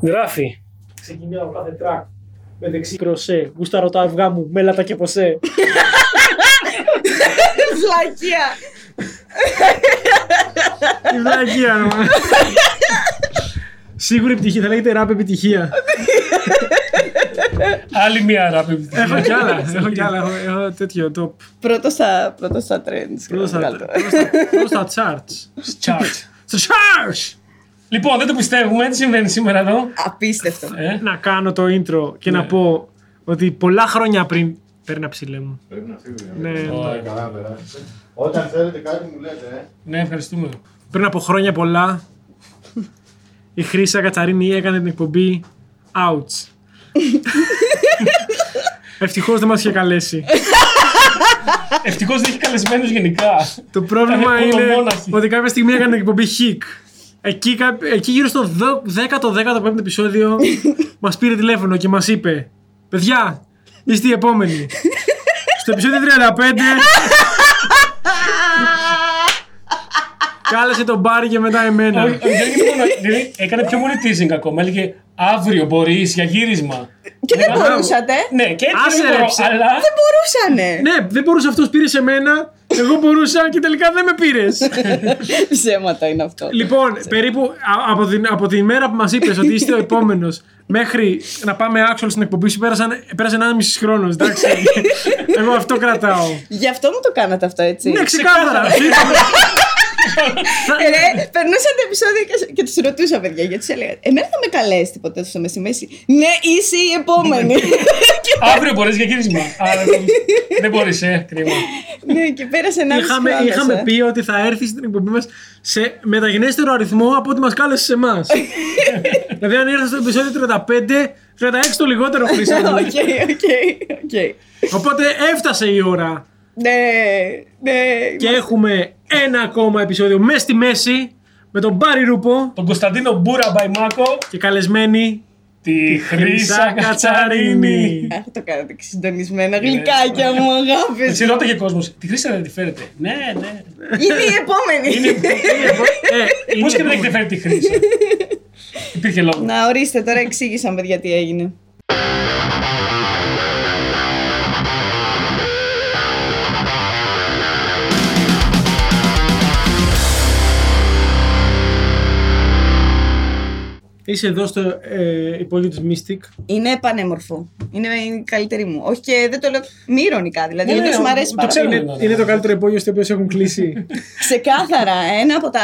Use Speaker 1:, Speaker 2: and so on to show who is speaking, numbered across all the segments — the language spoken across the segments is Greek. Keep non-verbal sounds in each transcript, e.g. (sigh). Speaker 1: Γράφει. Ξεκινάω κάθε track με δεξί κροσέ. Γούσταρω τα αυγά μου, μέλατα και ποσέ.
Speaker 2: Βλακία.
Speaker 1: Τι βλακία, ρε μάνα. Σίγουρη επιτυχία, θα λέγεται ραπ επιτυχία.
Speaker 3: Άλλη μία ραπ επιτυχία.
Speaker 1: έχω κι άλλα, έχω κι άλλα. Έχω, έχω τέτοιο top.
Speaker 2: Πρώτος στα, πρώτος στα trends.
Speaker 1: Πρώτος στα,
Speaker 2: Βγάλω το.
Speaker 1: πρώτος στα- πρώτος στα charts.
Speaker 3: Charge.
Speaker 1: Στο charts!
Speaker 3: Λοιπόν, δεν το πιστεύουμε, τι συμβαίνει σήμερα εδώ.
Speaker 1: Ναι,
Speaker 2: Απίστευτο.
Speaker 3: Ε,
Speaker 1: Να κάνω το intro και να πω ότι πολλά χρόνια πριν. Παίρνα ψηλέ μου.
Speaker 4: Πρέπει να φύγει.
Speaker 1: Ναι,
Speaker 3: Ωραία.
Speaker 4: Πάει καλά, περάσει. Όταν θέλετε κάτι μου λέτε, ε.
Speaker 3: ναι, ευχαριστούμε.
Speaker 1: πριν από χρόνια πολλά η Χρύσα Κατσαρίνη έκανε την εκπομπή Outs. Ευτυχώς δεν μας είχε καλέσει.
Speaker 3: Ευτυχώς δεν έχει καλεσμένους γενικά.
Speaker 1: Το πρόβλημα
Speaker 3: Ήταν
Speaker 1: είναι
Speaker 3: μονομόναχη.
Speaker 1: ότι κάποια στιγμή έκανε την εκπομπή Χικ. Εκεί, κά- εκεί γύρω στο 10ο-15ο επεισόδιο μας πήρε τηλέφωνο και μας είπε: Παιδιά, είστε οι επόμενοι. στο επεισόδιο 35. Κάλεσε τον Μπάρι και μετά εμένα.
Speaker 3: Όχι, όχι, Ε, δεν είναι μόνο. Δηλαδή, έκανε πιο πολύ teasing ακόμα. Έλεγε αύριο μπορείς για γύρισμα.
Speaker 2: Και δεν
Speaker 3: Μπράβο.
Speaker 2: μπορούσατε.
Speaker 3: Ναι, και
Speaker 1: Άσε,
Speaker 3: έτσι
Speaker 1: ρε,
Speaker 3: δεν μπορώ,
Speaker 1: ψε.
Speaker 3: αλλά.
Speaker 2: Δεν μπορούσανε.
Speaker 1: Ναι, δεν μπορούσε αυτός, πήρε σε μένα. Εγώ μπορούσα και τελικά δεν με πήρες.
Speaker 2: Ψέματα είναι αυτό.
Speaker 1: Ναι. λοιπόν, περίπου α- από την, από την μέρα που μας είπες ότι είστε ο επόμενος μέχρι να πάμε actual στην εκπομπή σου πέρασαν, πέρασε ένα μισή χρόνος. Εντάξει. Εγώ αυτό κρατάω.
Speaker 2: Γι' αυτό μου το κάνατε αυτό, έτσι.
Speaker 1: ναι, ξεκάθαρα.
Speaker 2: Ε, Ρε, περνούσατε επεισόδια και, και τους ρωτούσα, παιδιά, γιατί σε έλεγα. Εμένα θα με καλέσετε ποτέ στο μεσημέρι. Ναι, είσαι η επόμενη.
Speaker 1: Ναι.
Speaker 2: (laughs) Και-
Speaker 3: Αύριο μπορείς για γύρισμα. Άρα δεν- δεν μπορείς, ε, κρίμα.
Speaker 2: ναι, και πέρασε ένα μισό
Speaker 1: είχαμε,
Speaker 2: χρόνο.
Speaker 1: είχαμε
Speaker 2: (laughs)
Speaker 1: πει ότι θα έρθει στην εκπομπή μας σε μεταγενέστερο αριθμό από ό,τι μας κάλεσε σε εμάς. δηλαδή, αν ήρθε στο επεισόδιο 35, 36 το λιγότερο
Speaker 2: (laughs)
Speaker 1: χρήσαμε.
Speaker 2: Οκ, οκ, οκ.
Speaker 1: Οπότε έφτασε η ώρα
Speaker 2: Ναι, ναι.
Speaker 1: Και έχουμε ένα ακόμα επεισόδιο μέσα στη μέση με τον Μπάρι Ρούπο
Speaker 3: Τον Κωνσταντίνο Μπούρα Μπαϊμάκο.
Speaker 1: και καλεσμένη
Speaker 3: Τη Χρύσα Κατσαρίνη.
Speaker 2: Αχ, το κάνατε και συντονισμένα
Speaker 1: Ναι.
Speaker 2: γλυκάκια μου, αγάπη.
Speaker 3: Έτσι ρώταγε κόσμος. Τη Χρύσα δεν τη φέρετε. Ναι, ναι.
Speaker 2: Είναι η επόμενη.
Speaker 1: ε,
Speaker 3: Πώς
Speaker 1: είναι
Speaker 3: και δεν έχετε φέρει τη Χρύσα.
Speaker 1: (laughs)
Speaker 3: Υπήρχε λόγος.
Speaker 2: Να ορίστε, τώρα εξήγησαν, παιδιά, τι έγινε.
Speaker 1: Είσαι εδώ στο ε, υπόγειο της Mystic.
Speaker 2: Είναι πανέμορφο. Είναι η καλύτερη μου. Όχι και δεν το λέω μη ηρωνικά, δηλαδή,
Speaker 3: Ναι,
Speaker 2: γιατί
Speaker 3: ναι,
Speaker 2: μου αρέσει
Speaker 3: το
Speaker 2: πάρα
Speaker 3: ξέρω.
Speaker 2: πολύ.
Speaker 1: Είναι, είναι το καλύτερο υπόγειο στο οποίο σε
Speaker 3: (laughs)
Speaker 1: έχουν κλείσει.
Speaker 2: Ξεκάθαρα, ένα από τα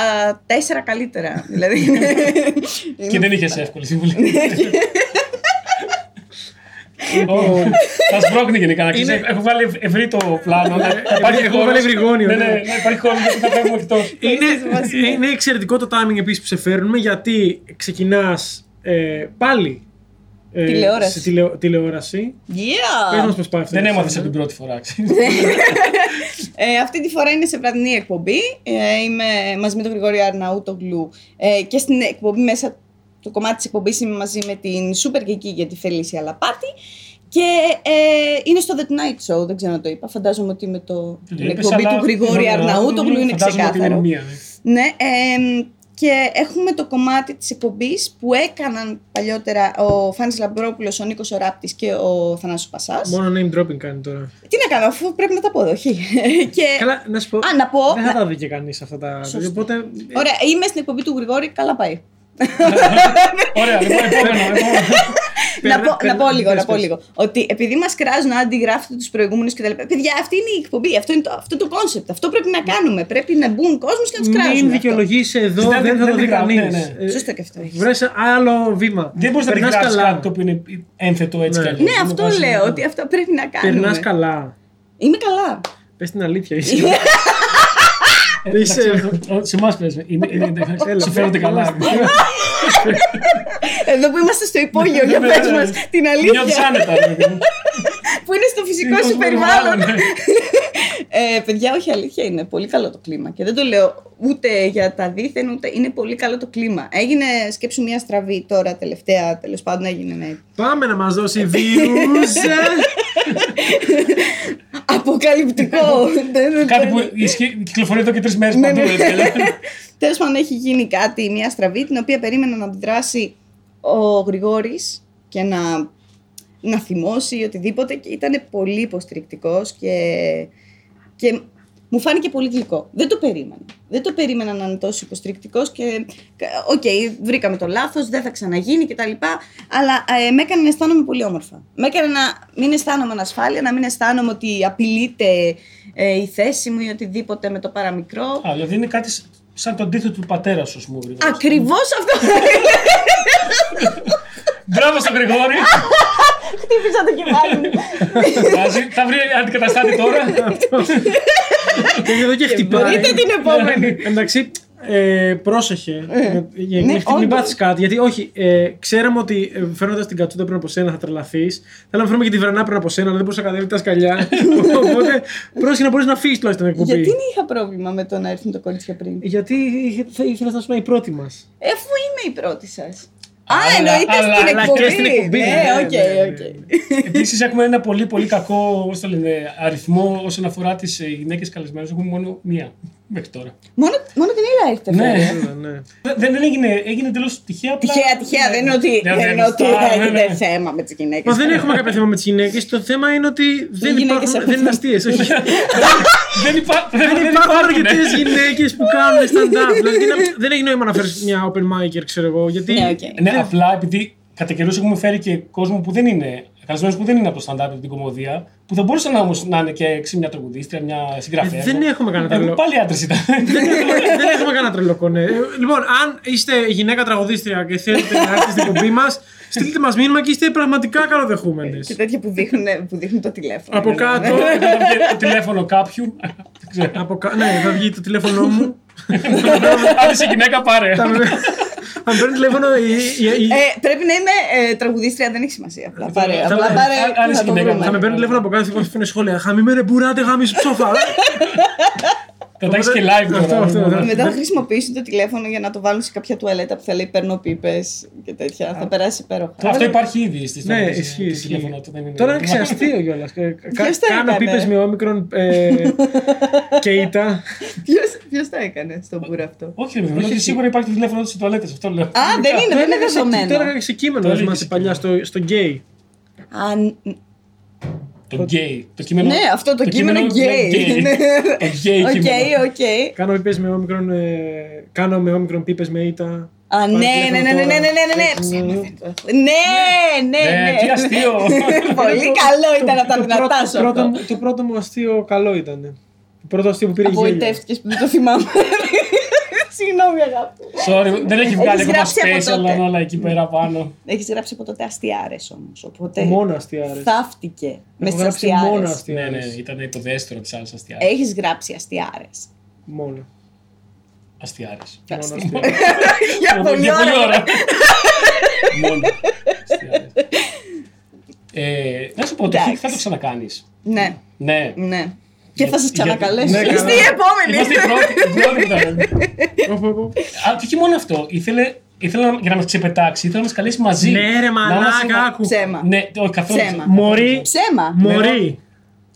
Speaker 2: τέσσερα καλύτερα.
Speaker 3: (laughs)
Speaker 2: Δηλαδή, είναι-
Speaker 3: Και δεν είχες εύκολη
Speaker 1: (laughs)
Speaker 3: συμβουλή. Λοιπόν, θα σπρώχνει γενικά να κλείσει.
Speaker 1: Είναι-
Speaker 3: Έχω βάλει ευ- ευρύ το πλάνο. να- να
Speaker 1: Έχω βάλει ευρυγόνιο,
Speaker 3: Ναι,
Speaker 1: ναι.
Speaker 3: ναι, να υπάρχει χώρο γιατί θα φεύγουμε εκτός.
Speaker 1: είναι,
Speaker 2: σημασία.
Speaker 1: είναι εξαιρετικό το timing επίσης που σε φέρνουμε γιατί ξεκινάς ε, πάλι ε,
Speaker 2: Τηλεόραση.
Speaker 1: σε τηλεο- τηλεόραση. Πες
Speaker 2: Yeah!
Speaker 1: μας πώς πάει αυτό.
Speaker 3: Δεν έμαθες από την πρώτη φορά. ξέρεις.
Speaker 1: Ναι.
Speaker 2: Ε, αυτή τη φορά είναι σε βραδινή εκπομπή. Ε, είμαι μαζί με τον Γρηγόρη Αρναούτογλου ε, και στην εκπομπή μέσα το κομμάτι της εκπομπής είμαι μαζί με την Σούπερ Κική για τη Φελίσια Λαπάτη και ε, είναι στο The Tonight Show, δεν ξέρω να το είπα. Φαντάζομαι ότι με το,
Speaker 3: Το
Speaker 2: την
Speaker 3: είπες,
Speaker 2: εκπομπή
Speaker 3: αλλά-
Speaker 2: του Γρηγόρη Αρναούτογλου είναι
Speaker 3: Φαντάζομαι ότι
Speaker 2: ξεκάθαρο.
Speaker 3: είναι μία, ναι.
Speaker 2: Ναι, εμ, και έχουμε το κομμάτι της εκπομπής που έκαναν παλιότερα ο Φάνης Λαμπρόπουλος, ο Νίκος Οράπτης και ο Θανάσης Πασάς.
Speaker 1: Μόνο name dropping κάνει τώρα.
Speaker 2: Τι να κάνω, αφού πρέπει να τα πω εδώ, χι. (laughs) και...
Speaker 1: Καλά, να σου πω.
Speaker 2: Ε, Α, να πω...
Speaker 1: Δεν θα
Speaker 2: να-
Speaker 1: τα δει και κανείς αυτά τα...
Speaker 2: Σωστό.
Speaker 1: Οπότε... ε,
Speaker 2: Ωραία, είμαι στην εκπομπή του Γρηγόρη, καλά πάει.
Speaker 3: Ωραία, λοιπόν, επόμενο. επόμενο.
Speaker 2: να,
Speaker 1: Περνά-
Speaker 2: πω,
Speaker 1: περνά-
Speaker 2: να πω λίγο,
Speaker 1: πες,
Speaker 2: να πω
Speaker 1: πες.
Speaker 2: λίγο. Ότι επειδή μας κράζουν, άντι γράφετε τους προηγούμενους κτλ. Παιδιά, αυτή είναι η εκπομπή, αυτό είναι το, αυτό το concept. Αυτό πρέπει να κάνουμε. Πρέπει να μπουν κόσμος και να τους κράζουν.
Speaker 1: ε, Μην
Speaker 2: αυτό.
Speaker 1: δικαιολογήσει εδώ,
Speaker 3: Ζητάτε-
Speaker 1: δεν θα
Speaker 3: δεν
Speaker 1: το δει
Speaker 3: την κάνουν,
Speaker 1: κανείς.
Speaker 3: ναι, ναι.
Speaker 2: Σωστό και αυτό. έχεις.
Speaker 1: Βρες άλλο βήμα.
Speaker 3: Δεν μπορείς να
Speaker 1: Περνάς
Speaker 3: περιγράψει κάτι το οποίο είναι ένθετο έτσι
Speaker 1: Ναι.
Speaker 3: κι αλλιώς.
Speaker 2: Ναι,
Speaker 3: Είναι
Speaker 2: αυτό
Speaker 3: βάση-
Speaker 2: λέω, ότι αυτό πρέπει να κάνουμε.
Speaker 1: Περνά καλά.
Speaker 2: Είμαι καλά.
Speaker 1: Πες την
Speaker 2: (laughs)
Speaker 1: αλήθεια. Είσαι.
Speaker 3: Ε,
Speaker 1: Είσαι-
Speaker 3: εντάξει, ο- Σε εμάς πες. είναι- είναι- εντάξει,
Speaker 1: Έλα,
Speaker 3: Σου φαίνονται καλά.
Speaker 2: Εδώ που είμαστε στο
Speaker 1: Ναι,
Speaker 2: υπόγειο, για πες μας την
Speaker 3: Ναι, Νιώθεις
Speaker 2: αλήθεια.
Speaker 3: άνετα. ρε παιδί μου.
Speaker 2: που είναι στο φυσικό
Speaker 3: Είναι
Speaker 2: σου
Speaker 3: το
Speaker 2: περιβάλλον.
Speaker 3: περιβάλλον,
Speaker 2: ε, παιδιά, όχι αλήθεια είναι. Πολύ καλό το κλίμα. Και δεν το λέω ούτε για τα δίθεν, ούτε είναι πολύ καλό το κλίμα. Έγινε, σκέψου, μια στραβή τώρα τελευταία. Τέλος πάντων, έγινε. Ναι.
Speaker 1: Πάμε να μας δώσει views.
Speaker 2: (laughs) Αποκαλυπτικό.
Speaker 3: (laughs) Ναι. Κάτι που ισχύει- κυκλοφορεί εδώ και τρεις μέρες
Speaker 2: Ναι,
Speaker 3: παντού. ρε,
Speaker 2: (laughs) Τέλος πάντων, έχει γίνει κάτι, μια στραβή, την οποία περίμενα να αντιδράσει ο Γρηγόρης και να, να θυμώσει ή οτιδήποτε. Ήταν πολύ υποστηρικτικός και, και μου φάνηκε πολύ γλυκό. Δεν το περίμενα. Δεν το περίμενα να είναι τόσο υποστηρικτικός και. Οκ, βρήκαμε το λάθος, δεν θα ξαναγίνει κτλ. Αλλά ε, με έκανε να αισθάνομαι πολύ όμορφα. Με έκανε να μην αισθάνομαι ανασφάλεια, να μην αισθάνομαι ότι απειλείται ε, η θέση μου ή οτιδήποτε με το παραμικρό.
Speaker 3: Α, δηλαδή είναι κάτι σ- σαν το αντίθετο του πατέρα σου, ας πούμε. ο Γρηγόρης.
Speaker 2: Ακριβώς αυτό.
Speaker 3: Μπράβο στον Γρηγόρη.
Speaker 2: Χτύπησα το κεφάλι μου.
Speaker 3: Βάζει. θα βρει αντικαταστάτη τώρα.
Speaker 1: Και εδώ και χτυπάει.
Speaker 2: Μπορείτε την επόμενη.
Speaker 1: Ε, Εντάξει, ε, πρόσεχε. Ε, Για να
Speaker 2: ναι,
Speaker 1: μην
Speaker 2: όντως.
Speaker 1: πάθεις κάτι. Γιατί όχι, ε, ξέραμε ότι φέρνοντας την κατσούτα πριν από σένα θα τρελαθείς. Θέλαμε να φέρουμε και τη βρανά πριν από σένα, αλλά δεν μπορούσα να κατέβει τα
Speaker 2: (laughs)
Speaker 1: σκαλιά. Οπότε πρόσεχε να μπορείς να φύγεις τουλάχιστον την εκπομπή.
Speaker 2: Γιατί είχα πρόβλημα με το να έρθουν τα κορίτσια πριν.
Speaker 1: Γιατί είχε- θα ήθελα να σου πω η πρώτη μας.
Speaker 2: Ε, Αφού είμαι η πρώτη σας. Α,
Speaker 3: Αλλά-
Speaker 2: εννοείται
Speaker 3: αλλά-
Speaker 2: στην
Speaker 3: αλλά
Speaker 2: εκπομπή.
Speaker 1: και στην εκπομπή,
Speaker 2: Ναι,
Speaker 1: ναι,
Speaker 2: οκ,
Speaker 1: ναι, ναι.
Speaker 2: οκ.
Speaker 3: Επίσης, έχουμε ένα πολύ πολύ κακό πώς το λένε, αριθμό όσον αφορά τις γυναίκες καλεσμένες. Έχουμε μόνο μία μέχρι τώρα.
Speaker 2: Μόνο, μόνο την ήλα έχετε φέρει.
Speaker 1: Ε,
Speaker 3: Ναι. Δεν, δεν έγινε, έγινε εντελώς τυχαία. απλά-
Speaker 2: Τυχαία, τυχαία. Δεν είναι ότι,
Speaker 3: Ναι,
Speaker 2: δεν είναι
Speaker 3: ναι,
Speaker 2: ότι
Speaker 3: ναι, ναι, ναι.
Speaker 2: έχετε θέμα με τις γυναίκες.
Speaker 1: Μα δεν έχουμε κάποιο θέμα με τις γυναίκες. Το θέμα είναι ότι δεν
Speaker 2: γυναίκες
Speaker 1: υπάρχουν.
Speaker 2: έχουν
Speaker 1: Δεν είναι αστείε.
Speaker 2: θέμα. (laughs)
Speaker 3: Δεν υπά- δεν-
Speaker 1: Δεν
Speaker 3: δεν
Speaker 1: υπάρχουν
Speaker 3: υπάρχουνε.
Speaker 1: αρκετέ
Speaker 2: ναι.
Speaker 1: γυναίκες που
Speaker 2: (laughs)
Speaker 1: κάνουν stand-up. Δηλαδή δεν- δεν έχει νόημα να φέρεις μια open micer, ξέρω εγώ. Γιατί
Speaker 2: Ναι, οκ.
Speaker 3: Ναι, απλά επειδή κατά καιρούς έχουμε φέρει και κόσμο που δεν είναι. Καλεσμένου που δεν είναι από το stand-up, από την κομμωδία, που θα μπορούσαν όμως να είναι και εξή μια τραγουδίστρια, μια συγγραφέα.
Speaker 1: Ε, δεν έχουμε κανένα
Speaker 3: Ε,
Speaker 1: τρελό.
Speaker 3: Πάλι άντρες
Speaker 1: (laughs)
Speaker 3: ήταν.
Speaker 1: δεν έχουμε κανένα τρελό κονέ. Ε, Λοιπόν, αν είστε γυναίκα τραγουδίστρια και θέλετε να έρθετε στην εκπομπή μας, στείλτε μας μήνυμα και είστε πραγματικά καλοδεχούμενες.
Speaker 2: Και τέτοια που δείχνουν, που δείχνουν το τηλέφωνο.
Speaker 1: Από κάτω.
Speaker 3: Το τηλέφωνο κάποιου. Δεν ξέρω.
Speaker 1: από κα- Ναι, θα βγει το τηλέφωνό μου.
Speaker 3: Αν είσαι γυναίκα, πάρε.
Speaker 1: Θα με- (laughs) Θα με παίρνεις τηλέφωνο η- η- η-
Speaker 2: Ε, πρέπει να είμαι ε, τραγουδίστρια, δεν έχει σημασία. Απλά πάρε.
Speaker 1: θα-
Speaker 2: Απλά
Speaker 1: θα-
Speaker 2: πάρε.
Speaker 3: αν- αν
Speaker 2: θα
Speaker 3: είσαι
Speaker 2: το
Speaker 3: γυναίκα,
Speaker 2: βρούμε.
Speaker 1: Θα με παίρνει τηλέφωνο από κάτω και θα φέρνει σχόλια. Χαμημένε μπουράτε, γάμι ψόφα.
Speaker 3: Θα τα έχεις και live τώρα.
Speaker 1: Αυτό, αυτό, αυτό.
Speaker 2: Μετά θα χρησιμοποιήσουν το τηλέφωνο για να το βάλουν σε κάποια τουαλέτα που θα λέει Παίρνω πίπες και τέτοια. Θα περάσει υπέροχα.
Speaker 3: Αυτό υπάρχει ήδη στις
Speaker 1: Ναι,
Speaker 3: τραγουδίες,
Speaker 1: ισχύει.
Speaker 3: το
Speaker 1: ισχύει.
Speaker 3: τηλέφωνο, αυτό δεν είναι-
Speaker 1: Τώρα είναι ξεαστείο Ε, κιόλα.
Speaker 2: Ποιος τα
Speaker 1: Κάνω
Speaker 2: έκανε?
Speaker 1: πίπες με όμικρον (laughs) ε, και ήττα.
Speaker 2: Ποιος τα έκανε στον μπουρ αυτό.
Speaker 3: Όχι, ρε παιδί μου,
Speaker 1: Όχι,
Speaker 3: λέω ότι
Speaker 1: εσύ.
Speaker 3: σίγουρα υπάρχει το τηλέφωνο του στι τουαλέτες. Αυτό λέω.
Speaker 2: Α, δεν είναι, δεν είναι
Speaker 1: έλεγα σε- Το
Speaker 2: δεδομένο.
Speaker 1: έλεγα σε κείμενο,
Speaker 3: Το
Speaker 1: δεν
Speaker 3: έλεγε
Speaker 1: θυμάσαι
Speaker 3: σε
Speaker 1: παλιά, στο, στο γκέι.
Speaker 2: Α, ν-
Speaker 3: Το γκέι. Το κείμενο.
Speaker 2: Ναι, αυτό το κείμενο
Speaker 3: λέει
Speaker 2: γκέι. Ναι.
Speaker 3: Το
Speaker 2: (laughs)
Speaker 3: γκέι
Speaker 2: Οκ,
Speaker 3: κείμενο.
Speaker 2: οκ.
Speaker 1: Κάνω πίπες με όμικρον, ε, κάνω με όμικρον πίπες με ήττα.
Speaker 2: Α,
Speaker 1: Πάρε
Speaker 2: ναι, ναι,
Speaker 1: τηλέφωνο
Speaker 2: ναι, ναι, ναι,
Speaker 1: τώρα.
Speaker 2: ναι, ναι, ναι. Ναι, ναι, ναι.
Speaker 3: Ναι, τι αστείο.
Speaker 2: (laughs) Πολύ καλό ήταν από τα
Speaker 1: Το
Speaker 2: δυνατά
Speaker 1: πρώτο-
Speaker 2: σου.
Speaker 1: πρώτο
Speaker 2: αυτό.
Speaker 1: μου- Το πρώτο μου αστείο καλό ήταν. Το πρώτο αστείο που πήρε γέλιο.
Speaker 2: (laughs) Απογοητεύτηκες που δεν το θυμάμαι. (laughs) Συγγνώμη, αγάπη.
Speaker 3: Sorry, δεν έχει βγάλει
Speaker 2: Έχεις
Speaker 3: ακόμα
Speaker 2: γράψει από
Speaker 3: space,
Speaker 2: τότε.
Speaker 3: αλλά είναι όλα εκεί πέρα πάνω.
Speaker 2: Έχεις γράψει από τότε αστιάρες όμως, οπότε
Speaker 1: Μόνο αστεία. ρε.
Speaker 2: θαύτηκε με
Speaker 1: Έχω
Speaker 2: στις
Speaker 1: γράψει μόνο
Speaker 2: αστιάρες.
Speaker 1: αστεία.
Speaker 3: Ναι, ναι,
Speaker 1: ρε.
Speaker 3: ήταν το δεύτερο της άλλης αστιάρη.
Speaker 2: Έχεις γράψει αστιάρες.
Speaker 1: Μόνο.
Speaker 3: Αστιάρη.
Speaker 1: Μόνο
Speaker 2: Αστεία.
Speaker 1: αστεία.
Speaker 2: (laughs) Για πολύ ώρα. (laughs)
Speaker 3: Μόνο. αστιάρες. Ε, Να σου πω, το
Speaker 2: Εντάξει.
Speaker 3: θα το ξανακάνεις.
Speaker 2: Ναι,
Speaker 3: Ναι.
Speaker 2: ναι. Και θα σας
Speaker 3: Για-
Speaker 2: ξανακαλέσω.
Speaker 1: Ναι, καλά.
Speaker 2: Είστε η επόμενη. (laughs)
Speaker 3: Είμαστε η πρώτη- η πρώτη που τα λέμε.
Speaker 1: Οπ, οπ, οπ.
Speaker 3: Α, Και όχι μόνο αυτό. Ήθελε, ήθελε να- για να μας ξεπετάξει, ήθελε να μας καλέσει μαζί.
Speaker 1: Ναι, ρε,
Speaker 3: Να μας-
Speaker 1: μαλάκα, άκου.
Speaker 2: Ψέμα.
Speaker 3: Ναι, όχι, καθόλου.
Speaker 2: Ψέμα.
Speaker 1: Μωρή,
Speaker 2: Ψέμα.
Speaker 1: μωρή.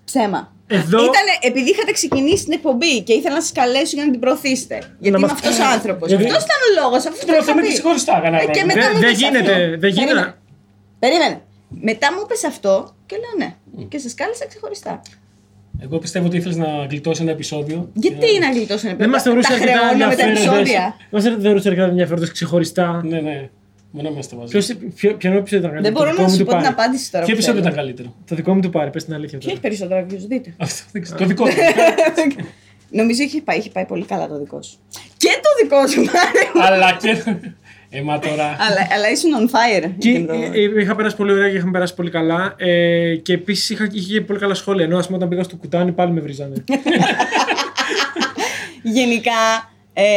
Speaker 2: Ψέμα.
Speaker 1: Εδώ-
Speaker 2: Ήτανε επειδή είχατε ξεκινήσει την εκπομπή και ήθελα να σας καλέσω για να την προωθήσετε. Γιατί είμαι
Speaker 1: μας-
Speaker 2: αυτός ο άνθρωπος. Αυτό
Speaker 1: Γιατί-
Speaker 2: ήταν ο λόγος. Αυτό το είχα
Speaker 3: Προωθούμε
Speaker 2: πει.
Speaker 3: και ξεχωριστά, κανένα
Speaker 2: Ε, και
Speaker 3: πρόβλημα.
Speaker 2: μετά
Speaker 1: Δεν-
Speaker 2: μου
Speaker 1: Ναι, δεν
Speaker 2: είπες
Speaker 1: γίνεται,
Speaker 2: αυτό.
Speaker 1: δεν γίνεται.
Speaker 2: Περίμενε. Περίμενε. Μετά μου είπες αυτό και λέω ναι.
Speaker 1: Mm.
Speaker 2: Και σας κάλεσα ξεχωριστά.
Speaker 3: Εγώ πιστεύω ότι ήθελες να γλιτώσεις ένα επεισόδιο.
Speaker 2: Γιατί να γλιτώσω ένα
Speaker 1: Ναι. Δεν μας
Speaker 2: επεισόδιο.
Speaker 1: θεωρούσε
Speaker 2: Τα
Speaker 1: αρκετά
Speaker 2: χρεώνω με τα
Speaker 1: ενδιαφέροντες.
Speaker 2: επεισόδια.
Speaker 1: Μας θεωρούσε αρκετά ενδιαφέροντες ξεχωριστά.
Speaker 3: Ναι, ναι. Μόνο να είμαστε μαζί.
Speaker 1: Ποιος- ποιο- Ποιανό επεισόδιο ήταν καλύτερο.
Speaker 2: Δεν
Speaker 1: το
Speaker 2: μπορώ
Speaker 1: δικό
Speaker 2: να
Speaker 1: μου
Speaker 2: σου
Speaker 1: του
Speaker 2: πω την
Speaker 1: πάρει.
Speaker 2: απάντηση τώρα.
Speaker 3: Ποιο
Speaker 2: που
Speaker 3: επεισόδιο
Speaker 2: θέλω.
Speaker 3: ήταν καλύτερο.
Speaker 1: Το δικό μου του πάρει, πες την αλήθεια.
Speaker 2: Ποιο
Speaker 1: τώρα.
Speaker 2: έχει περισσότερα views, δείτε. (laughs)
Speaker 3: Αυτό, δεν ξέρω. Το δικό μου.
Speaker 2: Νομίζω είχε πάει, είχε πάει πολύ καλά το δικό σου. Και το δικό σου, (laughs) Μάρια μου.
Speaker 3: Αλλά και. Ε, μα τώρα.
Speaker 2: Αλλά, αλλά ήσουν on fire.
Speaker 1: Και,
Speaker 2: εκείνο το-
Speaker 1: ε, ε, είχα περάσει πολύ ωραία και είχαμε περάσει πολύ καλά. Ε, και επίσης είχε και πολύ καλά σχόλια. Ενώ ας πούμε όταν πήγα στο κουτάνι πάλι με
Speaker 2: (laughs)
Speaker 1: βρίζανε.
Speaker 2: Γενικά, ε,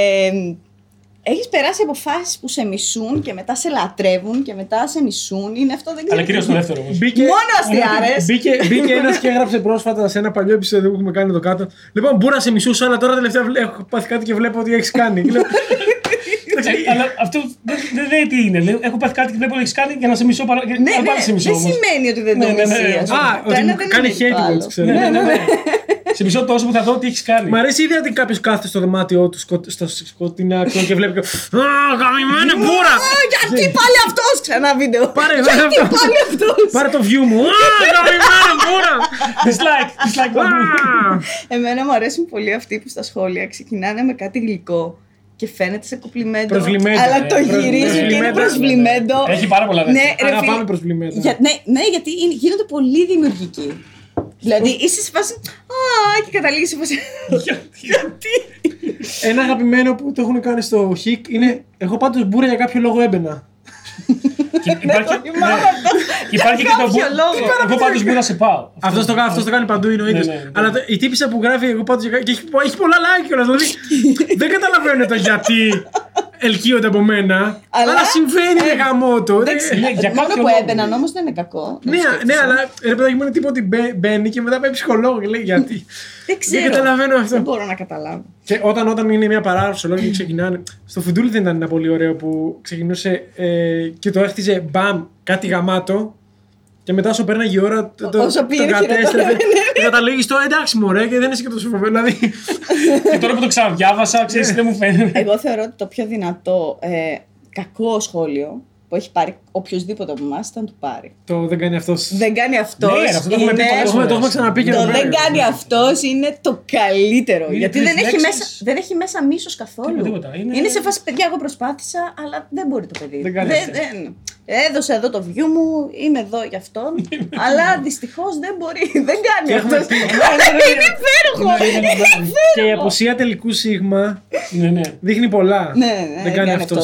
Speaker 2: έχεις περάσει από φάσεις που σε μισούν και μετά σε λατρεύουν και μετά σε μισούν. Είναι αυτό, δεν ξέρω.
Speaker 3: Αλλά κυρίως το δεύτερο όμως.
Speaker 1: Μπήκε-
Speaker 2: Μόνο αστιάρες.
Speaker 1: Μπήκε, μπήκε ένας και έγραψε πρόσφατα σε ένα παλιό επεισόδιο που έχουμε κάνει εδώ κάτω. Λοιπόν, μπούρα σε μισούσα, αλλά τώρα τελευταία βλέ- έχω πάθει κάτι και βλέπω ότι έχεις
Speaker 2: (laughs)
Speaker 1: κάνει. Λοιπόν, Και λέω,
Speaker 3: Ε, Αλλά αυτό δεν δεν λέει τι είναι. Λέει, Έχω πάθει κάτι και βλέπω ότι έχεις κάνει για να σε μισώ παρα... για
Speaker 2: Ναι,
Speaker 3: να
Speaker 2: ναι,
Speaker 3: πάλι σε μισώ
Speaker 2: δεν
Speaker 3: όμως.
Speaker 2: σημαίνει ότι δεν το
Speaker 3: Ναι, ναι, ναι.
Speaker 2: μισείς, ας πούμε.
Speaker 1: Α,
Speaker 2: Ε, Το
Speaker 1: ότι
Speaker 2: ένα
Speaker 1: μου
Speaker 2: δεν
Speaker 1: κάνει
Speaker 2: είναι το άλλο.
Speaker 1: χέρι, ξέρω.
Speaker 3: Ναι, ναι, ναι. σε μισό τόσο που θα δω τι έχεις κάνει.
Speaker 1: Μ' αρέσει η ιδέα ότι κάποιος κάθεται στο δωμάτιό του σκοτ- στο σκοτεινά άκρο και βλέπει. και, Α,
Speaker 2: Ναι.
Speaker 1: γαμημένη μπούρα!
Speaker 2: Α, γιατί πάλι αυτός! Ξανά βίντεο.
Speaker 1: Πάρε, πάρε
Speaker 2: γιατί
Speaker 1: αυτό.
Speaker 2: πάλι αυτός!
Speaker 1: Πάρε το view μου. Α, γαμημένη μπούρα!
Speaker 3: Dislike, dislike το
Speaker 1: Α!
Speaker 2: Εμένα μου αρέσουν πολύ αυτοί που στα σχόλια ξεκινάνε με κάτι γλυκό και φαίνεται σε κουπλιμέντο.
Speaker 1: Προσβλημέντο,
Speaker 2: Αλλά
Speaker 1: ε,
Speaker 2: το γυρίζουν και είναι
Speaker 1: προσβλημέντο.
Speaker 2: προσβλημέντο.
Speaker 3: Έχει πάρα πολλά τέτοια.
Speaker 2: Ναι, ρε
Speaker 1: Αγαπάμε
Speaker 2: φίλε.
Speaker 1: προσβλημένα.
Speaker 2: Για- ναι, ναι, γιατί είναι- γίνονται πολύ δημιουργικοί. Δηλαδή είσαι σε φάση. Α, και καταλήγει σε φάση.
Speaker 1: Ένα αγαπημένο που το έχουν κάνει στο χικ είναι Εγώ πάντως μπούρα για κάποιο λόγο έμπαινα.
Speaker 3: Και Υπάρχει,
Speaker 2: Μα,
Speaker 3: ναι. Και υπάρχει και το
Speaker 2: κάποιο
Speaker 3: μπου-
Speaker 2: λόγο.
Speaker 3: Εγώ πάντω μπου να σε πάω.
Speaker 1: Αυτό το, κα- αυτός το κάνει παντού, είναι ο ίδιος.
Speaker 3: Ναι, ναι, ναι.
Speaker 1: Αλλά το- η τύπησα που γράφει εγώ πάντως. και έχει, έχει πολλά like κιόλας. Δηλαδή (laughs) δεν καταλαβαίνω το γιατί ελκύονται από μένα.
Speaker 2: Αλλά-
Speaker 1: Αλλά, συμβαίνει ε, γαμό το.
Speaker 2: δεν
Speaker 1: Ε,
Speaker 2: ξέρω.
Speaker 3: ναι, για
Speaker 2: Μόνο
Speaker 3: κάποιο
Speaker 2: που
Speaker 3: λόγο.
Speaker 2: έμπαιναν όμως δεν είναι κακό. να
Speaker 1: Ναι,
Speaker 2: το σκέφτεσαι.
Speaker 1: ναι, αλλά ρε παιδάκι μου είναι τίποτα ότι μπα- μπαίνει και μετά πάει ψυχολόγο και λέει γιατί.
Speaker 2: Δεν ξέρω.
Speaker 1: καταλαβαίνω αυτό.
Speaker 2: Δεν μπορώ να καταλάβω.
Speaker 1: και όταν, όταν είναι μια παράγραφο λόγια και ξεκινάνε. Στο Φουντούλη δεν ήταν ένα πολύ ωραίο που ξεκινούσε ε, και το έχτιζε μπαμ κάτι γαμάτο. Και μετά όσο πέρναγε η ώρα το, το,
Speaker 2: Όσο πήγαινε
Speaker 1: το κατέστρεφε.
Speaker 2: χειρότερα, ναι.
Speaker 1: και καταλήγεις το εντάξει μωρέ και δεν είσαι και τόσο φοβερό. Δηλαδή
Speaker 3: Και τώρα που το ξαναδιάβασα,
Speaker 1: Ναι.
Speaker 3: ξέρεις, δεν μου φαίνεται.
Speaker 2: Εγώ θεωρώ ότι το πιο δυνατό ε, κακό σχόλιο που έχει πάρει οποιοδήποτε από εμάς ήταν του πάρει.
Speaker 1: το δεν κάνει αυτός.
Speaker 2: Δεν κάνει αυτός.
Speaker 3: Ναι, ρε, αυτό το έχουμε πει
Speaker 1: Το
Speaker 3: πολλές
Speaker 1: έχουμε, το έχουμε
Speaker 3: φορές. Ναι,
Speaker 1: ξαναπεί και
Speaker 2: Το
Speaker 1: εδώ πέρα.
Speaker 2: δεν κάνει αυτός είναι το καλύτερο.
Speaker 3: Είναι
Speaker 2: γιατί
Speaker 3: τρεις
Speaker 2: δεν έχει,
Speaker 3: λέξεις.
Speaker 2: μέσα, δεν έχει μέσα μίσος καθόλου.
Speaker 3: Τίποτα, τίποτα. Είναι-
Speaker 2: σε φάση παιδιά. Εγώ προσπάθησα, αλλά δεν μπορεί το παιδί.
Speaker 1: Δεν κάνει αυτός.
Speaker 2: δεν- Έδωσα εδώ το βιού μου, είμαι εδώ γι'
Speaker 1: (laughs)
Speaker 2: αυτόν. αλλά δυστυχώς δεν μπορεί. (laughs) Δεν κάνει
Speaker 1: Και έχουμε
Speaker 2: αυτό.
Speaker 1: πει-
Speaker 2: (laughs) Είναι υπέροχο.
Speaker 3: Ναι, ναι, ναι, ναι.
Speaker 1: Και η απουσία τελικού σίγμα
Speaker 3: Ναι, ναι.
Speaker 1: δείχνει πολλά.
Speaker 2: Ναι, ναι, ναι,
Speaker 1: δεν κάνει αυτό.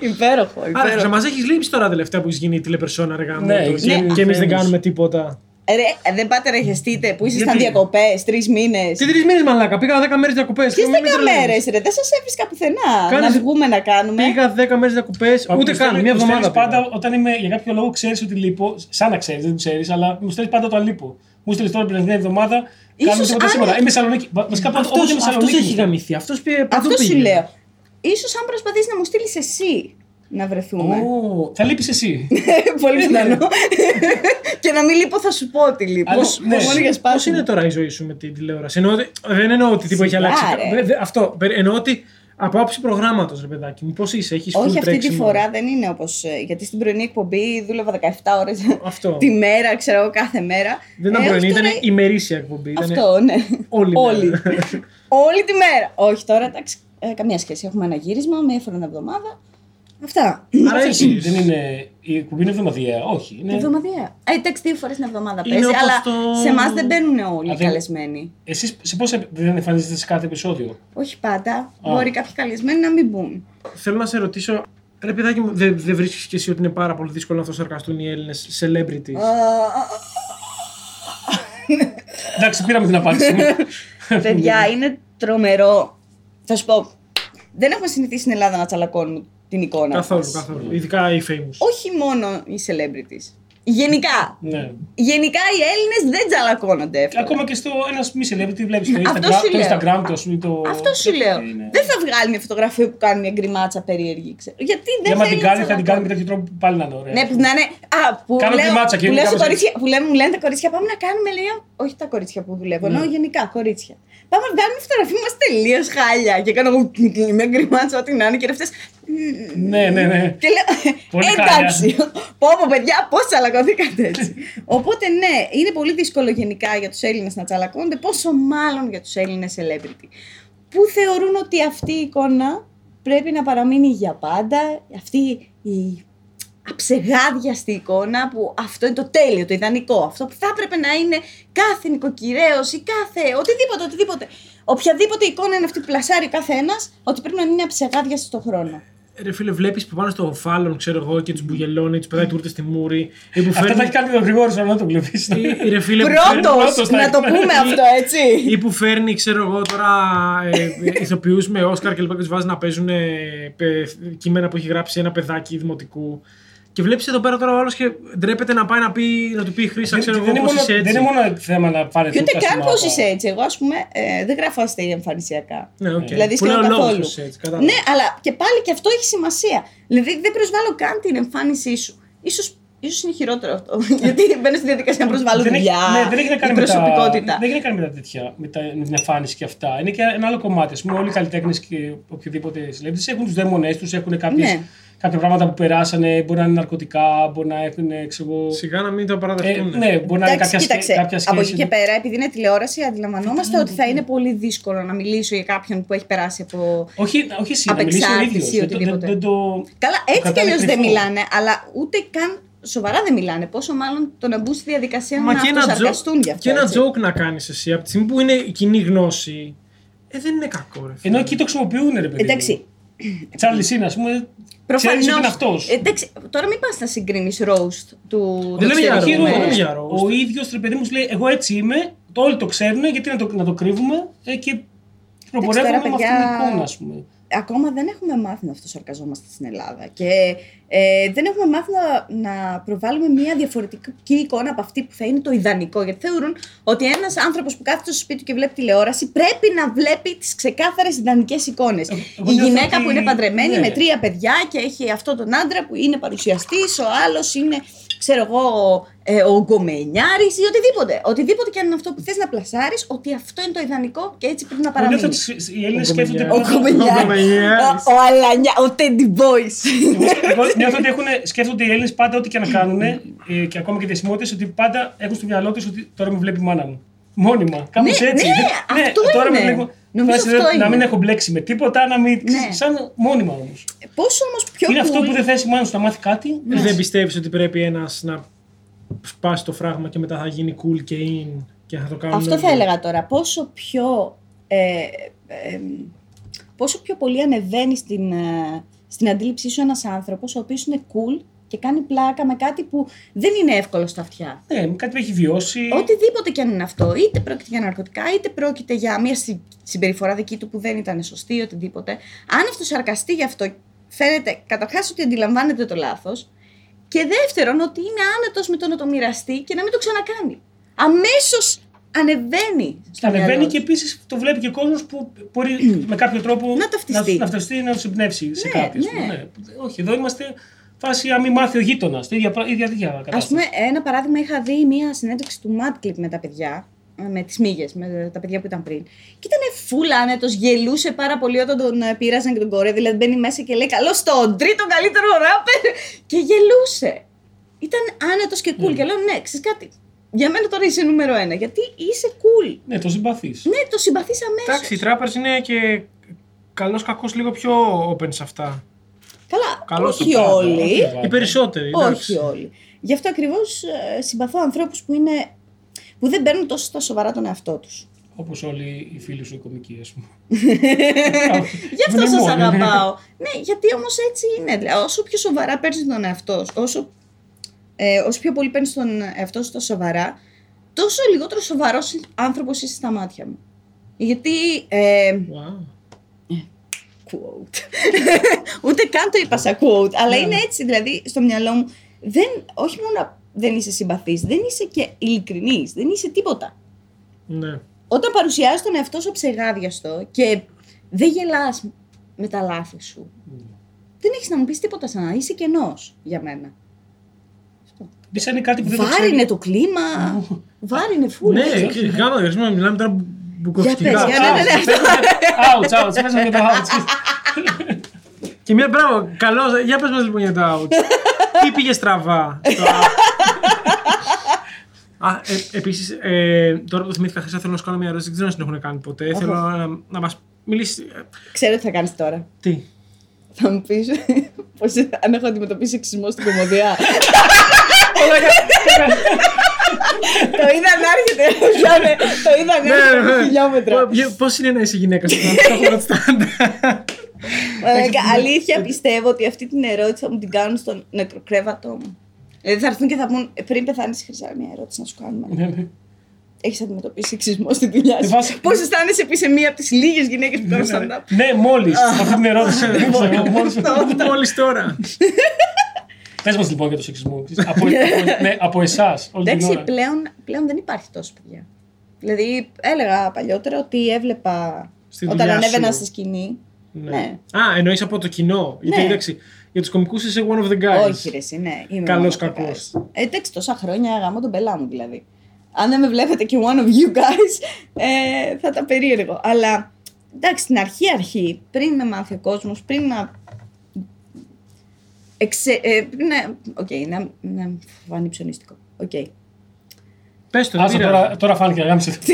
Speaker 2: Υπέροχο,
Speaker 1: Άρα, να
Speaker 2: υπέροχο.
Speaker 1: μας έχεις λείψει τώρα τελευταία που έχει γίνει η τηλεπερσόνα, ρε γάμο.
Speaker 3: Ναι,
Speaker 1: το-
Speaker 3: ναι.
Speaker 1: και, εμείς δεν
Speaker 3: Φαίνεις.
Speaker 1: κάνουμε τίποτα.
Speaker 2: Ρε, δεν πάτε να χεστείτε που ήσασταν
Speaker 1: Γιατί?
Speaker 2: διακοπές τρεις μήνες.
Speaker 1: Τι τρεις μήνες μαλάκα, πήγα 10 μέρες διακοπές.
Speaker 2: Ποιε 10 μέρες, ρε, δεν σας έβρισκα πουθενά.
Speaker 1: Κάνεις-
Speaker 2: Να βγούμε να κάνουμε.
Speaker 1: Πήγα 10 μέρες διακοπές, ούτε
Speaker 3: Μου στέλνεις-
Speaker 1: καν. Μια
Speaker 3: μου
Speaker 1: εβδομάδα.
Speaker 3: στέλνεις
Speaker 1: πήγα.
Speaker 3: πάντα όταν είμαι για κάποιο λόγο ξέρεις ότι λείπω. Σαν να ξέρεις, δεν το ξέρεις, αλλά μου στέλνεις πάντα όταν λείπω. Μου στέλνεις τώρα την περασμένη εβδάδα. Κάνουμε
Speaker 2: Ίσως
Speaker 3: τίποτα
Speaker 2: αν-
Speaker 3: σήμερα. Είμαι Σαλονίκη. Βα- Βασικά πάντα όποτε είμαι
Speaker 1: Αυτός, αυτός
Speaker 3: Σαλονίκη.
Speaker 1: έχει γαμηθεί. Αυτός πήγε παντού
Speaker 2: Αυτός σου
Speaker 1: πήγε.
Speaker 2: λέω. Ίσως αν προσπαθείς να μου στείλεις εσύ να
Speaker 1: Ναι.
Speaker 2: βρεθούμε.
Speaker 3: Ω, Θα λείπει εσύ.
Speaker 2: (laughs) Πολύ πιθανό. και να μην λείπω, θα σου πω ότι λείπω.
Speaker 3: Αλλά-
Speaker 2: Πώς,
Speaker 3: ναι.
Speaker 2: Μόνο για
Speaker 1: Πώς
Speaker 2: σπάσιμο.
Speaker 1: είναι τώρα η ζωή σου με την τηλεόραση. Εννοώ, ότι- δεν εννοώ ότι τίποτα έχει
Speaker 2: Σιγά,
Speaker 1: αλλάξει.
Speaker 2: ρε.
Speaker 1: Δε- δε- Αυτό. περι- Εννοώ ότι από άψη προγράμματος, ρε παιδάκι μου, πώς είσαι, έχεις
Speaker 2: Όχι, αυτή τη φορά δεν είναι όπως. Γιατί στην πρωινή εκπομπή δούλευα 17 ώρες
Speaker 1: Αυτό.
Speaker 2: (laughs) τη μέρα, ξέρω εγώ, κάθε μέρα.
Speaker 1: Δεν ήταν
Speaker 2: Ε,
Speaker 1: πρωινή,
Speaker 2: όχι,
Speaker 1: ήταν
Speaker 2: τώρα-
Speaker 1: ημερήσια εκπομπή. ήτανε
Speaker 2: Αυτό, ναι.
Speaker 1: Όλη. η (laughs)
Speaker 2: Όλη.
Speaker 1: μέρα.
Speaker 2: Όλη τη μέρα. Όχι, τώρα εντάξει, ε, καμία σχέση. Έχουμε ένα γύρισμα, μία φορά την εβδομάδα. Αυτά.
Speaker 1: Άρα
Speaker 3: Έτσι,
Speaker 1: έχεις.
Speaker 3: Δεν είναι. Η κουμπί είναι εβδομαδιαία. Όχι.
Speaker 2: Ναι.
Speaker 3: Είναι...
Speaker 2: Εβδομαδιαία. Ε, Εντάξει, δύο φορές την εβδομάδα
Speaker 1: Είναι
Speaker 2: παίζει,
Speaker 1: όπως
Speaker 2: αλλά
Speaker 1: το-
Speaker 2: σε εμάς δεν μπαίνουν όλοι
Speaker 3: Α,
Speaker 2: οι
Speaker 3: δεν-
Speaker 2: καλεσμένοι.
Speaker 3: Εσείς σε πώς δεν εμφανίζεστε σε κάθε επεισόδιο.
Speaker 2: Όχι πάντα. Μπορεί κάποιοι καλεσμένοι να μην μπουν.
Speaker 1: Θέλω να σε ρωτήσω, ρε παιδάκι μου, δεν δε βρίσκεις και εσύ ότι είναι πάρα πολύ δύσκολο να θα σαρκαστούν οι Έλληνες celebrities.
Speaker 3: (laughs) Εντάξει, πήραμε την απάντηση.
Speaker 2: Παιδιά, είναι τρομερό. Θα σου πω. Δεν έχουμε συνηθίσει στην Ελλάδα να τσαλακώνουμε την εικόνα.
Speaker 3: Ναι.
Speaker 1: καθόλου,
Speaker 2: μας.
Speaker 1: καθόλου. Ειδικά οι famous.
Speaker 2: Όχι μόνο οι celebrities. Γενικά.
Speaker 3: ναι.
Speaker 2: Γενικά οι Έλληνες δεν τσαλακώνονται εύκολα.
Speaker 3: Ακόμα και στο ένας μη σελεύει, τι βλέπει στο
Speaker 2: Αυτός
Speaker 3: Instagram,
Speaker 2: σου
Speaker 3: το
Speaker 2: λέω.
Speaker 3: Instagram, το σου το.
Speaker 2: Αυτός σου λέω.
Speaker 3: Είναι.
Speaker 2: Δεν θα βγάλει μια φωτογραφία που κάνει μια γκριμάτσα περίεργη. Ξέρω. Γιατί
Speaker 3: Και
Speaker 2: δεν
Speaker 3: άμα
Speaker 2: θέλει
Speaker 3: την
Speaker 2: να
Speaker 3: κάνει, θα την κάνει
Speaker 2: τσαλακώνει.
Speaker 3: με τέτοιο τρόπο που πάλι να είναι ωραία.
Speaker 2: Ναι, που να είναι. Α, που
Speaker 3: Κάνω
Speaker 2: λέω,
Speaker 3: γκριμάτσα και
Speaker 2: που
Speaker 3: είναι
Speaker 2: λέω στα
Speaker 3: κάπως
Speaker 2: κορίτσια, που λέμε, μου λένε τα κορίτσια, πάμε να κάνουμε, λέω. Όχι τα κορίτσια που
Speaker 3: Ναι.
Speaker 2: δουλεύω, εννοώ γενικά κορίτσια. Πάμε να κάνουμε φωτογραφία μα τελείως χάλια. Και κάνω εγώ μια γκριμάτσα, ό,τι να είναι, και αυτές.
Speaker 3: Ναι, ναι, ναι.
Speaker 2: Και λέω, ε,
Speaker 3: Πολύ
Speaker 2: εντάξει, πω πω παιδιά, πώς τσαλακωθήκατε έτσι. Οπότε ναι, είναι πολύ δύσκολο γενικά για τους Έλληνες να τσαλακώνονται, πόσο μάλλον για τους Έλληνες celebrity. Που θεωρούν ότι αυτή η εικόνα πρέπει να παραμείνει για πάντα, αυτή η αψεγάδιαστη εικόνα που αυτό είναι το τέλειο, το ιδανικό, αυτό που θα έπρεπε να είναι κάθε νοικοκυρέος ή κάθε οτιδήποτε, οτιδήποτε. Οποιαδήποτε εικόνα είναι αυτή που πλασάρει ο καθένας, ότι πρέπει να είναι αψεγάδιαστη στον χρόνο.
Speaker 1: Ρε φίλε, βλέπεις που πάνε στο φάλλον, ξέρω εγώ, και τους μπουγελώνει, τους πετάει τούρτες στη μούρη. Ή που
Speaker 3: Αυτά τα έχει
Speaker 1: φέρνει.
Speaker 3: κάνει και ο Γρηγόρης, να το βλέπεις.
Speaker 1: ή- ή ρε φίλε, που φέρνει-
Speaker 2: Πρώτος,
Speaker 3: πρώτος,
Speaker 2: να
Speaker 3: ναι.
Speaker 2: το πούμε αυτό,
Speaker 3: (laughs)
Speaker 2: έτσι.
Speaker 1: ή που φέρνει, ξέρω εγώ, τώρα ε, ηθοποιούς με Όσκαρ και λοιπά και τους βάζει να παίζουν ε, πε- κείμενα που έχει γράψει ένα παιδάκι δημοτικού. Και βλέπεις εδώ πέρα τώρα ο άλλος και ντρέπεται να πάει να, πει, να του πει Χρήσα, ξέρω εγώ,
Speaker 3: Δεν είναι
Speaker 1: πώς
Speaker 3: μόνο-
Speaker 1: είσαι
Speaker 3: δεν
Speaker 1: έτσι.
Speaker 3: είναι μόνο θέμα να πάρει
Speaker 2: Και ούτε καν πώς είσαι έτσι. Εγώ, ας πούμε, ε, δεν γράφω αστεία εμφανισιακά.
Speaker 1: Ναι, οκ.
Speaker 2: Δηλαδή,
Speaker 1: Που λέει ο
Speaker 2: σχεδόν
Speaker 1: λόγος
Speaker 2: καθόλου.
Speaker 1: τους έτσι, κατάλαβα.
Speaker 2: ναι, αλλά και πάλι και αυτό έχει σημασία. Δηλαδή, δεν προσβάλλω καν την εμφάνισή σου. σω Ίσως είναι χειρότερο αυτό. (laughs) Γιατί μπαίνω στη διαδικασία να προσβάλλω
Speaker 3: Δεν έχει-
Speaker 2: δουλειά,
Speaker 3: ναι, δεν έχει να
Speaker 2: την
Speaker 3: κάνει με τα-
Speaker 2: προσωπικότητα.
Speaker 3: Δεν έχει να κάνει με τα τέτοια, με, τα, με την εμφάνιση και αυτά. Είναι και ένα άλλο κομμάτι. Ας πούμε, όλοι οι καλλιτέχνες και οποιοδήποτε συλλέγοντε έχουν τους δαίμονές τους, έχουν κάποιες,
Speaker 2: Ναι.
Speaker 3: κάποια πράγματα που περάσανε. Μπορεί να είναι ναρκωτικά, μπορεί να έχουν. Ξέρω, εγώ,
Speaker 1: Σιγά να μην τα
Speaker 3: ε,
Speaker 1: παραδεχτούν.
Speaker 3: ναι, μπορεί να είναι
Speaker 2: Εντάξει,
Speaker 3: κάποια, σχέ-
Speaker 2: κοίταξε.
Speaker 3: κάποια σχέση. Ναι,
Speaker 2: από εκεί και πέρα, επειδή είναι τηλεόραση, αντιλαμβανόμαστε ότι θα είναι πολύ δύσκολο να μιλήσω για κάποιον που έχει περάσει από.
Speaker 3: Όχι, όχι εσύ, να μιλήσει ο
Speaker 2: Απεξάρτηση
Speaker 3: ίδιος.
Speaker 2: ή
Speaker 3: Δεν το- Δεν,
Speaker 2: οτιδήποτε.
Speaker 3: δεν το...
Speaker 2: Καλά, έτσι κι
Speaker 3: κατάλαβε
Speaker 2: αλλιώς δεν
Speaker 3: κρυφό.
Speaker 2: μιλάνε, αλλά ούτε καν σοβαρά δεν μιλάνε. Πόσο μάλλον το να μπουν στη διαδικασία
Speaker 1: Μα
Speaker 2: να
Speaker 1: και ένα,
Speaker 2: αυτοσαρκαστούν γι'
Speaker 1: τζο...
Speaker 2: αυτό.
Speaker 1: και ένα
Speaker 2: έτσι.
Speaker 1: joke να κάνεις εσύ από τη στιγμή που είναι η κοινή γνώση. Ε, δεν είναι κακό, ρε. φίλε.
Speaker 3: Ενώ εκεί το χρησιμοποιούν, ρε παιδί.
Speaker 2: Εντάξει,
Speaker 3: Τσάρλι Σίν, ας πούμε. Προφανώ.
Speaker 2: προφανώ.
Speaker 3: είναι αυτό.
Speaker 2: Εντάξει, τώρα μην πας να συγκρίνεις roast του.
Speaker 1: Δεν
Speaker 2: το
Speaker 1: λέμε για
Speaker 2: ξέρω,
Speaker 1: χείρο,
Speaker 2: ναι.
Speaker 1: δεν λέμε για roast.
Speaker 3: Ο ίδιος ρε παιδί μου σου λέει: Εγώ έτσι είμαι, το όλοι το ξέρουν, γιατί να το, να το κρύβουμε ε, και προπορεύουμε
Speaker 2: τώρα,
Speaker 3: με
Speaker 2: παιδιά,
Speaker 3: αυτήν την εικόνα, ας πούμε.
Speaker 2: Ακόμα δεν έχουμε μάθει να αυτοσαρκαζόμαστε στην Ελλάδα. Και ε, δεν έχουμε μάθει να, να προβάλλουμε μια διαφορετική εικόνα από αυτή που θα είναι το ιδανικό. Γιατί θεωρούν ότι ένας άνθρωπος που κάθεται στο σπίτι του και βλέπει τηλεόραση πρέπει να βλέπει τις ξεκάθαρες ιδανικές εικόνες.
Speaker 3: Εγώ- Ε, εγώ
Speaker 2: Η
Speaker 3: νιώθω
Speaker 2: γυναίκα
Speaker 3: ότι-
Speaker 2: που είναι παντρεμένη
Speaker 3: ναι.
Speaker 2: με τρία παιδιά και έχει αυτόν τον άντρα που είναι παρουσιαστής, ο άλλος είναι, ξέρω εγώ, ε, ο γκομενιάρης ή οτιδήποτε. Οτιδήποτε και αν είναι αυτό που θες να πλασάρεις, ότι αυτό είναι το ιδανικό και έτσι πρέπει να
Speaker 3: Εγώ Νιώθω
Speaker 2: παραμείνει.
Speaker 3: ότι σ- οι Έλληνες
Speaker 1: Ο
Speaker 3: σκέφτονται.
Speaker 1: Κομενιάρης.
Speaker 3: πρώτα-
Speaker 1: Ο
Speaker 2: Ο Κομπενιάρης.
Speaker 1: Κομπενιάρης.
Speaker 2: Ο Αλανιά, ο Τέντι Boys.
Speaker 3: Εγώ νιώθω ότι έχουν, σκέφτονται οι Έλληνες πάντα ό,τι και να κάνουν ε, και ακόμα και οι διασημότητες ότι πάντα έχουν στο μυαλό τους ότι τώρα με βλέπει η μάνα μου. Μόνιμα. Κάπω
Speaker 2: Ναι,
Speaker 3: έτσι.
Speaker 2: ναι,
Speaker 3: Δεν-
Speaker 2: αυτό είναι. Νομίζω
Speaker 3: Φράση,
Speaker 2: αυτό
Speaker 3: να
Speaker 2: είναι.
Speaker 3: μην έχω μπλέξει με τίποτα, να μην.
Speaker 2: Ναι.
Speaker 3: Σαν μόνιμα όμως.
Speaker 2: (laughs) Πόσο όμως πιο
Speaker 3: Είναι αυτό
Speaker 2: cool-
Speaker 3: που δεν θες η μάνα σου να μάθει κάτι.
Speaker 2: Ναι.
Speaker 1: Ε, Δεν πιστεύεις ότι πρέπει ένας να σπάσει το φράγμα και μετά θα γίνει cool και in και θα το κάνουμε.
Speaker 2: Αυτό θα έλεγα τώρα. Πόσο πιο. Ε, ε, πόσο πιο πολύ ανεβαίνεις στην, ε, στην αντίληψή σου ένας άνθρωπος ο οποίος είναι cool και κάνει πλάκα με κάτι που δεν είναι εύκολο στα αυτιά.
Speaker 3: Ναι, κάτι που έχει βιώσει.
Speaker 2: Οτιδήποτε και αν είναι αυτό, είτε πρόκειται για ναρκωτικά, είτε πρόκειται για μια συ- συμπεριφορά δική του που δεν ήταν σωστή, οτιδήποτε. Αν αυτός σαρκαστεί γι' αυτό, φαίνεται καταρχάς ότι αντιλαμβάνεται το λάθος. Και δεύτερον, ότι είναι άνετος με το να το μοιραστεί και να μην το ξανακάνει. Αμέσως ανεβαίνει. στο
Speaker 3: Ανεβαίνει
Speaker 2: μυαλό
Speaker 3: και
Speaker 2: του.
Speaker 3: επίσης το βλέπει και ο κόσμος που
Speaker 2: (clears throat)
Speaker 3: μπορεί με κάποιο τρόπο
Speaker 2: Να ταυτιστεί.
Speaker 3: να, να ταυτιστεί, να του εμπνεύσει σε
Speaker 2: Ναι,
Speaker 3: κάποιους.
Speaker 2: ναι.
Speaker 3: Όχι, εδώ είμαστε φάση αν μη μάθει ο γείτονας. Ίδια, πρά- ίδια, ίδια
Speaker 2: Α
Speaker 3: κατάσταση.
Speaker 2: πούμε, ένα παράδειγμα, είχα δει μία συνέντευξη του Mad Clip με τα παιδιά, ε, με τις μύγες, με τα παιδιά που ήταν πριν. Και ήταν φούλα άνετος, γελούσε πάρα πολύ όταν τον ε, πήραζαν και τον κορέ. Δηλαδή μπαίνει μέσα και λέει: Καλό τον τρίτο καλύτερο ράπερ! Και γελούσε. Ήταν άνετος και cool. Και λέω: Ναι, ξέρεις κάτι. Για μένα τώρα είσαι νούμερο ένα. Γιατί είσαι cool.
Speaker 3: Ναι, το συμπαθείς.
Speaker 2: Ναι, το συμπαθείς αμέσως.
Speaker 1: Εντάξει, οι τράπερ είναι και καλό κακός λίγο πιο open σε αυτά.
Speaker 2: Καλά,
Speaker 1: Καλώς
Speaker 2: όχι
Speaker 1: το πράγμα,
Speaker 2: όλοι.
Speaker 1: Οι περισσότεροι. εντάξει.
Speaker 2: Όχι όλοι. Γι' αυτό ακριβώς συμπαθώ ανθρώπους που, είναι, που δεν παίρνουν τόσο στα σοβαρά τον εαυτό τους.
Speaker 3: Όπως όλοι οι φίλοι σου οι κομικοί, ας πούμε.
Speaker 2: Γι' αυτό
Speaker 3: Δεν είναι μόνοι,
Speaker 2: σα
Speaker 3: ναι.
Speaker 2: αγαπάω. ναι, γιατί όμως έτσι είναι. Δηλαδή, Όσο πιο σοβαρά παίρνεις τον εαυτό σου, όσο, ε, όσο πιο πολύ παίρνεις τον εαυτό σου τα σοβαρά, τόσο λιγότερο σοβαρός άνθρωπος είσαι στα μάτια μου. Γιατί. Ε,
Speaker 1: Wow.
Speaker 2: quote. (laughs) Ούτε καν το είπα σαν quote, αλλά είναι έτσι. Δηλαδή, στο μυαλό μου, δεν, όχι μόνο δεν είσαι συμπαθής, δεν είσαι και ειλικρινής, δεν είσαι τίποτα
Speaker 1: Ναι.
Speaker 2: όταν παρουσιάζεις τον εαυτό σου ψεγάδιαστο και δεν γελάς με τα λάθη σου, δεν έχεις να μου πεις τίποτα σαν να είσαι κενός για μένα.
Speaker 3: Μπει σαν είναι κάτι που δεν το ξέρει.
Speaker 2: Βάρινε το κλίμα, βάρινε φούλες.
Speaker 1: Ναι, και κάνω γρήγορα μιλάμε τώρα
Speaker 2: Για
Speaker 1: μπουκοφτικά.
Speaker 2: πες, για να- Ναι, ναι,
Speaker 3: (laughs) Άουτ, άουτ, πέσαμε για το άουτ.
Speaker 1: Και μια μπράβο, καλός. Για πες μας λοιπόν για τα
Speaker 2: (laughs)
Speaker 1: out. Τι πήγε στραβά. στο out? Α, ε, Επίσης, τώρα που το θυμήθηκα, χθε θέλω να σου κάνω μια ερώτηση. Δεν ξέρω αν την έχουν κάνει ποτέ. Θέλω να, να μας μιλήσεις.
Speaker 2: Ξέρω τι θα κάνεις τώρα.
Speaker 1: Τι.
Speaker 2: Θα μου (laughs) πεις πως αν έχω αντιμετωπίσει εξισμό
Speaker 3: (laughs)
Speaker 2: στην κομμωδία. το είδα να έρχεται. (laughs) Γιάννε, Το είδα να
Speaker 1: Ναι,
Speaker 3: Ναι,
Speaker 2: έρχεται χιλιόμετρα.
Speaker 1: Πώς είναι να είσαι γυναίκα στον άνθρωπο του στάντα.
Speaker 2: Μαλάκα, Ε, αλήθεια πιστεύω ότι αυτή την ερώτηση θα μου την κάνουν στον νεκροκρέβατό μου. Δηλαδή θα έρθουν και θα πούν «Ε, πριν πεθάνεις, Χρυσάρα, μια ερώτηση να σου κάνουμε. (laughs) Έχεις αντιμετωπίσει εξισμό στη δουλειά
Speaker 3: Ναι. Ε, βάση-
Speaker 2: σου. Πώς αισθάνεσαι που είσαι μία από τις λίγες γυναίκες που κάνουν stand-up.
Speaker 3: Ναι, μόλι. Αυτή την
Speaker 2: (laughs)
Speaker 3: ερώτηση. Ναι,
Speaker 1: Μόλι τώρα.
Speaker 3: Πες μας λοιπόν για το σεξισμό.
Speaker 2: (laughs)
Speaker 3: Από- από- ναι, Από εσάς.
Speaker 2: Εντάξει, πλέον, πλέον δεν υπάρχει τόσο παιδιά. Δηλαδή, έλεγα παλιότερα ότι έβλεπα
Speaker 1: Στη
Speaker 2: όταν
Speaker 1: δουλειά
Speaker 2: ανέβαινα
Speaker 1: σου.
Speaker 2: στη σκηνή. Ναι.
Speaker 1: Α, εννοείς από το κοινό. Γιατί
Speaker 2: Ναι.
Speaker 1: εντάξει, Για τους κομικούς είσαι one of the guys.
Speaker 2: Όχι, ρε, εσύ, ναι. Είμαι
Speaker 1: Καλός,
Speaker 2: one of the
Speaker 1: κακός.
Speaker 2: guys. Ε, Εντάξει, τόσα χρόνια γαμώ τον πελά μου δηλαδή. Αν δεν με βλέπετε και one of you guys, ε, θα τα περίεργο. Αλλά εντάξει, στην αρχή αρχή, πριν με μάθει ο κόσμος, πριν να. Εξε... Ε, πριν να. Οκ, να. να φανεί ψωνίστικο. Οκ.
Speaker 1: Πες το, δεν
Speaker 3: Άσε
Speaker 1: πειράζει.
Speaker 3: τώρα, τώρα φάνηκε γάμισε.
Speaker 2: Τι?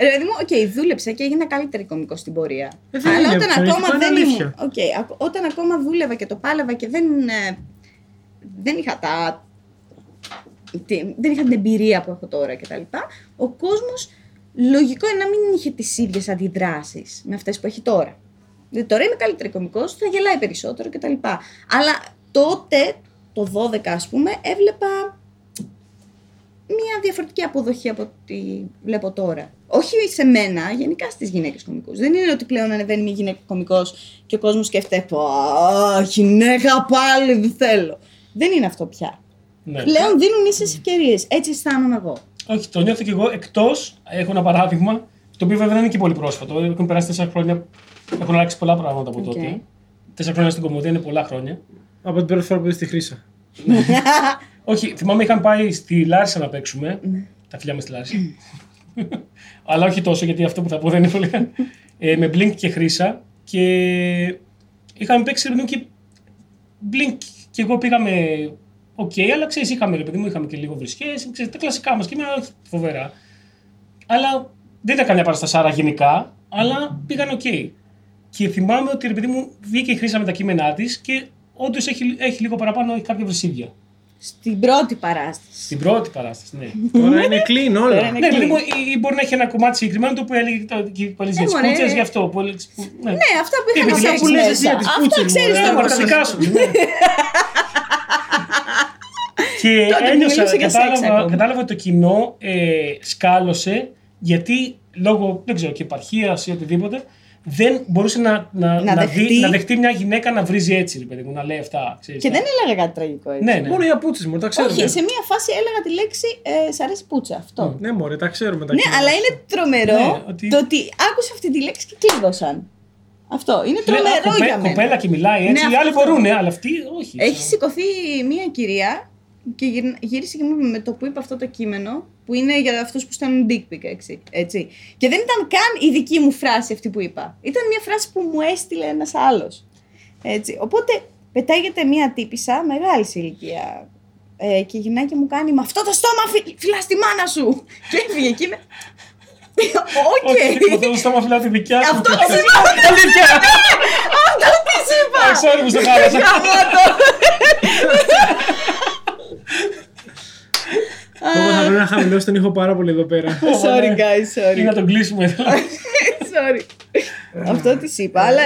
Speaker 2: Ρε παιδί μου, οκ, δούλεψα και έγινα καλύτερη κωμικό στην πορεία.
Speaker 1: Ε, δεν
Speaker 2: Αλλά
Speaker 1: είναι
Speaker 2: όταν
Speaker 1: ψωνιστικό,
Speaker 2: ακόμα
Speaker 1: είναι
Speaker 2: δεν
Speaker 1: αλήθεια.
Speaker 2: ήμουν. Οκ, ακ- όταν ακόμα δούλευα και το πάλευα και δεν. ε, δεν είχα τα. τι- δεν είχα την εμπειρία που έχω τώρα κτλ. Ο κόσμος λογικό είναι να μην είχε τις ίδιες αντιδράσεις με αυτές που έχει τώρα. Δηλαδή τώρα είμαι καλύτερη κωμικό, θα γελάει περισσότερο κτλ. Αλλά τότε, το 12 ας πούμε, έβλεπα μια διαφορετική αποδοχή από ό,τι βλέπω τώρα. Όχι σε μένα, γενικά στις γυναίκες κωμικού. Δεν είναι ότι πλέον ανεβαίνει μια γυναίκα κωμικό και ο κόσμος σκέφτεται «Πω, Α, γυναίκα πάλι, δεν θέλω. Δεν είναι αυτό πια.
Speaker 3: Ναι.
Speaker 2: Πλέον δίνουν ίσες ευκαιρίες. Έτσι αισθάνομαι εγώ.
Speaker 3: Όχι, το νιώθω κι εγώ εκτός. Έχω ένα παράδειγμα, το οποίο βέβαια δεν είναι και πολύ πρόσφατο. Έχουν περάσει τέσσερα χρόνια. Έχουν αλλάξει πολλά πράγματα από
Speaker 2: Οκ.
Speaker 3: τότε. Τέσσερα χρόνια στην κομμωδία είναι πολλά χρόνια.
Speaker 1: Από την πρώτη φορά που είδες τη χρήσα.
Speaker 3: Όχι, θυμάμαι είχαν πάει στη Λάρισα να παίξουμε. Τα φιλιά με στη Λάρισα. Αλλά όχι τόσο, γιατί αυτό που θα πω δεν είναι πολύ. καλό. ε, με Blink και Χρύσα. Και είχαμε παίξει ρε παιδί μου, και Blink και εγώ πήγαμε. Οκ, αλλά ξέρεις, είχαμε ρε παιδί μου, είχαμε και λίγο βρισκές. Τα κλασικά μας και ήμουν όχι φοβερά. Αλλά δεν ήταν καμιά παραστασάρα γενικά, αλλά πήγαν οκ. Και θυμάμαι ότι ρε παιδί μου βγήκε η Χρύσα με τα κείμενά της και όντως έχει, έχει λίγο παραπάνω, έχει κάποια βρυσίδια.
Speaker 2: Στην πρώτη παράσταση.
Speaker 3: Στην πρώτη παράσταση, ναι.
Speaker 1: Τώρα είναι clean
Speaker 2: Τώρα
Speaker 1: όλα.
Speaker 2: είναι
Speaker 3: ναι,
Speaker 2: clean.
Speaker 3: δηλαδή μου, ή, ή μπορεί να έχει ένα κομμάτι συγκεκριμένο το οποίο έλεγε το παλιέ για τις
Speaker 2: Ε, μωρέ.
Speaker 3: κούτσες, γι' αυτό. Που, έλεγες που- ναι.
Speaker 2: Ναι, αυτά που
Speaker 3: παιδιά,
Speaker 2: είχαμε
Speaker 3: αυτά
Speaker 2: φτιάξει
Speaker 3: που λες
Speaker 2: μέσα.
Speaker 1: εσύ για τις
Speaker 2: Αυτά
Speaker 1: πούτσες,
Speaker 2: ξέρεις
Speaker 1: μωρέ,
Speaker 3: ναι,
Speaker 2: το
Speaker 3: τα
Speaker 1: μωρέ,
Speaker 2: μόνο.
Speaker 3: μαρτυρικά σου.
Speaker 2: (laughs)
Speaker 3: ναι. και
Speaker 2: Τότε μου
Speaker 3: ένιωσα,
Speaker 2: μιλούσε για σεξ
Speaker 3: κατάλαβα,
Speaker 2: ακόμα.
Speaker 3: κατάλαβα ότι το κοινό ε, σκάλωσε γιατί λόγω δεν ξέρω, και επαρχίας ή οτιδήποτε δεν μπορούσε να, να,
Speaker 2: Να
Speaker 3: να, δει-
Speaker 2: δεχτεί.
Speaker 3: να δεχτεί μια γυναίκα να βρίζει έτσι, ρε παιδί μου, να λέει αυτά. Ξέρεις,
Speaker 2: Και
Speaker 3: τα-
Speaker 2: δεν έλεγα κάτι τραγικό έτσι.
Speaker 3: Ναι, ναι.
Speaker 1: Μόνο οι απούτσε μου, τα ξέρουμε.
Speaker 2: Όχι, σε μία φάση έλεγα τη λέξη ε, Σ' αρέσει η πούτσα. Αυτό.
Speaker 1: Ναι, μωρέ, τα ξέρουμε τα
Speaker 2: Ναι,
Speaker 1: κοινά.
Speaker 2: αλλά είναι τρομερό
Speaker 3: Ναι, ότι-
Speaker 2: το ότι άκουσα αυτή τη λέξη και κλείδωσαν. Αυτό. Είναι
Speaker 3: Λέει, «Α,
Speaker 2: τρομερό
Speaker 3: κοπέ-
Speaker 2: για μένα.
Speaker 3: Κοπέλα και μιλάει
Speaker 2: Ναι,
Speaker 3: έτσι. οι
Speaker 2: αυτό
Speaker 3: άλλοι
Speaker 2: θέλω.
Speaker 3: μπορούν, αλλά αυτοί όχι.
Speaker 2: Έχει σηκωθεί μία κυρία και γυρν- γύρισε και μου είπε με το που είπε αυτό το κείμενο, που είναι για αυτούς που στέλνουν dick pic, έτσι, έτσι. Και δεν ήταν καν η δική μου φράση αυτή που είπα. Ήταν μια φράση που μου έστειλε ένας άλλος. Έτσι. Οπότε πετάγεται μία τύπησα μεγάλης ηλικία. Ε, και η γυναίκα μου κάνει με αυτό το στόμα φυ... φυλά τη μάνα σου! (laughs) και έφυγε εκεί με. Οκ!
Speaker 3: Όχι, με αυτό το στόμα φυλάω τη δικιά σου.
Speaker 2: Αυτό τη είπα!
Speaker 3: Αλήθεια!
Speaker 2: Αυτό τη είπα!
Speaker 3: Α, Sorry που σε
Speaker 2: (laughs)
Speaker 3: χάλασα.
Speaker 1: Εγώ θα πρέπει να χαμηλώσει τον ήχο πάρα πολύ εδώ πέρα.
Speaker 2: Sorry guys,
Speaker 3: Ή
Speaker 2: sorry.
Speaker 3: να τον
Speaker 2: (laughs)
Speaker 3: κλείσουμε. δηλαδή.
Speaker 2: Sorry. Αυτό
Speaker 1: ναι.
Speaker 2: της είπα. αλλά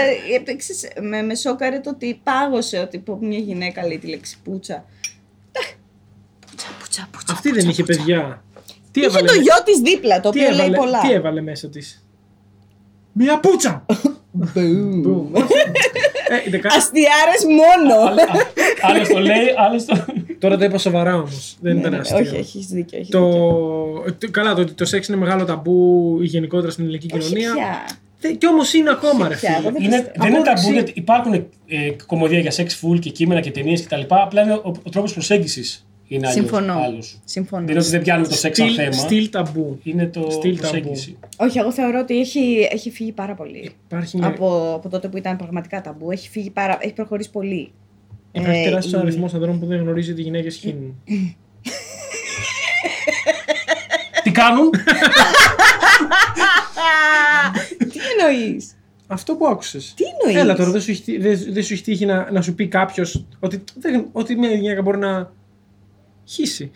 Speaker 2: ε, ξέρεις, με, με σόκαρε το ότι πάγωσε ότι πω, μια γυναίκα λέει τη λέξη πούτσα. Πούτσα, πούτσα, πούτσα.
Speaker 1: Αυτή δεν είχε παιδιά. Τι
Speaker 2: Είχε
Speaker 1: έβαλε,
Speaker 2: το γιο της δίπλα, το
Speaker 1: τι
Speaker 2: οποίο λέει
Speaker 1: έβαλε-
Speaker 2: πολλά.
Speaker 1: τι έβαλε μέσα της. Μια
Speaker 2: (laughs)
Speaker 1: πούτσα!
Speaker 2: Μπούμ.
Speaker 1: ε, είναι κα-
Speaker 2: Αστιάρες μόνο.
Speaker 3: Άλλο το λέει, άλλος το.
Speaker 1: Τώρα το είπα σοβαρά όμως. Δεν ήταν
Speaker 2: Ναι, ναι,
Speaker 1: αστείο.
Speaker 2: Όχι, έχεις δίκιο. έχεις
Speaker 1: Το...
Speaker 2: δίκιο.
Speaker 1: το- Καλά, το ότι το σεξ είναι μεγάλο ταμπού γενικότερα στην ελληνική
Speaker 2: Όχι
Speaker 1: κοινωνία.
Speaker 2: πια.
Speaker 1: Δε- Κι όμως είναι ακόμα, ρε
Speaker 2: πια,
Speaker 1: φίλε.
Speaker 2: δεν
Speaker 3: Είναι,
Speaker 2: πιστεύω.
Speaker 3: δεν είναι
Speaker 1: Απόδειξη.
Speaker 3: ταμπού γιατί υπάρχουν ε, κομμωδία για σεξ full και κείμενα και ταινίες κτλ. Απλά είναι ο, ο τρόπος προσέγγισης είναι άλλος.
Speaker 2: Συμφωνώ.
Speaker 3: άλλος.
Speaker 2: Συμφωνώ.
Speaker 3: Δεν είναι ότι δεν πιάνουν το σεξ σαν
Speaker 1: Στυλ-
Speaker 3: θέμα.
Speaker 1: Στυλ ταμπού.
Speaker 3: Είναι το
Speaker 1: Στυλ ταμπού.
Speaker 3: προσέγγιση.
Speaker 2: Όχι, εγώ θεωρώ ότι έχει, έχει φύγει πάρα πολύ.
Speaker 1: Υπάρχει μια-
Speaker 2: Από, από τότε που ήταν πραγματικά ταμπού, έχει, φύγει πάρα, έχει προχωρήσει πολύ.
Speaker 1: Υπάρχει
Speaker 2: Ε,
Speaker 1: τεράστιος
Speaker 2: η- Ε,
Speaker 1: αριθμός ανδρών που δεν γνωρίζει ότι οι γυναίκες χύνουν.
Speaker 3: Τι
Speaker 2: (laughs)
Speaker 3: κάνουν,
Speaker 2: Τι εννοεί.
Speaker 1: Αυτό που άκουσε.
Speaker 2: Τι εννοείς?
Speaker 1: Έλα τώρα, δεν σου έχει, τύ- δεν- δεν σου έχει τύχει να, να σου πει κάποιο ότι, δεν- ότι μια γυναίκα μπορεί να χύσει.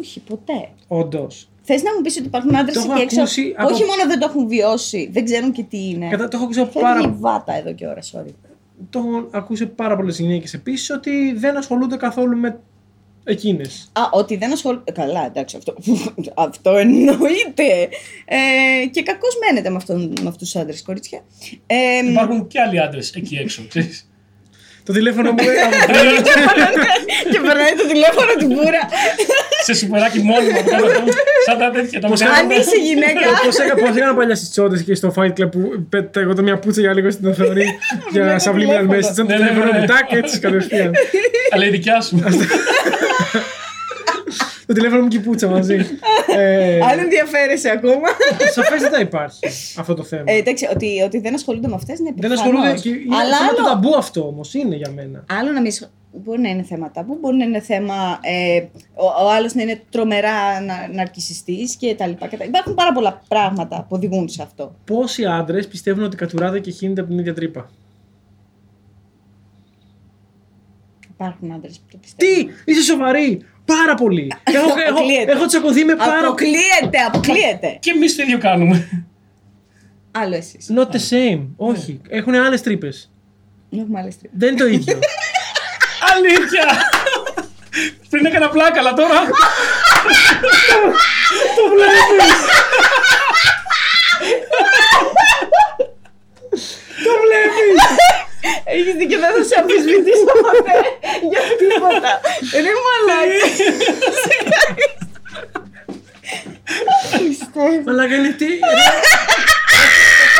Speaker 2: Όχι, ποτέ.
Speaker 1: Όντως.
Speaker 2: Θες να μου πεις ότι υπάρχουν άντρες
Speaker 1: Το έχω
Speaker 2: εκεί έξω.
Speaker 1: ακούσει από-
Speaker 2: Όχι μόνο δεν το έχουν βιώσει, δεν ξέρουν και τι είναι.
Speaker 1: Ε, Κατά, το έχω ακούσει από
Speaker 2: Φεύγει η
Speaker 1: πάρα,
Speaker 2: βάτα εδώ και ώρα, sorry.
Speaker 1: το έχω ακούσει από πάρα πολλές γυναίκες επίσης ότι δεν ασχολούνται καθόλου με εκείνες.
Speaker 2: Α, ότι δεν ασχολούνται. Καλά, εντάξει, αυτό, (laughs) αυτό εννοείται. Ε, και κακώς μένετε με, αυτόν, με αυτούς τους άντρες, κορίτσια. Ε,
Speaker 3: υπάρχουν και άλλοι άντρες εκεί έξω. ξέρεις.
Speaker 2: (laughs)
Speaker 1: Το τηλέφωνο μου έκανε.
Speaker 2: και περνάει το τηλέφωνο την μπούρα.
Speaker 3: σε σουβεράκι μόνιμα που κάνω αυτό. Σαν τα τέτοια τα
Speaker 1: Πώς
Speaker 3: μουσικά.
Speaker 2: Αν είσαι γυναίκα.
Speaker 1: Πώς έκανα, έκανα παλιά στις τσότες και στο Fight Club που πέταγα εγώ μια πούτσα για λίγο στην
Speaker 2: (laughs)
Speaker 1: οθόνη για
Speaker 2: Βλέπω
Speaker 1: σαν βλήμια
Speaker 2: τηλέφωνο.
Speaker 1: μέσα. Ήταν το
Speaker 3: Ναι, ναι,
Speaker 1: τηλέφωνο
Speaker 3: ναι.
Speaker 1: μου, τάκ, έτσι κατευθείαν.
Speaker 3: Αλλά η δικιά
Speaker 2: (laughs)
Speaker 3: σου.
Speaker 1: Το τηλέφωνο μου και η πούτσα μαζί. Ε,
Speaker 2: Αν ενδιαφέρεσαι ακόμα.
Speaker 1: Σαφέστατα υπάρχει αυτό το θέμα.
Speaker 2: Ε, εντάξει, ότι, ότι δεν ασχολούνται με αυτές, ναι,
Speaker 1: Δεν
Speaker 2: προφανώς.
Speaker 1: ασχολούνται. και Είναι
Speaker 2: Αλλά
Speaker 1: θέμα του
Speaker 2: άλλο-
Speaker 1: ταμπού αυτό όμως είναι για μένα.
Speaker 2: Άλλο να μην. σχ- Μπορεί να είναι θέμα ταμπού, μπορεί να είναι θέμα. Ε, ο, ο άλλος να είναι τρομερά να, ναρκισιστής και τα λοιπά. και τα- Υπάρχουν πάρα πολλά πράγματα που οδηγούν σε αυτό.
Speaker 1: Πόσοι άντρες πιστεύουν ότι κατουράται και χύνεται από την ίδια τρύπα.
Speaker 2: Υπάρχουν άντρες που το πιστεύουν.
Speaker 1: Τι! Είσαι σοβαρή! Πάρα
Speaker 2: (laughs)
Speaker 1: πολύ! έχω, έχω,
Speaker 2: Αποκλείεται.
Speaker 1: έχω τσακωθεί με πάρα πολύ.
Speaker 2: Αποκλείεται, αποκλείεται.
Speaker 3: Και εμείς το ίδιο κάνουμε.
Speaker 2: Άλλο εσείς.
Speaker 1: Not the same. Όχι. Έχουν άλλες τρύπες.
Speaker 2: Έχουμε άλλες τρύπες.
Speaker 1: Δεν είναι το ίδιο.
Speaker 2: (laughs)
Speaker 3: Αλήθεια! Πριν έκανα πλάκα, αλλά τώρα.
Speaker 2: Έχει δίκιο, δεν θα σε αμφισβητήσω ποτέ για τίποτα. Ρε μαλάκι. Χριστέ.
Speaker 1: Μαλάκα είναι τι. ρε.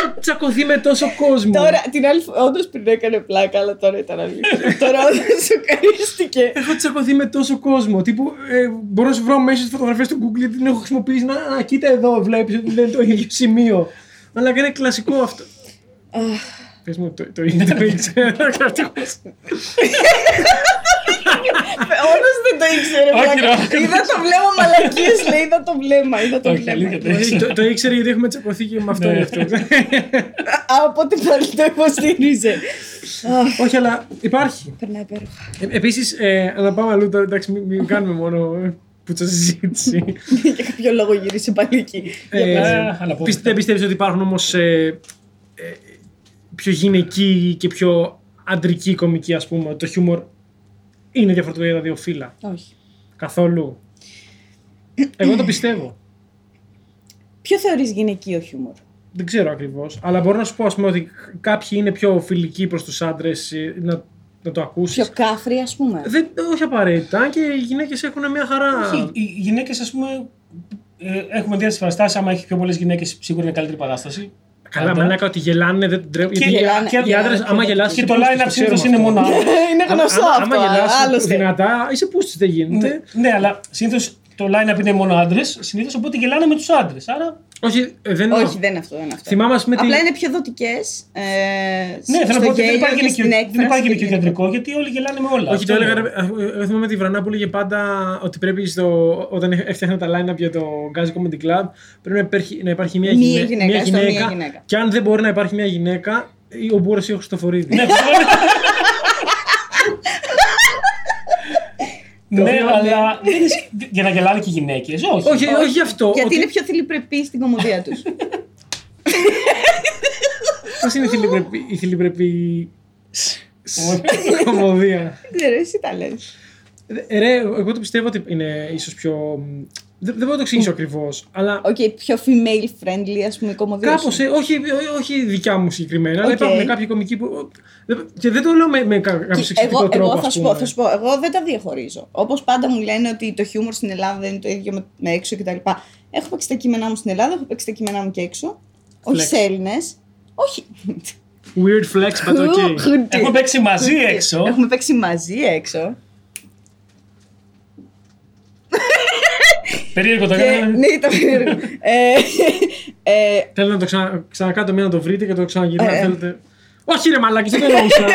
Speaker 1: Έχω τσακωθεί με τόσο κόσμο.
Speaker 2: Τώρα, την άλλη φορά, όντως πριν έκανε πλάκα, αλλά τώρα ήταν αλήθεια. τώρα όντως σοκαρίστηκε.
Speaker 1: Έχω τσακωθεί με τόσο κόσμο. Τύπου, ε, μπορώ να σου βρω μέσα στι φωτογραφίες του Google γιατί την έχω χρησιμοποιήσει. Να, να, κοίτα εδώ, βλέπεις ότι δεν είναι το ίδιο σημείο. Αλλά είναι κλασικό αυτό. Πες μου το, το ίδιο το ήξερα.
Speaker 2: Όντως δεν το ήξερε.
Speaker 3: Όχι,
Speaker 2: πλάκα.
Speaker 3: ρε.
Speaker 2: Είδα το βλέμμα μαλακίες, λέει, είδα το βλέμμα, είδα το
Speaker 3: Όχι,
Speaker 2: βλέμμα.
Speaker 3: αλήθεια δεν
Speaker 1: Όχι, το,
Speaker 3: ήξερα.
Speaker 1: το ήξερε γιατί έχουμε τσακωθεί και με αυτό.
Speaker 3: Ναι.
Speaker 1: γι' αυτό.
Speaker 2: Α, οπότε πάλι το υποστηρίζε. Αχ,
Speaker 1: Όχι, αλλά υπάρχει.
Speaker 2: Περνάει υπέροχα. (laughs)
Speaker 1: Ε, Επίση, ε, να πάμε αλλού τώρα, εντάξει, μην, μην κάνουμε μόνο ε, πουτσα συζήτηση.
Speaker 2: Για κάποιο λόγο γύρισε πάλι εκεί.
Speaker 1: Ε,
Speaker 3: Ε, αλλά πού-
Speaker 1: πιστε- δεν πιστεύεις ότι υπάρχουν όμως ε, ε, πιο γυναικοί και πιο αντρικοί κομικοί ας πούμε. Το χιούμορ είναι διαφορετικό για τα δύο φύλλα.
Speaker 2: Όχι.
Speaker 1: Καθόλου. Εγώ το πιστεύω.
Speaker 2: Ποιο θεωρείς γυναικείο χιούμορ.
Speaker 1: Δεν ξέρω ακριβώς. Αλλά μπορώ να σου πω ας πούμε ότι κάποιοι είναι πιο φιλικοί προς τους άντρες ε, να, να το ακούσεις.
Speaker 2: Πιο κάφρι, ας πούμε.
Speaker 1: Δεν, όχι απαραίτητα. Αν και οι γυναίκες έχουν μια χαρά.
Speaker 3: Οι- Οι γυναίκες, ας πούμε, ε, έχουμε δει τι παραστάσει. Άμα έχει πιο πολλές γυναίκες, σίγουρα είναι καλύτερη παράσταση.
Speaker 1: Καλά,
Speaker 3: Άντε.
Speaker 1: μαλάκα ότι γελάνε, δεν την τρέπουν.
Speaker 3: Και
Speaker 1: Γιατί
Speaker 2: γελάνε,
Speaker 1: οι άντρες,
Speaker 2: γελάνε,
Speaker 1: άμα
Speaker 2: και-
Speaker 1: γελάσει.
Speaker 3: Και το line-up συνήθω είναι μόνο άντρες.
Speaker 2: Είναι γνωστό
Speaker 1: Άμα-
Speaker 2: αυτό.
Speaker 1: Άμα γελάς
Speaker 2: Άλλωστε.
Speaker 1: δυνατά, είσαι πούστη, δεν γίνεται.
Speaker 3: Ναι, ναι, αλλά συνήθως το line-up είναι μόνο άντρες. Συνήθως οπότε γελάνε με τους άντρες. Άρα.
Speaker 1: Όχι, ε, δεν
Speaker 2: Όχι, δεν είναι αυτό. Δεν είναι αυτό.
Speaker 1: Θυμάμαι, ας πούμε, τι-
Speaker 2: Απλά είναι πιο δοτικές. Ε,
Speaker 3: Ναι, θέλω να πω ότι δεν υπάρχει
Speaker 2: και
Speaker 3: γυναικείο-
Speaker 2: στην
Speaker 3: δεν
Speaker 2: έκφραση
Speaker 3: υπάρχει
Speaker 2: και
Speaker 3: γυναικείο
Speaker 2: γενικά.
Speaker 3: κεντρικό, γιατί όλοι γελάνε με όλα. Ναι,
Speaker 1: Όχι, το
Speaker 3: Αυτό
Speaker 1: έλεγα.
Speaker 3: λέω.
Speaker 1: ρε, ε, ε, ε, Θυμάμαι τη Βρανά που λέγε πάντα ότι πρέπει στο, όταν έφτιαχνα τα line-up για το Gazi Comedy Club πρέπει να υπάρχει, να υπάρχει μια,
Speaker 2: Μία
Speaker 1: γυναί-
Speaker 2: γυναίκα,
Speaker 1: μια
Speaker 2: έστω μία
Speaker 1: γυναίκα,
Speaker 2: γυναίκα.
Speaker 1: Και αν δεν μπορεί να υπάρχει μια γυναίκα, ή ο Μπούρο ή ο Χριστοφορίδη.
Speaker 3: Ναι, αυτό λέω. Ναι, αλλά δεν ισχύει- για να γελάνε και οι γυναίκες. Όχι.
Speaker 1: όχι, όχι γι' αυτό.
Speaker 2: Γιατί
Speaker 1: ότι
Speaker 2: είναι πιο θηλυπρεπή στην κομμωδία τους.
Speaker 1: Πώς είναι η θηλυπρεπή, η θηλυπρεπή
Speaker 3: Όχι.
Speaker 1: κομμωδία.
Speaker 2: Ξέρω, εσύ τα λες.
Speaker 1: Ε, Ρε, εγώ το πιστεύω ότι είναι ίσως πιο. μ, Δεν, δεν μπορώ να το εξηγήσω ακριβώς, αλλά
Speaker 2: Οκ, πιο female friendly, ας πούμε, η κομμωδία.
Speaker 1: Κάπω,
Speaker 2: σου.
Speaker 1: όχι, ε, όχι δικιά μου συγκεκριμένα, αλλά
Speaker 2: Οκ.
Speaker 1: υπάρχουν κάποιοι κομικοί που. Και δεν το λέω με, με κάποιο
Speaker 2: Και
Speaker 1: εξαιρετικό
Speaker 2: εγώ,
Speaker 1: τρόπο.
Speaker 2: εγώ θα
Speaker 1: ας
Speaker 2: σου,
Speaker 1: πούμε.
Speaker 2: πω, θα σου πω, εγώ δεν τα διαχωρίζω. Όπως πάντα μου λένε ότι το χιούμορ στην Ελλάδα δεν είναι το ίδιο με, με έξω κτλ. Έχω παίξει τα κείμενά μου στην Ελλάδα, έχω παίξει τα κείμενά μου και έξω. Όχι
Speaker 1: Flex.
Speaker 2: σε Έλληνες. Όχι.
Speaker 1: Weird flex, but okay.
Speaker 2: Χουντι.
Speaker 3: Έχουμε παίξει μαζί έξω.
Speaker 2: Έχουμε παίξει μαζί έξω.
Speaker 3: Περίεργο
Speaker 1: Ε.
Speaker 3: το
Speaker 2: Και,
Speaker 3: έκανα.
Speaker 2: ναι, ήταν περίεργο. Ε, ε,
Speaker 1: Θέλω να το ξανα, ξανακάτω μία να το βρείτε και το ξαναγυρίσω. αν
Speaker 2: Ε, ε.
Speaker 1: θέλετε. Όχι, ρε μαλάκι, δεν το εννοούσα.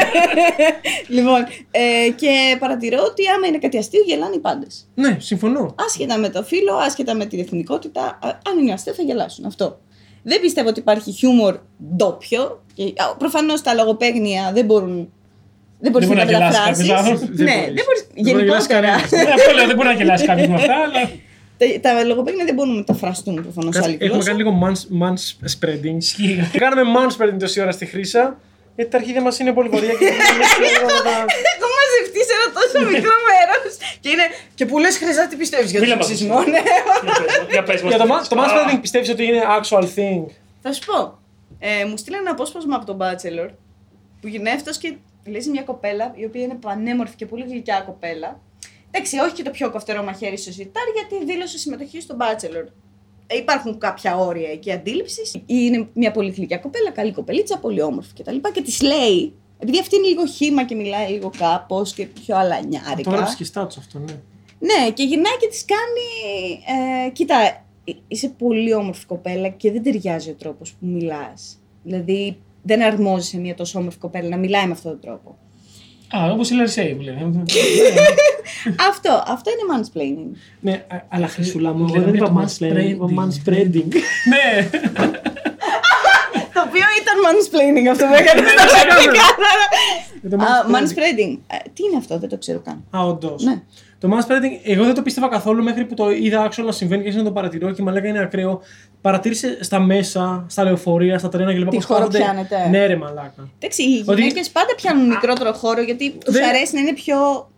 Speaker 2: (laughs) λοιπόν, ε, και παρατηρώ ότι άμα είναι κάτι αστείο, γελάνε οι πάντες.
Speaker 1: ναι, συμφωνώ.
Speaker 2: Άσχετα με το φύλλο, άσχετα με την εθνικότητα, α- αν είναι αστείο θα γελάσουν. Αυτό. Δεν πιστεύω ότι υπάρχει χιούμορ ντόπιο. Προφανώς τα λογοπαίγνια δεν μπορούν. Δεν μπορείς να
Speaker 3: μπορεί
Speaker 2: τα
Speaker 3: να γελάσει
Speaker 2: μεταφράσεις.
Speaker 3: κάποιος άνθρωπος,
Speaker 1: δεν
Speaker 2: Ναι,
Speaker 1: μπορείς.
Speaker 2: δεν μπορείς.
Speaker 1: Δεν μπορεί να γελάσει
Speaker 2: Γενικότερα.
Speaker 1: κανένας.
Speaker 3: Ναι, Αυτό λέω, δεν μπορεί να γελάσει κάποιος με αυτά, αλλά.
Speaker 2: τα, τα λογοπαίγνια δεν μπορούν να μεταφραστούν προφανώς σε
Speaker 1: Κάτσε,
Speaker 2: άλλη
Speaker 1: Έχουμε
Speaker 2: γλώσσα.
Speaker 1: κάνει λίγο mans- mans spreading.
Speaker 3: Ισχύει.
Speaker 1: Κάναμε mans spreading τόση ώρα στη Χρύσα. Γιατί τα αρχίδια μας είναι πολύ βαριά και δεν
Speaker 2: (laughs) (laughs) Έχω μαζευτεί σε ένα τόσο μικρό μέρος. Και είναι. Και που λες χρυσά, τι πιστεύεις για
Speaker 3: Μίλα
Speaker 2: τον
Speaker 3: μας.
Speaker 2: σεισμό, ναι.
Speaker 3: (laughs) Για πες μας.
Speaker 1: Για το mans- το mans
Speaker 3: Α,
Speaker 1: spreading πιστεύεις ότι είναι actual thing.
Speaker 2: Θα σου πω. Ε, μου στείλανε ένα απόσπασμα από τον Bachelor που γυρνάει αυτός και λέει σε μια κοπέλα η οποία είναι πανέμορφη και πολύ γλυκιά κοπέλα. Εντάξει, όχι και το πιο κοφτερό μαχαίρι στο ζητάρι, γιατί δήλωσε συμμετοχή στο Bachelor. Ε, Υπάρχουν κάποια όρια εκεί αντίληψης. Είναι μια πολύ γλυκιά κοπέλα, καλή κοπελίτσα, πολύ όμορφη κτλ. Και, της λέει, επειδή αυτή είναι λίγο χήμα και μιλάει λίγο κάπως και πιο αλανιάρικα.
Speaker 1: Το έγραψε και στάτσο αυτό, ναι.
Speaker 2: Ναι, και γυρνάει και της κάνει. Ε, κοίτα, ε, είσαι πολύ όμορφη κοπέλα και δεν ταιριάζει ο τρόπος που μιλάς. Δηλαδή, δεν αρμόζει σε μια τόσο όμορφη κοπέλα να μιλάει με αυτόν τον (laughs) τρόπο.
Speaker 3: Α, όπως η Λαρσέη που λέμε.
Speaker 2: αυτό, αυτό είναι mansplaining.
Speaker 1: Ναι, α- αλλά Χρυσούλα μου,
Speaker 3: Λέγαμε
Speaker 1: εγώ δεν
Speaker 3: Ε, για
Speaker 1: είπα
Speaker 3: το
Speaker 1: mansplaining, είπα manspreading.
Speaker 3: Ναι,
Speaker 2: το οποίο ήταν mansplaining αυτό που (laughs) έκανε.
Speaker 1: Ναι, ναι, ναι.
Speaker 2: Ξεκάθαρα.
Speaker 1: Για (laughs) το
Speaker 2: Α,
Speaker 1: manspreading.
Speaker 2: Manspreading. Ε, Τι είναι αυτό, δεν το ξέρω καν.
Speaker 1: Α, όντως.
Speaker 2: Ναι.
Speaker 1: Το manspreading, εγώ δεν το πίστευα καθόλου μέχρι που το είδα άξιο να συμβαίνει και άρχισα να το παρατηρώ και μα λέγανε είναι ακραίο. Παρατήρησε στα μέσα, στα λεωφορεία, στα τρένα κλπ.
Speaker 2: Τι
Speaker 1: πώς
Speaker 2: χώρο
Speaker 1: κάθονται-
Speaker 2: πιάνετε.
Speaker 1: Ναι, ρε μαλάκα.
Speaker 2: Εντάξει, οι
Speaker 1: Ότι-
Speaker 2: γυναίκες πάντα πιάνουν μικρότερο χώρο γιατί τους
Speaker 1: Δεν-
Speaker 2: αρέσει να είναι πιο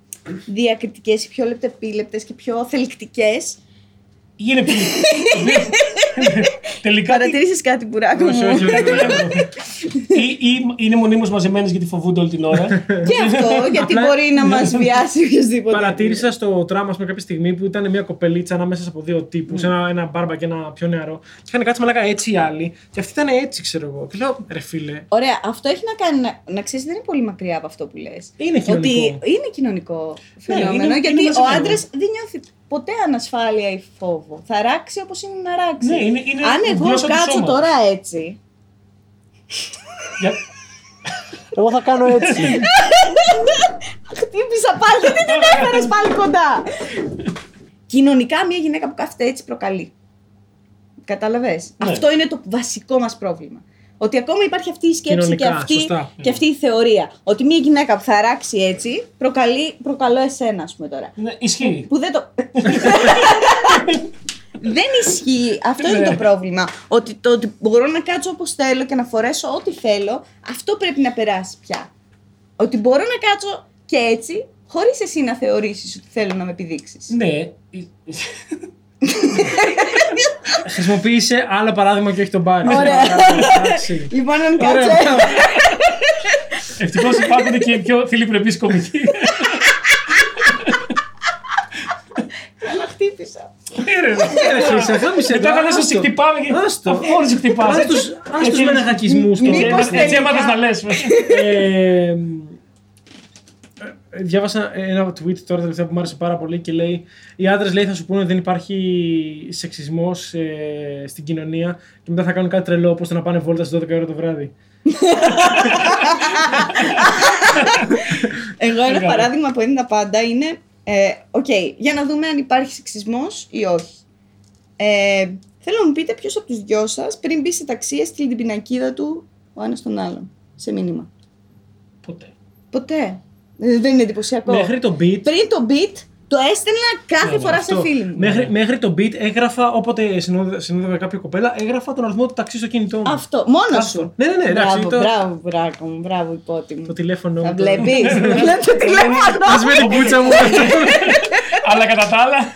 Speaker 2: διακριτικές ή πιο λεπτεπίλεπτε και πιο θελκτικές.
Speaker 3: είναι πιο. (laughs) Τελικά. τι-
Speaker 2: Παρατηρήσεις κάτι μπουράκο μου.
Speaker 1: Όχι, όχι, όχι.
Speaker 2: (laughs)
Speaker 3: ή, ή είναι μονίμως μαζεμένες γιατί φοβούνται όλη την ώρα.
Speaker 2: Και
Speaker 3: (laughs)
Speaker 2: αυτό, γιατί
Speaker 1: Απλά-
Speaker 2: μπορεί να μας βιάσει οποιοδήποτε.
Speaker 1: Παρατήρησα στο τράμα με κάποια στιγμή που ήταν μια κοπελίτσα ανάμεσα από δύο τύπους,
Speaker 2: Ναι.
Speaker 1: ένα, ένα μπάρμπα και ένα πιο νεαρό. Και είχαν κάτσει μαλάκα έτσι οι άλλοι, και αυτή ήταν έτσι, ξέρω εγώ. Και λέω, ρε φίλε.
Speaker 2: Ωραία, αυτό έχει να κάνει. Να, να ξέρεις, δεν είναι πολύ μακριά από αυτό που λες.
Speaker 1: Είναι κοινωνικό.
Speaker 2: Ότι είναι κοινωνικό
Speaker 3: Ναι,
Speaker 2: φαινόμενο,
Speaker 1: είναι-
Speaker 2: γιατί
Speaker 1: είναι
Speaker 2: ο
Speaker 1: μαζεμένο.
Speaker 2: άντρας δεν νιώθει ποτέ ανασφάλεια ή φόβο. Θα ράξει όπως είναι να ράξει.
Speaker 3: Ναι, είναι- είναι
Speaker 2: Αν
Speaker 3: η
Speaker 2: εγώ
Speaker 3: γλώσσα του
Speaker 2: κάτσω
Speaker 3: σώματος.
Speaker 2: τώρα έτσι.
Speaker 3: Για-
Speaker 1: Εγώ θα κάνω έτσι.
Speaker 2: (laughs) Χτύπησα πάλι, γιατί
Speaker 3: (laughs)
Speaker 2: την έφερες πάλι κοντά. Κοινωνικά, μια γυναίκα που κάθεται έτσι προκαλεί. Κατάλαβες.
Speaker 3: Ναι.
Speaker 2: Αυτό είναι το βασικό μας πρόβλημα. Ότι ακόμα υπάρχει αυτή η σκέψη
Speaker 1: Κοινωνικά,
Speaker 2: και, αυτή,
Speaker 1: σωστά.
Speaker 2: και αυτή η θεωρία. Ότι μια γυναίκα που θα ράξει έτσι, προκαλεί, προκαλώ εσένα, ας πούμε τώρα.
Speaker 3: Ναι, ισχύει.
Speaker 2: Που δεν το. δεν ισχύει. Αυτό είναι
Speaker 3: Ναι.
Speaker 2: το πρόβλημα. Ότι το ότι μπορώ να κάτσω όπως θέλω και να φορέσω ό,τι θέλω, αυτό πρέπει να περάσει πια. Ότι μπορώ να κάτσω και έτσι, χωρίς εσύ να θεωρήσεις ότι θέλω να με επιδείξεις.
Speaker 3: Ναι.
Speaker 1: Χρησιμοποίησε άλλο παράδειγμα και όχι τον μπάρι.
Speaker 2: Ωραία.
Speaker 1: (laughs) Εντάξει.
Speaker 2: Λοιπόν, αν
Speaker 1: Ωραία.
Speaker 2: κάτσε. (laughs)
Speaker 3: Ευτυχώς υπάρχουν και οι πιο θηλυπρεπείς κομικοί.
Speaker 2: Αλλά χτύπησα.
Speaker 3: Ναι, ρε.
Speaker 1: Ε, Χρυσέ, χάμισε
Speaker 3: Μετά
Speaker 1: το,
Speaker 3: θα λες
Speaker 1: άστο.
Speaker 3: ότι σε χτυπάμε και
Speaker 1: Άστο.
Speaker 3: Αφού όλοι σε χτυπάς.
Speaker 1: Άστος-
Speaker 3: Έτσι-
Speaker 1: άστος
Speaker 3: έτσι-
Speaker 1: με ναχακισμούς
Speaker 3: έτσι-
Speaker 1: τώρα.
Speaker 3: έτσι- Έτσι
Speaker 2: Μήπως
Speaker 3: έμαθες να λες. (laughs)
Speaker 1: Ε, ε, Διάβασα ένα tweet τώρα τελευταία που μου άρεσε πάρα πολύ και λέει Οι άντρες λέει θα σου πούνε δεν υπάρχει σεξισμός ε, στην κοινωνία και μετά θα κάνουν κάτι τρελό όπως να πάνε βόλτα στις 12 ώρα το βράδυ.
Speaker 2: Εγώ ένα
Speaker 3: Μεγάλο.
Speaker 2: παράδειγμα που έδινα πάντα είναι. Ε, Οκ, για να δούμε αν υπάρχει σεξισμός ή όχι. Ε, θέλω να μου πείτε ποιος από τους δυο σας πριν μπει σε ταξί έστειλε την πινακίδα του ο ένας τον άλλον σε μήνυμα.
Speaker 3: Ποτέ.
Speaker 2: Ποτέ. Ε, δεν είναι εντυπωσιακό.
Speaker 1: Μέχρι το beat.
Speaker 2: Πριν το beat το έστελνα κάθε
Speaker 3: Ναι, ναι,
Speaker 2: φορά
Speaker 1: αυτό.
Speaker 2: σε φίλη μου.
Speaker 1: Μέχρι, μέχρι το beat έγραφα, όποτε συνόδευα, συνόδευα κάποια κοπέλα, έγραφα τον αριθμό του ταξί στο κινητό μου.
Speaker 2: Αυτό. Μόνος
Speaker 1: Αυτό.
Speaker 2: σου.
Speaker 1: Ναι, ναι, ναι, εντάξει,
Speaker 2: Μπράβο,
Speaker 1: το-
Speaker 2: μπράβο, μπράβο, μου, μπράβο, υπότι μου.
Speaker 1: Το τηλέφωνο
Speaker 2: Θα
Speaker 1: μου.
Speaker 2: βλέπει.
Speaker 1: (laughs)
Speaker 2: το τηλέφωνο.
Speaker 1: Ας με την κούτσα μου.
Speaker 3: Αλλά κατά τα άλλα.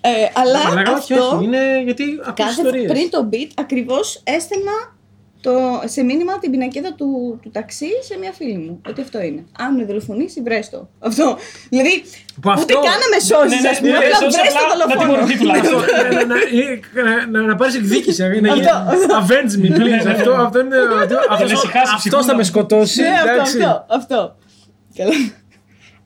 Speaker 2: Ε,
Speaker 1: Μαλάκα,
Speaker 2: αλλά
Speaker 1: όχι,
Speaker 2: αυτό
Speaker 1: όχι. Είναι γιατί ακούω
Speaker 2: Κάθε,
Speaker 1: ιστορίες.
Speaker 2: πριν το beat, ακριβώς έστελνα το, σε μήνυμα την πινακίδα του, του ταξί σε μια φίλη μου. Ότι αυτό είναι. Αν με δολοφονήσει, βρε το. Αυτό. Δηλαδή,
Speaker 1: Που
Speaker 2: ούτε
Speaker 1: αυτό-
Speaker 2: καν να με σώσει,
Speaker 3: Ναι,
Speaker 2: ας
Speaker 3: ναι,
Speaker 2: πούμε.
Speaker 3: ναι,
Speaker 2: Απλά
Speaker 3: σώσε
Speaker 2: βρες
Speaker 3: απλά
Speaker 2: το
Speaker 3: να τιμωρηθεί
Speaker 2: δολοφόνο.
Speaker 3: τουλάχιστον.
Speaker 1: Αυτό, να- να- να- να πάρεις εκδίκηση. να γίνει- Avenge me, please. Αυτό- Αυτό είναι.
Speaker 3: Να ησυχάσεις,
Speaker 1: Αυτό θα
Speaker 3: ψυχούλα.
Speaker 1: με σκοτώσει.
Speaker 2: Ναι, αυτό,
Speaker 1: εντάξει.
Speaker 2: αυτό, αυτό. Καλά.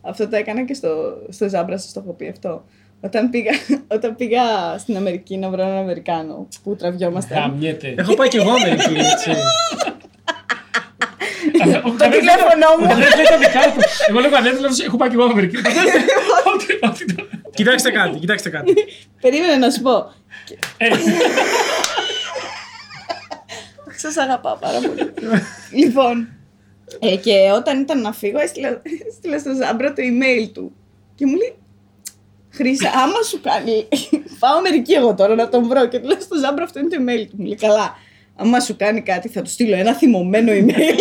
Speaker 2: Αυτό το έκανα και στο, στο Ζάμπρα, σας το έχω πει αυτό. Όταν πήγα, όταν πήγα στην Αμερική να βρω έναν Αμερικάνο που τραβιόμαστε.
Speaker 3: Γαμιέται.
Speaker 1: Έχω πάει και
Speaker 3: (laughs)
Speaker 1: εγώ Αμερική. έτσι.
Speaker 2: Το τηλέφωνό μου.
Speaker 3: Ο καθένας λέει τα δικά τους. Εγώ λέω κανένα, έχω πάει και εγώ Αμερική. Ο καθένας λέει ό,τι- ό,τι το-
Speaker 1: Κοιτάξτε κάτι, κοιτάξτε κάτι.
Speaker 2: Περίμενε να σου πω.
Speaker 3: Ε,
Speaker 2: Σας αγαπάω πάρα πολύ. λοιπόν, ε, και όταν ήταν να φύγω, έστειλα, έστειλα στο Ζάμπρα το email του. Και μου λέει, Χρήσα, άμα σου κάνει. Πάω μερική εγώ τώρα να τον βρω. Και του λέω στο Ζάμπρα, αυτό είναι το email του. Μου λέει, Καλά, άμα σου κάνει κάτι, θα του στείλω ένα θυμωμένο email.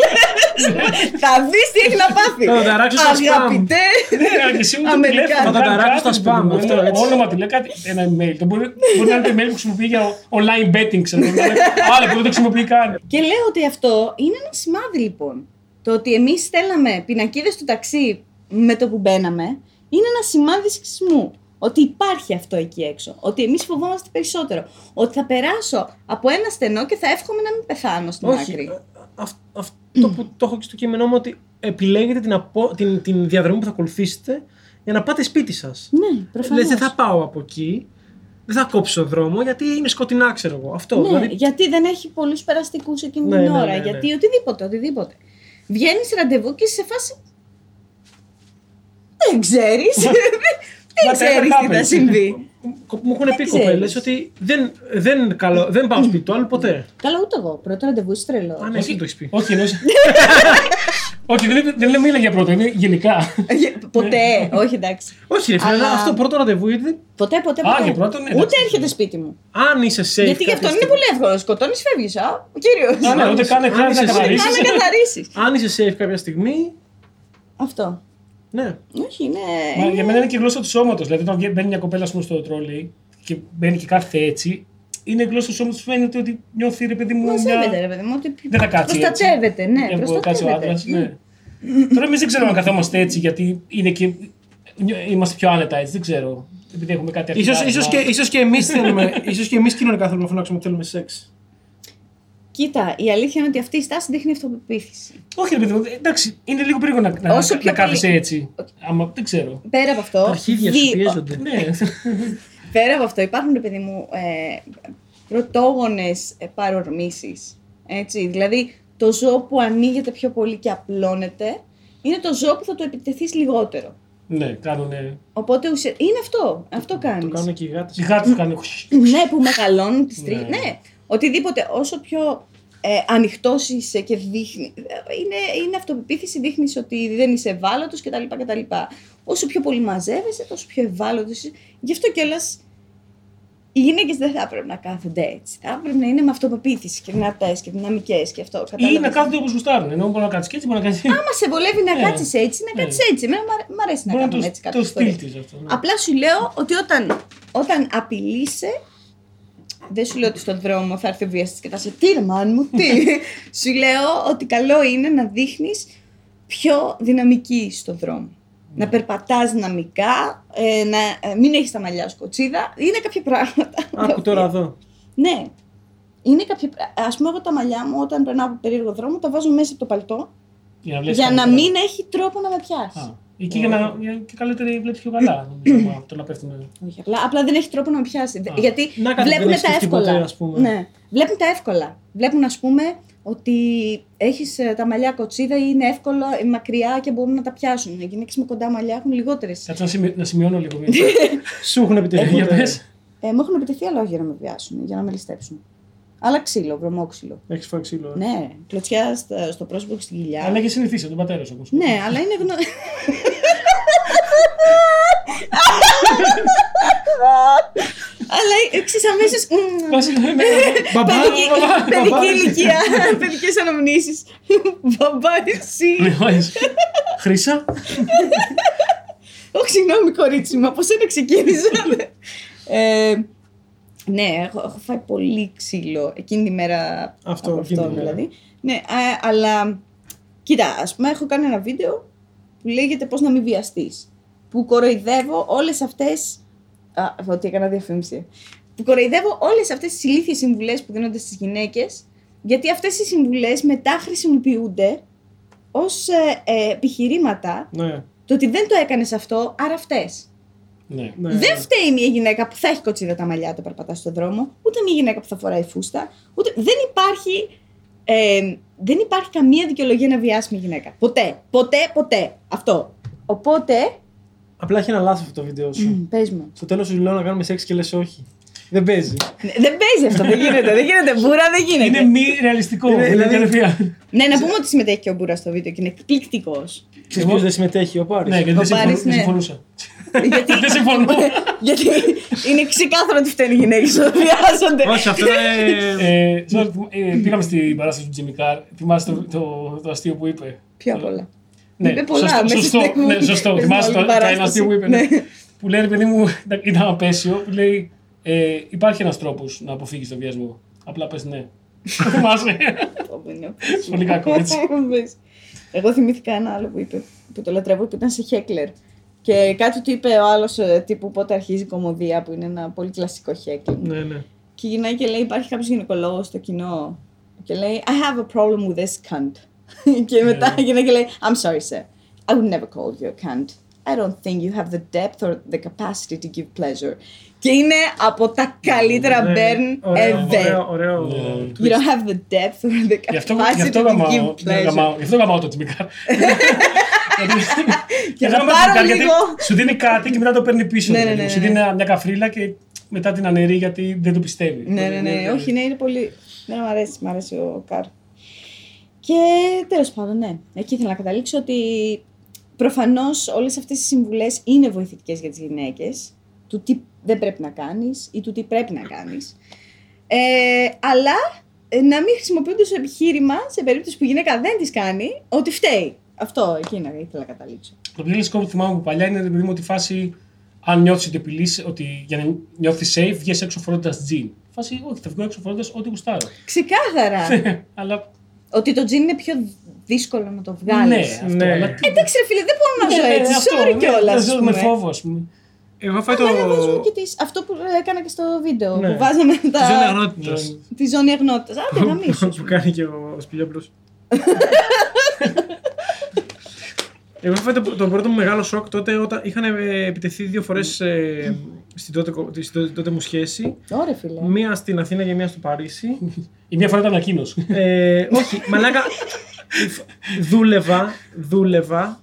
Speaker 2: θα δεις τι έχει να πάθει.
Speaker 1: Θα τον ταράξω στα spam.
Speaker 2: Αγαπητέ.
Speaker 3: ναι, αλλά και εσύ μου το
Speaker 2: Αμερικάνοι.
Speaker 3: τηλέφωνο,
Speaker 2: Θα
Speaker 1: τα
Speaker 3: κάνει
Speaker 1: ταράξω
Speaker 3: κάτι,
Speaker 1: στα spam,
Speaker 3: παιδί μου,
Speaker 1: αυτό, έτσι.
Speaker 3: Όνομα του λέει κάτι, ένα email. Το Μπορεί, μπορεί να είναι το email που χρησιμοποιεί (laughs) για online betting, ξέρω εγώ. Άλλο που δεν το χρησιμοποιεί καν.
Speaker 2: Και λέω ότι αυτό είναι ένα σημάδι λοιπόν. Το ότι εμείς στέλναμε πινακίδες στο ταξί με το που μπαίναμε είναι ένα σημάδι σεξισμού. Ότι υπάρχει αυτό εκεί έξω. Ότι εμείς φοβόμαστε περισσότερο. Ότι θα περάσω από ένα στενό και θα εύχομαι να μην πεθάνω στην
Speaker 1: Όχι.
Speaker 2: άκρη.
Speaker 1: α- αυ- Αυτό που το έχω και στο κείμενό μου ότι επιλέγετε την, απο- την, την διαδρομή που θα ακολουθήσετε για να πάτε σπίτι σας.
Speaker 2: Ναι, προφανώ.
Speaker 1: Λες, δεν θα πάω από εκεί. Δεν θα κόψω δρόμο γιατί είναι σκοτεινά, ξέρω εγώ. Αυτό.
Speaker 2: Ναι,
Speaker 1: δηλαδή,
Speaker 2: γιατί δεν έχει πολλούς περαστικούς εκείνη
Speaker 1: Ναι,
Speaker 2: την
Speaker 1: ναι,
Speaker 2: ώρα.
Speaker 1: ναι, ναι.
Speaker 2: Γιατί οτιδήποτε, οτιδήποτε. Βγαίνεις ραντεβού και είσαι σε φάση. Δεν ξέρεις. (laughs) δεν
Speaker 3: Whatever
Speaker 2: ξέρει τι θα
Speaker 3: happens.
Speaker 2: συμβεί.
Speaker 1: μου έχουν πει
Speaker 2: ξέρεις. Ναι.
Speaker 1: κοπέλε ότι δεν, δεν, καλώ, δεν πάω σπίτι του άλλου ποτέ.
Speaker 2: Καλά, ούτε εγώ. Πρώτο ραντεβού είσαι τρελό.
Speaker 1: Α, ναι, εσύ
Speaker 3: Όχι,
Speaker 1: μου το έχεις πει.
Speaker 3: όχι, εννοούσα. όχι, δεν, λέμε- δεν λέμε μίλα για πρώτο, είναι γενικά.
Speaker 2: Ε, Ποτέ,
Speaker 3: Ναι.
Speaker 2: όχι εντάξει.
Speaker 1: Όχι, ρε φίλε,
Speaker 2: Αλλά-
Speaker 1: αλλά αυτό πρώτο ραντεβού είδε.
Speaker 2: Ποτέ, ποτέ,
Speaker 3: Α, για
Speaker 2: ποτέ.
Speaker 3: πρώτο, ναι,
Speaker 2: Ούτε
Speaker 3: εντάξει.
Speaker 2: έρχεται σπίτι μου.
Speaker 1: Αν είσαι safe.
Speaker 2: Γιατί γι' αυτό
Speaker 1: κάποια στιγμή-
Speaker 2: είναι πολύ εύκολο. Σκοτώνεις, φεύγεις. Α, κύριο.
Speaker 3: Α, ναι, ούτε καν
Speaker 1: Αν
Speaker 3: χρειάζεται
Speaker 1: είσαι
Speaker 3: να
Speaker 1: εσύ.
Speaker 3: καθαρίσεις.
Speaker 2: Πάμε να καθαρίσει.
Speaker 1: Αν είσαι safe κάποια στιγμή.
Speaker 2: Αυτό.
Speaker 1: Ναι.
Speaker 2: Όχι, είναι.
Speaker 3: Μα
Speaker 2: είναι-
Speaker 3: για μένα είναι και η γλώσσα του σώματος. Δηλαδή, όταν βγαίνει- μπαίνει μια κοπέλα ας πούμε, στο τρόλι και μπαίνει και κάθεται έτσι, είναι η γλώσσα του σώματος που φαίνεται ότι νιώθει ρε παιδί μου.
Speaker 2: Μαζεύεται,
Speaker 3: Μια...
Speaker 2: ρε παιδί μου. ότι
Speaker 3: Δεν θα κάτσει.
Speaker 2: Προστατεύεται,
Speaker 3: έτσι.
Speaker 2: ναι.
Speaker 3: Για να κάτσει ο
Speaker 2: Προστατεύεται.
Speaker 3: άντρας. Ναι. Τώρα εμείς δεν ξέρουμε αν καθόμαστε έτσι, γιατί είναι και. νιώ- Είμαστε πιο άνετα έτσι, δεν ξέρω. Επειδή έχουμε κάτι
Speaker 1: Ίσως,
Speaker 3: αρχικά,
Speaker 1: ίσως, και,
Speaker 2: ναι.
Speaker 3: αλλά-
Speaker 1: ίσως και εμείς θέλουμε, ίσως και εμείς κοινωνικά θέλουμε να φωνάξουμε ότι θέλουμε σεξ.
Speaker 2: Κοίτα, η αλήθεια είναι ότι αυτή η στάση δείχνει αυτοπεποίθηση.
Speaker 3: Όχι, ρε παιδί μου, εντάξει, είναι λίγο περίεργο να, να,
Speaker 2: Όσο
Speaker 3: να
Speaker 2: πιο
Speaker 3: κάθεσαι
Speaker 2: πολύ-
Speaker 3: έτσι. Άμα, δεν ξέρω.
Speaker 2: Πέρα από αυτό.
Speaker 1: Τα αρχίδια σου
Speaker 2: δι-
Speaker 1: πιέζονται.
Speaker 3: Ναι,
Speaker 2: Πέρα από αυτό, υπάρχουν, ρε παιδί μου, ε, πρωτόγονες παρορμήσεις. Έτσι. Δηλαδή, το ζώο που ανοίγεται πιο πολύ και απλώνεται είναι το ζώο που θα το επιτεθείς λιγότερο.
Speaker 3: ναι, κάνουνε.
Speaker 2: Οπότε ουσια- είναι αυτό. Αυτό
Speaker 1: Το κάνουν
Speaker 2: κάνει.
Speaker 1: και οι
Speaker 2: (laughs)
Speaker 1: γάτες.
Speaker 3: Οι γάτες κάνουν.
Speaker 2: Ναι,
Speaker 3: (laughs)
Speaker 2: που μεγαλώνουν τις τρίχε.
Speaker 3: Ναι.
Speaker 2: Ναι. Οτιδήποτε. Όσο πιο ε, ανοιχτός είσαι και δείχνει. Είναι, είναι αυτοπεποίθηση, δείχνεις ότι δεν είσαι ευάλωτος κτλ, κτλ. Όσο πιο πολύ μαζεύεσαι, τόσο πιο ευάλωτος είσαι. Γι' αυτό κιόλας οι γυναίκες δεν θα πρέπει να κάθονται έτσι. Θα πρέπει να είναι με αυτοπεποίθηση και δυνατές και δυναμικές και αυτό.
Speaker 3: Ή να
Speaker 2: κατάλαβες.
Speaker 3: κάθονται όπως γουστάρουν. Ενώ μπορεί να κάτσεις και έτσι, μπορεί να κάτσεις.
Speaker 2: Άμα σε βολεύει να
Speaker 3: Ναι.
Speaker 2: κάτσεις έτσι, να
Speaker 3: Ναι.
Speaker 2: κάτσεις έτσι. Εμένα μ' αρέ- μ' αρέσει να
Speaker 3: (laughs) Μπορεί να το,
Speaker 2: κάνουμε έτσι
Speaker 3: το
Speaker 2: κάποιε φορέ.
Speaker 3: στυλ της αυτό. ναι.
Speaker 2: Απλά σου λέω ότι όταν, όταν απειλείσαι, δεν σου λέω ότι στον δρόμο θα έρθει ο βιαστής και θα σε τι ρε μάν μου, τι.
Speaker 3: (laughs)
Speaker 2: σου λέω ότι καλό είναι να δείχνεις πιο δυναμική στον δρόμο.
Speaker 3: Ναι.
Speaker 2: Να περπατάς δυναμικά, ε, να ε, μην έχεις τα μαλλιά σου κοτσίδα. Είναι κάποια πράγματα. (laughs)
Speaker 1: Άκου
Speaker 2: Ε,
Speaker 1: τώρα εδώ.
Speaker 2: Ναι. Είναι κάποια... πρα- Ας πούμε, εγώ τα μαλλιά μου όταν περνάω από περίεργο δρόμο τα βάζω μέσα από το παλτό
Speaker 3: Για να, βλέπεις
Speaker 2: για να
Speaker 3: καλύτερα.
Speaker 2: μην έχει τρόπο να με πιάσει.
Speaker 3: Α, Ή και για να για- και καλύτερη βλέπει πιο καλά. νομίζω, από το να πέφτουμε.
Speaker 2: Όχι, απλά, απλά δεν έχει τρόπο να με πιάσει. Δε- Γιατί
Speaker 1: Να κάτι
Speaker 2: βλέπουν
Speaker 1: δεν έχεις
Speaker 2: τα
Speaker 1: σκεφτεί
Speaker 2: εύκολα.
Speaker 1: ποτέ, ας πούμε.
Speaker 2: Ναι. Βλέπουν τα εύκολα. Βλέπουν, ας πούμε, ότι έχεις τα μαλλιά κοτσίδα ή είναι εύκολα ε, μακριά και μπορούν να τα πιάσουν. Οι γυναίκε με κοντά μαλλιά έχουν λιγότερες.
Speaker 3: Κάτσε να, σημει- να σημειώνω λίγο.
Speaker 2: (laughs)
Speaker 3: μία.
Speaker 1: Σου έχουν επιτεθεί
Speaker 3: Για
Speaker 1: ποτέ.
Speaker 3: πες.
Speaker 2: Ε, μου έχουν επιτεθεί αλλά όχι για να με πιάσουν, για να με ληστέψουν. Αλλά ξύλο, βρωμόξυλο.
Speaker 1: Έχεις φάει ξύλο. ε.
Speaker 2: Ναι, κλωτσιά στα- στο πρόσωπο και στην κοιλιά.
Speaker 3: Αλλά έχεις συνηθίσει από τον πατέρα σου. όπως.
Speaker 2: Ναι, αλλά είναι
Speaker 1: (laughs)
Speaker 2: γνωστό. (laughs) αλλά ε, ξέρεις αμέσως. (laughs)
Speaker 3: Μας- ναι, ναι.
Speaker 1: Μπαμπά,
Speaker 2: Παιδική,
Speaker 1: μπαμπά, μπαμπά.
Speaker 2: παιδική ηλικία, παιδικές αναμνήσεις. Μπαμπά, εσύ.
Speaker 3: Ναι, μάλιστα. Χρύσα.
Speaker 2: Όχι, συγγνώμη, κορίτσι μου, από σένα
Speaker 1: (laughs)
Speaker 2: ξεκίνησαμε. Ε, ναι, έχω, έχω φάει πολύ ξύλο εκείνη τη μέρα.
Speaker 1: Αυτό,
Speaker 2: από
Speaker 1: εκείνη τη μέρα.
Speaker 2: Ναι, α, αλλά κοίτα, ας πούμε, έχω κάνει ένα βίντεο που λέγεται Πώς να μην βιαστείς. Που κοροϊδεύω όλες αυτές. Α, ότι έκανα διαφήμιση. Που κοροϊδεύω όλες αυτές τις ηλίθιες συμβουλές που δίνονται στις γυναίκες, γιατί αυτές οι συμβουλές μετά χρησιμοποιούνται ως επιχειρήματα
Speaker 1: Ναι.
Speaker 2: το ότι δεν το έκανες αυτό, άρα φταίει.
Speaker 3: Ναι.
Speaker 1: ναι.
Speaker 2: Δεν φταίει μια γυναίκα που θα έχει κοτσίδα τα μαλλιά όταν περπατάς στον δρόμο, ούτε μια γυναίκα που θα φοράει φούστα. Ούτε... Δεν, υπάρχει, ε, δεν υπάρχει καμία δικαιολογία να βιάσει μια γυναίκα. Ποτέ. Ποτέ, ποτέ. Αυτό. Οπότε.
Speaker 1: Απλά έχει ένα λάθος αυτό το βίντεο σου.
Speaker 2: (clears throat) Πες μου.
Speaker 1: Στο τέλος σου λέω να κάνουμε σεξ και λες όχι. Δεν παίζει.
Speaker 2: Ναι, Δεν παίζει αυτό. Δεν γίνεται. Δεν γίνεται. Μπούρα δεν γίνεται.
Speaker 3: Είναι μη ρεαλιστικό.
Speaker 1: Είναι-
Speaker 3: Είναι
Speaker 1: δηλαδή-
Speaker 3: τελευταία.
Speaker 2: Ναι, να πούμε ότι συμμετέχει και ο Μπούρα στο βίντεο και είναι εκπληκτικός. (laughs)
Speaker 1: Ξέρεις ποιος δεν συμμετέχει, ο Πάρης.
Speaker 3: Ναι, γιατί δεν
Speaker 2: Ο
Speaker 3: συμφωνού-
Speaker 2: Πάρης,
Speaker 3: δεν
Speaker 2: ναι.
Speaker 3: συμφωνούσα.
Speaker 2: γιατί,
Speaker 3: Δεν
Speaker 2: (laughs)
Speaker 3: συμφωνώ.
Speaker 2: γιατί είναι ξεκάθαρο ότι φταίνουν οι γυναίκες όταν βιάζονται.
Speaker 1: Όχι, αυτό είναι...
Speaker 3: Ε, sorry, θυμ- ε, Πήγαμε στην παράσταση του Τζιμι Κάρ. Θυμάσαι το- το το αστείο που είπε.
Speaker 2: Πιο απ' όλα.
Speaker 3: Ναι,
Speaker 2: Είπε πολλά
Speaker 3: σωστό,
Speaker 2: μέσα στην
Speaker 3: σωστό,
Speaker 2: εκπομπή.
Speaker 3: ναι, σωστό.
Speaker 2: Πες
Speaker 3: Θυμάσαι
Speaker 2: όλη
Speaker 3: το,
Speaker 2: την
Speaker 3: το
Speaker 2: παράσταση.
Speaker 3: ένα αστείο που είπε. ναι.
Speaker 2: Ναι.
Speaker 3: Που λέει, ρε παιδί μου, ήταν- ήταν απέσιο, που λέει, ε, υπάρχει ένας τρόπος να αποφύγεις τον βιασμό. Απλά πες ναι. (laughs) Το Θυμάσαι.
Speaker 2: Πω, πω, είναι
Speaker 3: (laughs) Πολύ
Speaker 2: (laughs)
Speaker 3: κακό, έτσι.
Speaker 2: Μπες. Εγώ θυμήθηκα ένα άλλο που είπε, που το λατρεύω, που ήταν σε Χέκλερ. Και κάτι του είπε ο άλλος τύπου πότε αρχίζει η κομμωδία, που είναι ένα πολύ κλασικό χέκλι.
Speaker 1: Ναι, ναι.
Speaker 2: Και γυρνάει και λέει: Υπάρχει κάποιος γυναικολόγος στο κοινό. Και λέει: I have a problem with this cunt. (laughs) και μετά
Speaker 3: Ναι.
Speaker 2: γυρνάει και λέει: I'm sorry, sir. I would never call you a cunt. I don't think you have the depth or the capacity to give pleasure. Και είναι από τα καλύτερα
Speaker 1: Ναι,
Speaker 2: burn
Speaker 1: ωραίο,
Speaker 2: ever.
Speaker 1: Ωραίο, ωραίο.
Speaker 3: Ναι.
Speaker 2: You don't have the depth or the
Speaker 3: Γι' αυτό, γι
Speaker 2: capacity
Speaker 3: αυτό
Speaker 2: to
Speaker 3: γαμάω,
Speaker 2: give
Speaker 3: ναι,
Speaker 2: pleasure.
Speaker 3: γαμάω, γι' αυτό γαμάω το
Speaker 2: (laughs)
Speaker 3: τσιμικά.
Speaker 2: Και να πάρω λίγο.
Speaker 3: σου δίνει κάτι και μετά το παίρνει πίσω.
Speaker 2: Ναι,
Speaker 3: ρε
Speaker 2: ναι,
Speaker 3: παιδί μου.
Speaker 2: ναι,
Speaker 3: Σου
Speaker 2: ναι.
Speaker 3: δίνει μια καφρίλα και μετά την αναιρεί γιατί δεν το πιστεύει.
Speaker 2: Ναι, ναι, ναι. Όχι, ναι, είναι πολύ. Ναι, μου αρέσει, μ' αρέσει ο Καρ. Και τέλος πάντων, ναι. Εκεί ήθελα να καταλήξω ότι προφανώς όλες αυτές οι συμβουλές είναι βοηθητικές για τις γυναίκες. Του τι δεν πρέπει να κάνεις ή του τι πρέπει να κάνεις. Ε, αλλά ε, να μην χρησιμοποιούνται στο επιχείρημα σε περίπτωση που η γυναίκα δεν τις κάνει, ότι φταίει. Αυτό εκεί να- ήθελα να καταλήξω.
Speaker 3: Το πιο σκόπο που θυμάμαι από παλιά είναι ρε παιδί μου τη φάση αν νιώθεις ότι απειλείς, ότι για να νιώθεις safe, βγες έξω φορώντας τζιν. Φάση, όχι, θα βγω έξω φορώντας ό,τι γουστάρω. (laughs)
Speaker 2: Ξεκάθαρα
Speaker 3: Αλλά
Speaker 2: ότι το τζιν είναι πιο δύσκολο να το βγάλεις.
Speaker 3: ναι, αυτό.
Speaker 1: Ναι.
Speaker 3: Αλλά τι.
Speaker 2: Εντάξει, ρε φίλε, δεν μπορώ
Speaker 3: Ναι,
Speaker 2: Ε, να
Speaker 3: ναι,
Speaker 2: ζω έτσι.
Speaker 3: αυτό,
Speaker 2: Sorry
Speaker 3: ναι,
Speaker 2: κιόλας.
Speaker 3: να ζω με φόβο, ας πούμε.
Speaker 1: Εγώ έχω φάει το.
Speaker 2: Εμένα βάζουν και τις, αυτό που έκανα και στο βίντεο.
Speaker 1: Ναι.
Speaker 2: Που βάζαμε
Speaker 1: Τη ζώνη
Speaker 2: τα,
Speaker 1: αγνότητας.
Speaker 2: τη ζώνη αγνότητας. Άντε, να μη
Speaker 1: Που (laughs) κάνει και ο Σπιλιόπουλο. Εγώ είχα φάει το, το πρώτο μου μεγάλο σοκ τότε όταν είχαν ε, επιτεθεί δύο φορές στην, τότε, κο- στη τότε- τότε μου σχέση.
Speaker 2: Ωραία, φίλε.
Speaker 1: Μία στην Αθήνα και μία στο Παρίσι.
Speaker 3: Η μια φορά ήταν εκείνο.
Speaker 1: Ε, όχι, μαλάκα. δούλευα, δούλευα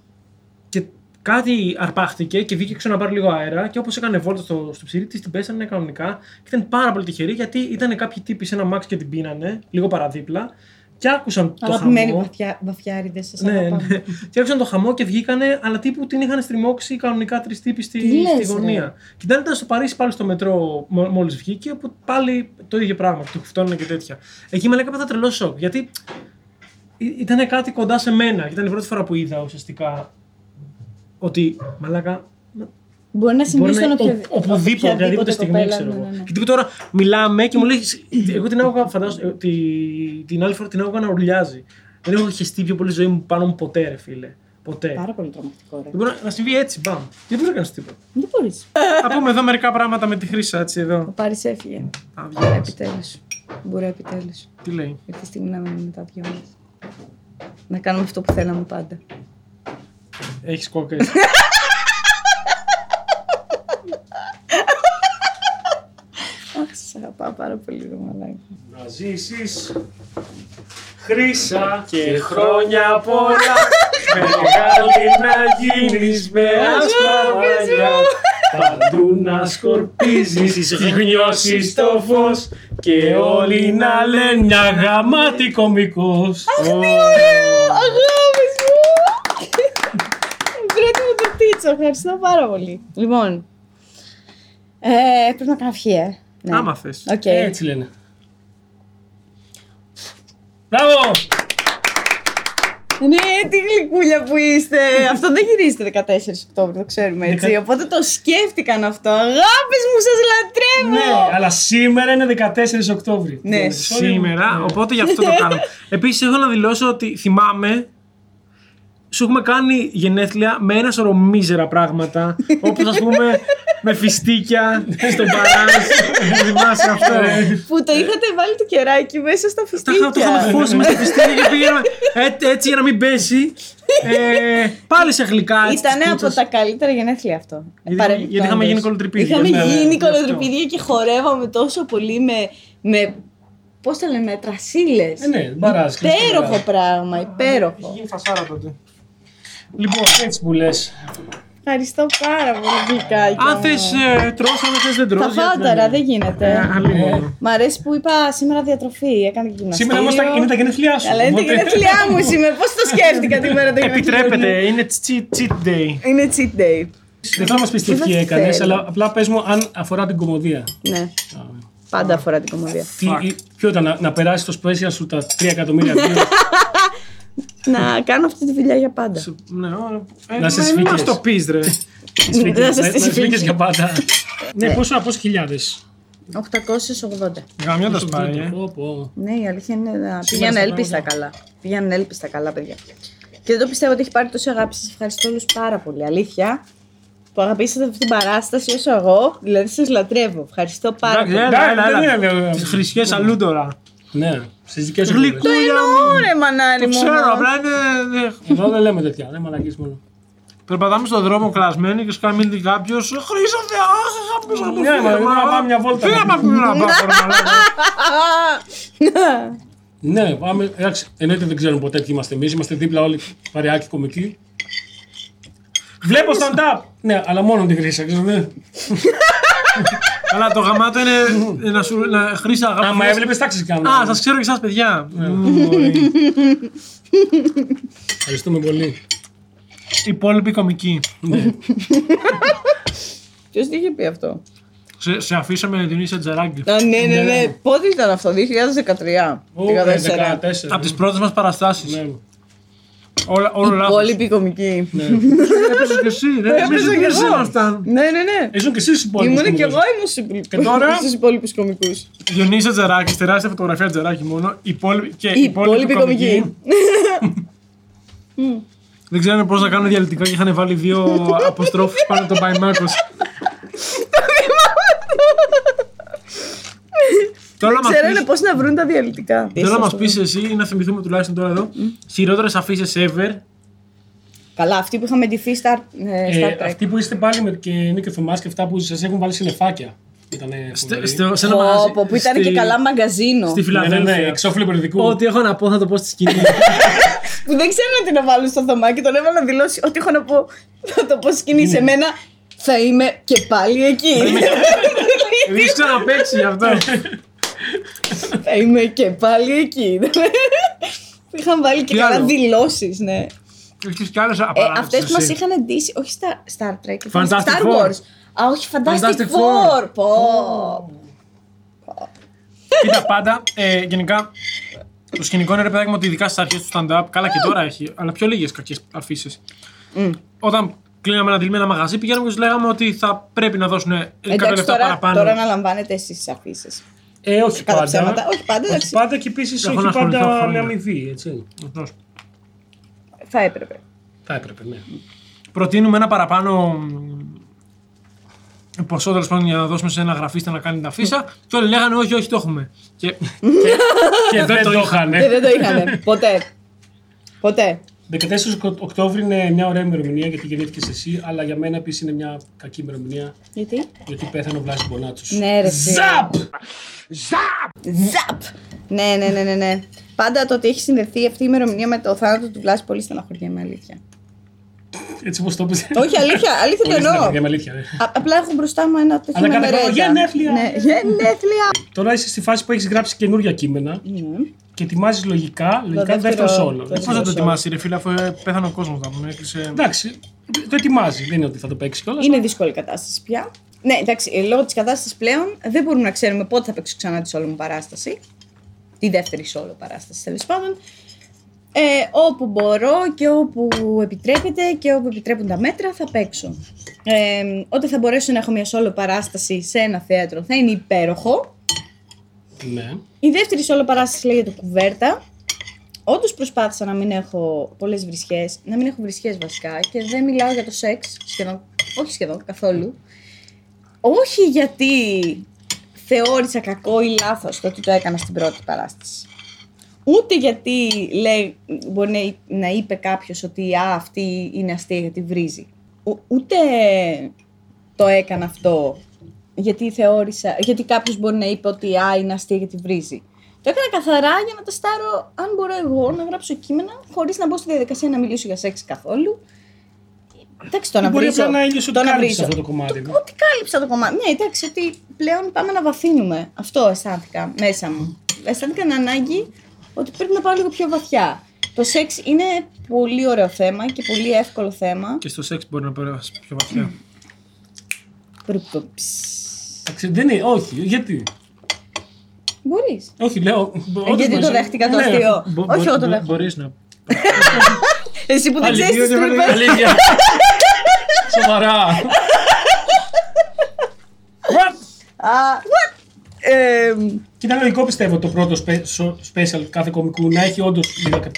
Speaker 1: και κάτι αρπάχτηκε και βγήκε έξω να πάρει λίγο αέρα. Και όπως έκανε βόλτα στο, στο ψυρί της, την πέσανε κανονικά. Και ήταν πάρα πολύ τυχερή γιατί ήταν κάποιοι τύποι σε ένα μάξ και την πίνανε, λίγο παραδίπλα. Και άκουσαν το
Speaker 2: Αγαπημένοι
Speaker 1: χαμό.
Speaker 2: βαθιά, βαθιάριδες, σας
Speaker 1: Ναι,
Speaker 2: αγαπάμε.
Speaker 1: ναι. Και άκουσαν το χαμό και βγήκανε, αλλά τύπου την είχαν στριμώξει κανονικά τρεις τύποι στη,
Speaker 2: Τι λες,
Speaker 1: στη
Speaker 2: ρε.
Speaker 1: γωνία. Και ήταν, ήταν στο Παρίσι πάλι στο μετρό μόλις βγήκε, που πάλι το ίδιο πράγμα, του χουφτώνουν και τέτοια. Εκεί με λέγανε τρελό σοκ, γιατί ήταν κάτι κοντά σε μένα. και Ήταν η πρώτη φορά που είδα ουσιαστικά ότι μαλάκα.
Speaker 2: Μπορεί να συμβεί
Speaker 1: Μπορεί να
Speaker 2: στον
Speaker 1: είναι
Speaker 2: οποιο...
Speaker 1: ο- οπουδήποτε, οποιαδήποτε στιγμή,
Speaker 2: κοπέλα,
Speaker 1: ξέρω
Speaker 2: ναι,
Speaker 1: εγώ.
Speaker 2: ναι, ναι.
Speaker 1: Γιατί τώρα μιλάμε και μου λέει. Εγώ την άκουγα, φαντάζομαι, ε, τη, την άλλη φορά την άκουγα να ουρλιάζει. Δεν έχω χεστεί πιο πολύ ζωή μου πάνω μου ποτέ, ρε φίλε. Ποτέ.
Speaker 2: Πάρα πολύ τρομακτικό, ρε.
Speaker 1: Δεν μπορεί να- να συμβεί έτσι, μπαμ. Δεν μπορείς να κάνεις τίποτα.
Speaker 2: Δεν μπορείς.
Speaker 1: Θα πούμε εδώ μερικά πράγματα με τη Χρύσα, έτσι
Speaker 2: Ο
Speaker 1: εδώ.
Speaker 2: Πάρης έφυγε.
Speaker 1: Α, βγαίνει.
Speaker 2: Επιτέλους. Μπορεί επιτέλους.
Speaker 1: Τι λέει.
Speaker 2: Αυτή τη στιγμή να μείνουμε τα δυο μας. Να κάνουμε αυτό που θέλαμε πάντα.
Speaker 1: Έχεις κόκκε.
Speaker 2: (laughs) Αχ, σας αγαπάω πάρα πολύ, ρε μαλάκα.
Speaker 3: Να ζήσεις. Χρύσα
Speaker 1: και
Speaker 3: χρόνια πολλά. Μεγάλη να γίνεις με άσπρα μαλλιά. Παντού να σκορπίζεις, γνιώσει το φως. Και όλοι να λένε μια γαμάτη κωμικός.
Speaker 2: Αγάπης μου! Βρέτε μου το πίτσο, ευχαριστώ πάρα πολύ. Λοιπόν, ε, πρέπει να κάνω ευχή, ε. Ναι.
Speaker 1: Άμα θες.
Speaker 2: Οκ.
Speaker 3: Έτσι λένε. Μπράβο!
Speaker 2: Ναι, τι γλυκούλια που είστε. αυτό δεν γυρίζετε 14 Οκτώβρη, το ξέρουμε έτσι.
Speaker 3: Δεκα-
Speaker 2: Οπότε το σκέφτηκαν αυτό. Αγάπης μου, σας λατρεύω!
Speaker 3: Ναι, αλλά σήμερα είναι 14 Οκτώβρη.
Speaker 2: Ναι.
Speaker 1: Σήμερα, οπότε γι'
Speaker 2: (laughs)
Speaker 1: αυτό το κάναμε. Επίσης, έχω να δηλώσω ότι θυμάμαι. Σου έχουμε κάνει γενέθλια με ένα σωρό μίζερα
Speaker 2: (laughs)
Speaker 1: πράγματα. Όπως ας πούμε με φιστίκια στον παράζ.
Speaker 2: Ναι.
Speaker 1: Θυμάσαι αυτό.
Speaker 2: Που το είχατε βάλει το κεράκι μέσα στα
Speaker 1: Τα είχα-
Speaker 2: Ναι. φιστίκια.
Speaker 1: Το είχαμε φώσει με στα φιστίκια και πήγαμε έτ- έτσι για να μην πέσει. Ε, πάλι σε γλυκά. έτσι,
Speaker 2: Ήταν
Speaker 1: της
Speaker 2: από
Speaker 1: κούτσας.
Speaker 2: τα καλύτερα γενέθλια αυτό.
Speaker 1: Γιατί-
Speaker 2: Παρεμπιπτόντως.
Speaker 1: γιατί είχαμε γίνει κολοτριπίδια.
Speaker 2: Είχαμε
Speaker 1: Ναι, ναι,
Speaker 2: γίνει
Speaker 1: γι' αυτό.
Speaker 2: κολοτριπίδια και χορεύαμε τόσο πολύ με. με Πώς τα λέμε, τρασίλες.
Speaker 3: Ε, ναι, μπαράζ.
Speaker 2: Υπέροχο πράγμα,
Speaker 1: Είχε
Speaker 2: υπέροχο.
Speaker 1: γίνει φασάρα τότε.
Speaker 3: Λοιπόν, έτσι που λες.
Speaker 2: Ευχαριστώ πάρα πολύ, γλυκάκι.
Speaker 1: Αν ε,
Speaker 2: μου.
Speaker 1: θες τρως, αν δεν θες δεν τρως.
Speaker 2: Ναι. Τα φάνταρα, δεν
Speaker 1: Ε,
Speaker 2: Ε, γίνεται.
Speaker 1: Αλλιώ.
Speaker 2: Μ' αρέσει που είπα σήμερα διατροφή, έκανα και γυμναστήριο.
Speaker 3: Σήμερα όμω είναι τα γενέθλιά σου.
Speaker 2: Αλλά είναι τα
Speaker 3: οπότε-
Speaker 2: γενέθλιά μου σήμερα. Πώς το σκέφτηκα την μέρα των γενεθλίων.
Speaker 1: Επιτρέπεται, είναι cheat cheat day.
Speaker 2: Είναι cheat day.
Speaker 3: Δεν θα μας πεις τι
Speaker 2: Δεν θα
Speaker 3: ευχή
Speaker 2: τη
Speaker 3: έκανες,
Speaker 2: θέλω.
Speaker 3: αλλά απλά πες μου αν αφορά την κομμωδία.
Speaker 2: Ναι. Πάντα αφορά την κομμωδία.
Speaker 3: Τι, ή- ποιο ήταν, να, να περάσει το special σου τα 3
Speaker 1: (laughs)
Speaker 3: εκατομμύρια views.
Speaker 2: Να κάνω αυτή τη δουλειά για πάντα.
Speaker 1: Ναι, ωραία. Ε,
Speaker 3: Να σε
Speaker 1: μα μην
Speaker 3: σφίξεις.
Speaker 1: μας το πεις ρε.
Speaker 3: Σφίκες,
Speaker 2: Να σας
Speaker 3: να-
Speaker 2: τις
Speaker 3: να σφίκες
Speaker 2: σφίξω.
Speaker 3: για πάντα. Ναι, πόσο, πόσο χιλιάδε.
Speaker 2: 880.
Speaker 1: Γαμιώτας πάει, ε.
Speaker 2: Ναι, η αλήθεια είναι να πήγαινε έλπιστα καλά. Πήγαινε έλπιστα καλά, παιδιά. Και δεν το πιστεύω ότι έχει πάρει τόση αγάπη. Σας ευχαριστώ όλους πάρα πολύ. Αλήθεια. που αγαπήσατε αυτή την παράσταση όσο εγώ. Δηλαδή σας λατρεύω. Ευχαριστώ πάρα
Speaker 1: Εντάξει,
Speaker 2: πολύ.
Speaker 1: έλα, έλα,
Speaker 3: δεν είναι,
Speaker 1: έλα.
Speaker 3: λέω.
Speaker 1: Τις χρυσιές αλλού τώρα.
Speaker 3: Ναι, στις δικές σου
Speaker 1: Γλυκούλα
Speaker 3: δουλειέ.
Speaker 1: μου.
Speaker 2: Ωραία, μανάρι
Speaker 1: Το
Speaker 2: μου.
Speaker 1: ξέρω, απλά είναι... ε,
Speaker 3: Εδώ δεν λέμε τέτοια, δεν μαλακείς μόνο.
Speaker 1: Περπατάμε στον δρόμο κλασμένοι και σκάμε μίλη κάποιος. Χρήσα θεά, αγαπητέ μου.
Speaker 3: Ναι, μα, να πάμε μια βόλτα.
Speaker 1: Τι να πάμε να πάμε. ρε μαλάκα.
Speaker 3: Ναι, πάμε. Εντάξει, εννοείται δεν ξέρουμε ποτέ ποιοι είμαστε εμείς. Είμαστε δίπλα όλοι παρεάκι κομικοί. Βλέπω stand-up! Ναι, αλλά μόνο την χρήσα, ξέρω, ναι.
Speaker 1: Καλά, το γαμάτο είναι ε, να σου. Να, χρήσα, αγάπη.
Speaker 3: Άμα
Speaker 1: μου.
Speaker 3: έβλεπες, τάξεις κάνω.
Speaker 1: Α, σας ξέρω και εσάς, παιδιά.
Speaker 3: Ευχαριστούμε πολύ.
Speaker 1: Υπόλοιποι κομικοί.
Speaker 3: Ναι.
Speaker 2: Ποιος τι είχε πει αυτό.
Speaker 1: Σε, σε αφήσαμε την ίσα τζεράκι.
Speaker 2: Α, ναι, ναι,
Speaker 3: Ναι.
Speaker 2: ναι. Πότε ήταν αυτό, 2013.
Speaker 3: Ω,
Speaker 2: 14.
Speaker 3: 14.
Speaker 1: Από τις πρώτες μας παραστάσεις.
Speaker 3: Ναι.
Speaker 1: Όλο λάθο.
Speaker 2: Πολύ πικομική.
Speaker 1: Έπεσε και εσύ, ναι. Εμείς
Speaker 2: Έπαιζα
Speaker 1: δεν
Speaker 2: κι εγώ.
Speaker 1: ήμασταν.
Speaker 2: Ναι, ναι, ναι.
Speaker 3: Ήσουν και εσύ πολύ.
Speaker 2: Ήμουν και εγώ ήμουν στους
Speaker 3: Και τώρα?
Speaker 2: στους υπόλοιπους κομικούς.
Speaker 1: Διονύσα Τζεράκη, τεράστια φωτογραφία Τζεράκη μόνο. Υπόλοι- Και
Speaker 2: Οι υπόλοιποι κομικοί.
Speaker 1: Δεν ξέρανε πώς να κάνουν διαλυτικά και είχαν βάλει δύο
Speaker 2: (laughs)
Speaker 1: αποστρόφους πάνω από τον Παϊμάκο. Τώρα μα
Speaker 2: Ξέρανε πώς να βρουν τα διαλυτικά.
Speaker 1: Θέλω να μα πει εσύ ή να θυμηθούμε τουλάχιστον τώρα εδώ χειρότερε αφήσει ever.
Speaker 2: Καλά, αυτοί που είχαμε ντυθεί Star, ε, Star Trek.
Speaker 3: αυτοί που είστε πάλι με και Νίκο Θωμάς και αυτά που σας έχουν βάλει σιλεφάκια. Ήτανε
Speaker 1: Στε-
Speaker 3: φοβεροί.
Speaker 1: στο- Σε ένα μαγαζί.
Speaker 2: Όπω που ήταν και
Speaker 1: στη-
Speaker 2: καλά μαγκαζίνο.
Speaker 1: Στη
Speaker 3: Ναι, ναι, ναι,
Speaker 1: Φιλαδέλφια.
Speaker 3: εξώφυλλο περιοδικού.
Speaker 1: Ό,τι έχω να πω θα το πω στη (laughs) σκηνή.
Speaker 2: Που δεν ξέρανε τι να βάλουν στο θωμάκι. Τον έβαλα να δηλώσει ότι έχω να πω. Θα το πω σκηνή σε μένα. Θα είμαι και πάλι εκεί.
Speaker 1: Εμεί ξαναπέξει αυτό.
Speaker 2: (laughs) Ε, θα είμαι και πάλι εκεί. Είχαν βάλει και
Speaker 1: Τι
Speaker 2: καλά
Speaker 1: άλλο?
Speaker 2: δηλώσεις, ναι.
Speaker 1: Έχεις κι άλλες
Speaker 2: Ε,
Speaker 1: απαράδεκτε.
Speaker 2: Αυτέ μας είχαν εντύσει, όχι στα Star Trek, ήταν
Speaker 1: Fantastic
Speaker 2: στα Star
Speaker 1: Four.
Speaker 2: Wars. Α, όχι, Fantastic
Speaker 1: Fantastic
Speaker 2: Four. Πω.
Speaker 1: Κοίτα πάντα, ε, γενικά το σκηνικό είναι ρε παιδάκι μου ότι ειδικά στις αρχές του stand-up, καλά και τώρα έχει, αλλά πιο λίγες κακές αφήσει. Όταν κλείναμε ένα τηλμένο μαγαζί, πηγαίναμε και τους λέγαμε ότι θα πρέπει να δώσουν 100
Speaker 2: Εντάξει,
Speaker 1: λεπτά
Speaker 2: τώρα,
Speaker 1: παραπάνω.
Speaker 2: τώρα αναλαμβάνετε εσείς τις αφήσει.
Speaker 3: Ε, όχι
Speaker 2: Κατά
Speaker 3: πάντα.
Speaker 2: ψέματα. Όχι πάντα,
Speaker 3: Όχι
Speaker 2: εντάξει.
Speaker 3: πάντα και επίσης
Speaker 1: Έχω
Speaker 3: όχι
Speaker 1: να ασχοληθώ
Speaker 3: πάντα με
Speaker 1: χρόνια.
Speaker 3: αμοιβή, έτσι.
Speaker 1: Βεβαίως.
Speaker 2: Θα έπρεπε.
Speaker 3: Θα έπρεπε, ναι.
Speaker 1: Προτείνουμε ένα παραπάνω μ, ποσό τέλος πάντων για να δώσουμε σε ένα γραφίστα να κάνει τα φύσα. Και όλοι λέγανε Όχι, όχι, το έχουμε. Και,
Speaker 3: (laughs) και δεν το
Speaker 2: Και
Speaker 3: είχανε.
Speaker 2: δεν το είχαν. Ποτέ. Ποτέ.
Speaker 3: 14 Οκτώβρη είναι μια ωραία ημερομηνία γιατί γεννήθηκες εσύ, αλλά για μένα επίσης είναι μια κακή ημερομηνία
Speaker 2: Γιατί?
Speaker 3: γιατί πέθανε ο Βλάσης Μπονάτσος.
Speaker 2: Ναι, ρε. φίλε.
Speaker 3: Ζαπ!
Speaker 2: Ζαπ! Ναι, ναι, ναι, ναι, ναι. Πάντα το ότι έχει συνδεθεί αυτή η ημερομηνία με το θάνατο του Βλάση πολύ στεναχωριέμαι, αλήθεια.
Speaker 3: Έτσι όπως το έπαιζε.
Speaker 2: Όχι, αλήθεια,
Speaker 3: (laughs)
Speaker 2: αλήθεια το
Speaker 3: Πολύ στην
Speaker 2: εννοώ.
Speaker 3: αλήθεια, με αλήθεια, ε. ρε.
Speaker 2: Α- Απλά έχω μπροστά μου ένα τέτοιο
Speaker 3: Αλλά κατά
Speaker 2: μερέντα.
Speaker 3: χρόνο, γενέθλια!
Speaker 2: Ναι, γενέθλια!
Speaker 3: Τώρα είσαι στη φάση που έχεις γράψει καινούργια κείμενα και ετοιμάζεις λογικά, λογικά
Speaker 2: Ναι. δεύτερο-
Speaker 3: δεύτερος σόλο.
Speaker 2: το-
Speaker 1: Πώς θα το ετοιμάσει, ρε φίλε, αφού ε, πέθανε ο κόσμος να πούμε. έκλεισε-
Speaker 3: Εντάξει, το ετοιμάζει. Δεν είναι ότι θα το παίξει κιόλας.
Speaker 2: Είναι δύσκολη η κατάσταση πια. Ναι, εντάξει, ε, λόγω της κατάστασης πλέον δεν μπορούμε να ξέρουμε πότε θα παίξω ξανά τη solo μου παράσταση. Τη δεύτερη solo παράσταση τέλος πάντων. Ε, όπου μπορώ και όπου επιτρέπεται και όπου επιτρέπουν τα μέτρα θα παίξω. Ε, όταν θα μπορέσω να έχω μια solo παράσταση σε ένα θέατρο θα είναι υπέροχο.
Speaker 3: Ναι.
Speaker 2: Η δεύτερη solo παράσταση λέγεται κουβέρτα. Όντως προσπάθησα να μην έχω πολλές βρισχές, να μην έχω βρισχές βασικά και δεν μιλάω για το σεξ σχεδόν. Όχι σχεδόν, καθόλου. Όχι γιατί θεώρησα κακό ή λάθος το ότι το έκανα στην πρώτη παράσταση. Ούτε γιατί λέει, μπορεί να, να είπε κάποιος ότι α, αυτή είναι αστεία γιατί βρίζει. Ο- ούτε το έκανα αυτό γιατί θεώρησα, γιατί κάποιος μπορεί να είπε ότι α, είναι αστεία γιατί βρίζει. Το έκανα καθαρά για να τεστάρω αν μπορώ εγώ να γράψω κείμενα χωρίς να μπω στη διαδικασία να μιλήσω για σεξ καθόλου. Εντάξει, το να
Speaker 3: Μπορεί
Speaker 2: βρίζω-
Speaker 3: απλά να ένιωσε
Speaker 2: το
Speaker 3: ότι
Speaker 2: να
Speaker 3: κάλυψες
Speaker 2: βρίζω.
Speaker 3: αυτό το κομμάτι.
Speaker 2: Το- Ότι κάλυψα το κομμάτι. Ναι, εντάξει, ότι πλέον πάμε να βαθύνουμε. Αυτό αισθάνθηκα μέσα μου. Αισθάνθηκα την ανάγκη ότι πρέπει να πάω λίγο πιο βαθιά. Το σεξ είναι πολύ ωραίο θέμα και πολύ εύκολο θέμα.
Speaker 1: Και στο σεξ μπορεί να περάσει πιο βαθιά.
Speaker 3: Εντάξει, Δεν είναι, όχι, γιατί.
Speaker 2: Μπορείς.
Speaker 3: Όχι, λέω. όντως
Speaker 2: Ε, Γιατί το
Speaker 3: μαζί-
Speaker 2: δέχτηκα το
Speaker 3: Ναι.
Speaker 2: αστείο. Όχι, εγώ το δέχομαι.
Speaker 1: Μπορείς να.
Speaker 2: Εσύ που δεν
Speaker 3: Αλήθεια,
Speaker 2: ξέρεις τις
Speaker 3: δεν είναι
Speaker 2: τρύπε.
Speaker 3: Αλήθεια. Σοβαρά. What?
Speaker 2: What? ε,
Speaker 3: Και ήταν λογικό πιστεύω το πρώτο spe- so- special κάθε κομικού να έχει όντως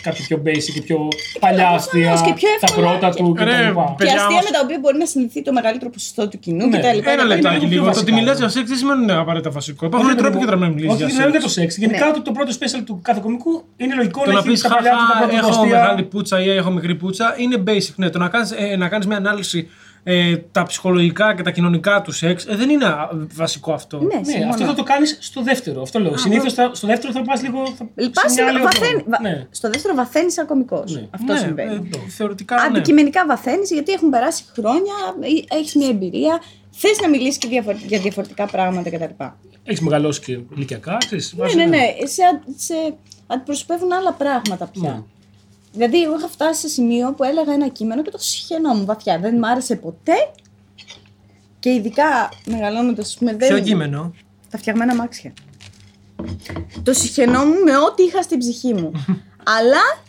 Speaker 3: κάτι πιο basic και πιο παλιά
Speaker 2: προφανώς,
Speaker 3: αστεία.
Speaker 2: Ε, και πιο
Speaker 3: Τα
Speaker 2: εύκολα
Speaker 3: πρώτα
Speaker 2: και-
Speaker 3: του κτλ.
Speaker 1: Ρε,
Speaker 2: και
Speaker 1: Παιδιά,
Speaker 2: αστεία
Speaker 1: μας-
Speaker 2: με τα οποία μπορεί να συνδεθεί το μεγαλύτερο ποσοστό του κοινού
Speaker 3: Ναι.
Speaker 2: κτλ.
Speaker 1: Ένα λεπτάκι
Speaker 3: λίγο
Speaker 1: λίγο. Το
Speaker 3: βασικά,
Speaker 1: ότι μιλά
Speaker 3: ναι.
Speaker 1: για σεξ δεν σημαίνει ότι είναι απαραίτητα βασικό. Υπάρχουν τρόποι και τραπέζι να μιλήσεις
Speaker 3: Όχι,
Speaker 1: για
Speaker 3: δεν είναι
Speaker 1: σεξ.
Speaker 3: το σεξ.
Speaker 2: Ναι.
Speaker 3: Γενικά το, το πρώτο special του κάθε κομικού είναι λογικό
Speaker 1: Το
Speaker 3: να
Speaker 1: να πει
Speaker 3: έχει τα παλιά του τα
Speaker 1: χαχά,
Speaker 3: πρώτα του
Speaker 1: έχω μεγάλη
Speaker 3: αστεία.
Speaker 1: πουτσα ή έχω μικρή πουτσα είναι basic. Ναι, το να κάνεις να κάνεις μια ανάλυση ε, τα ψυχολογικά και τα κοινωνικά τους σεξ ε, δεν είναι α, βασικό αυτό.
Speaker 2: Ναι,
Speaker 3: Ναι, αυτό θα
Speaker 2: συμφωνώ.
Speaker 3: το κάνεις στο δεύτερο. Αυτό λέω. Συνήθω στο δεύτερο θα πας
Speaker 1: Ναι,
Speaker 3: λίγο. θα-
Speaker 2: Λυπάσαι,
Speaker 3: σε μια άλλη οδό.
Speaker 2: βαθαίνει- βα-
Speaker 3: Ναι.
Speaker 2: Στο δεύτερο βαθαίνεις σαν κωμικός.
Speaker 3: Ναι.
Speaker 2: Αυτό
Speaker 1: Ναι,
Speaker 2: συμβαίνει.
Speaker 1: ε, θεωρητικά ναι.
Speaker 2: Αντικειμενικά βαθαίνεις γιατί έχουν περάσει χρόνια, έχεις μια εμπειρία, θες να μιλήσεις και διαφορε- για διαφορετικά πράγματα κτλ.
Speaker 3: Έχεις μεγαλώσει και ηλικιακά. ξέρεις,
Speaker 2: Ναι,
Speaker 3: βάζεις,
Speaker 2: ναι, ναι. Σε, αν- σε αντιπροσωπεύουν άλλα πράγματα πια.
Speaker 3: Ναι.
Speaker 2: Δηλαδή, εγώ είχα φτάσει σε σημείο που έλεγα ένα κείμενο και το συχαινόμουν βαθιά. Δεν μ' άρεσε ποτέ. Και ειδικά μεγαλώνοντας, ας πούμε.
Speaker 1: Ποιο
Speaker 2: Δεν...
Speaker 1: κείμενο.
Speaker 2: Τα φτιαγμένα μάξια. Το συχαινόμουν με ό,τι είχα στην ψυχή (laughs) μου. Αλλά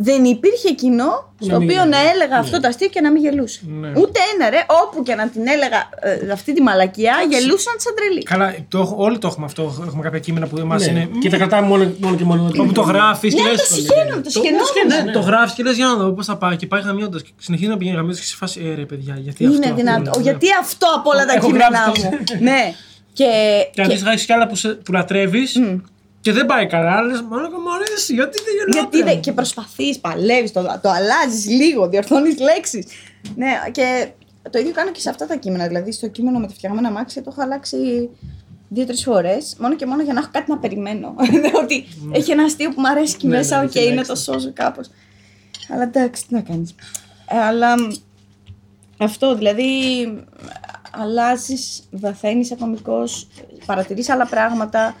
Speaker 2: δεν υπήρχε κοινό στο
Speaker 3: μην
Speaker 2: οποίο να
Speaker 3: γελάει.
Speaker 2: έλεγα αυτό το αστείο και να μην γελούσε.
Speaker 1: Ναι.
Speaker 2: Ούτε ένα ρε, όπου και να την έλεγα ε, αυτή τη μαλακιά, γελούσαν σαν τρελή.
Speaker 1: Καλά, το, έχω- όλοι το έχουμε αυτό. Έχουμε κάποια κείμενα που εμά
Speaker 3: Ναι.
Speaker 1: είναι.
Speaker 3: Και τα κρατάμε μόνο, μόνο και μόνο.
Speaker 1: Όπου το γράφεις και
Speaker 2: Ναι, το
Speaker 1: λε.
Speaker 2: συχαίνομαι, το συχαινόμουν.
Speaker 1: Ναι, το γράφεις και λες για να δω πώς θα πάει. Και πάει γαμιώντα. Και συνεχίζει να πηγαίνει γαμιώντα και σε φάση ε, ρε παιδιά. Γιατί
Speaker 2: Είναι
Speaker 1: αυτό,
Speaker 2: δυνατό.
Speaker 1: αυτό, ναι.
Speaker 2: Γιατί αυτό από όλα τα
Speaker 3: Έχω
Speaker 2: κείμενά
Speaker 3: γράψει
Speaker 2: μου.
Speaker 3: το.
Speaker 2: ναι. Και,
Speaker 1: Και αντίστοιχα έχει κι άλλα που, σε- που λατρεύεις και δεν πάει καλά. Λε μόνο μου αρέσει. Γιατί δεν γελάτε.
Speaker 2: γιατί δεν- και προσπαθείς, παλεύεις, το, το αλλάζεις λίγο, διορθώνεις λέξεις. Ναι, και το ίδιο κάνω και σε αυτά τα κείμενα. Δηλαδή, στο κείμενο με τα φτιαγμένα μάξια το έχω αλλάξει δύο-τρει φορές. Μόνο και μόνο για να έχω κάτι να περιμένω. (laughs) Ναι, ότι έχει ένα αστείο που μου αρέσει και
Speaker 3: Ναι,
Speaker 2: μέσα,
Speaker 3: ναι,
Speaker 2: οκ,
Speaker 3: έχει ένα
Speaker 2: να το
Speaker 3: έξτρα.
Speaker 2: σώζω κάπως. Αλλά εντάξει, τι να κάνεις. αλλά μ, αυτό, δηλαδή αλλάζεις, βαθαίνεις ακομικώ, παρατηρείς άλλα πράγματα.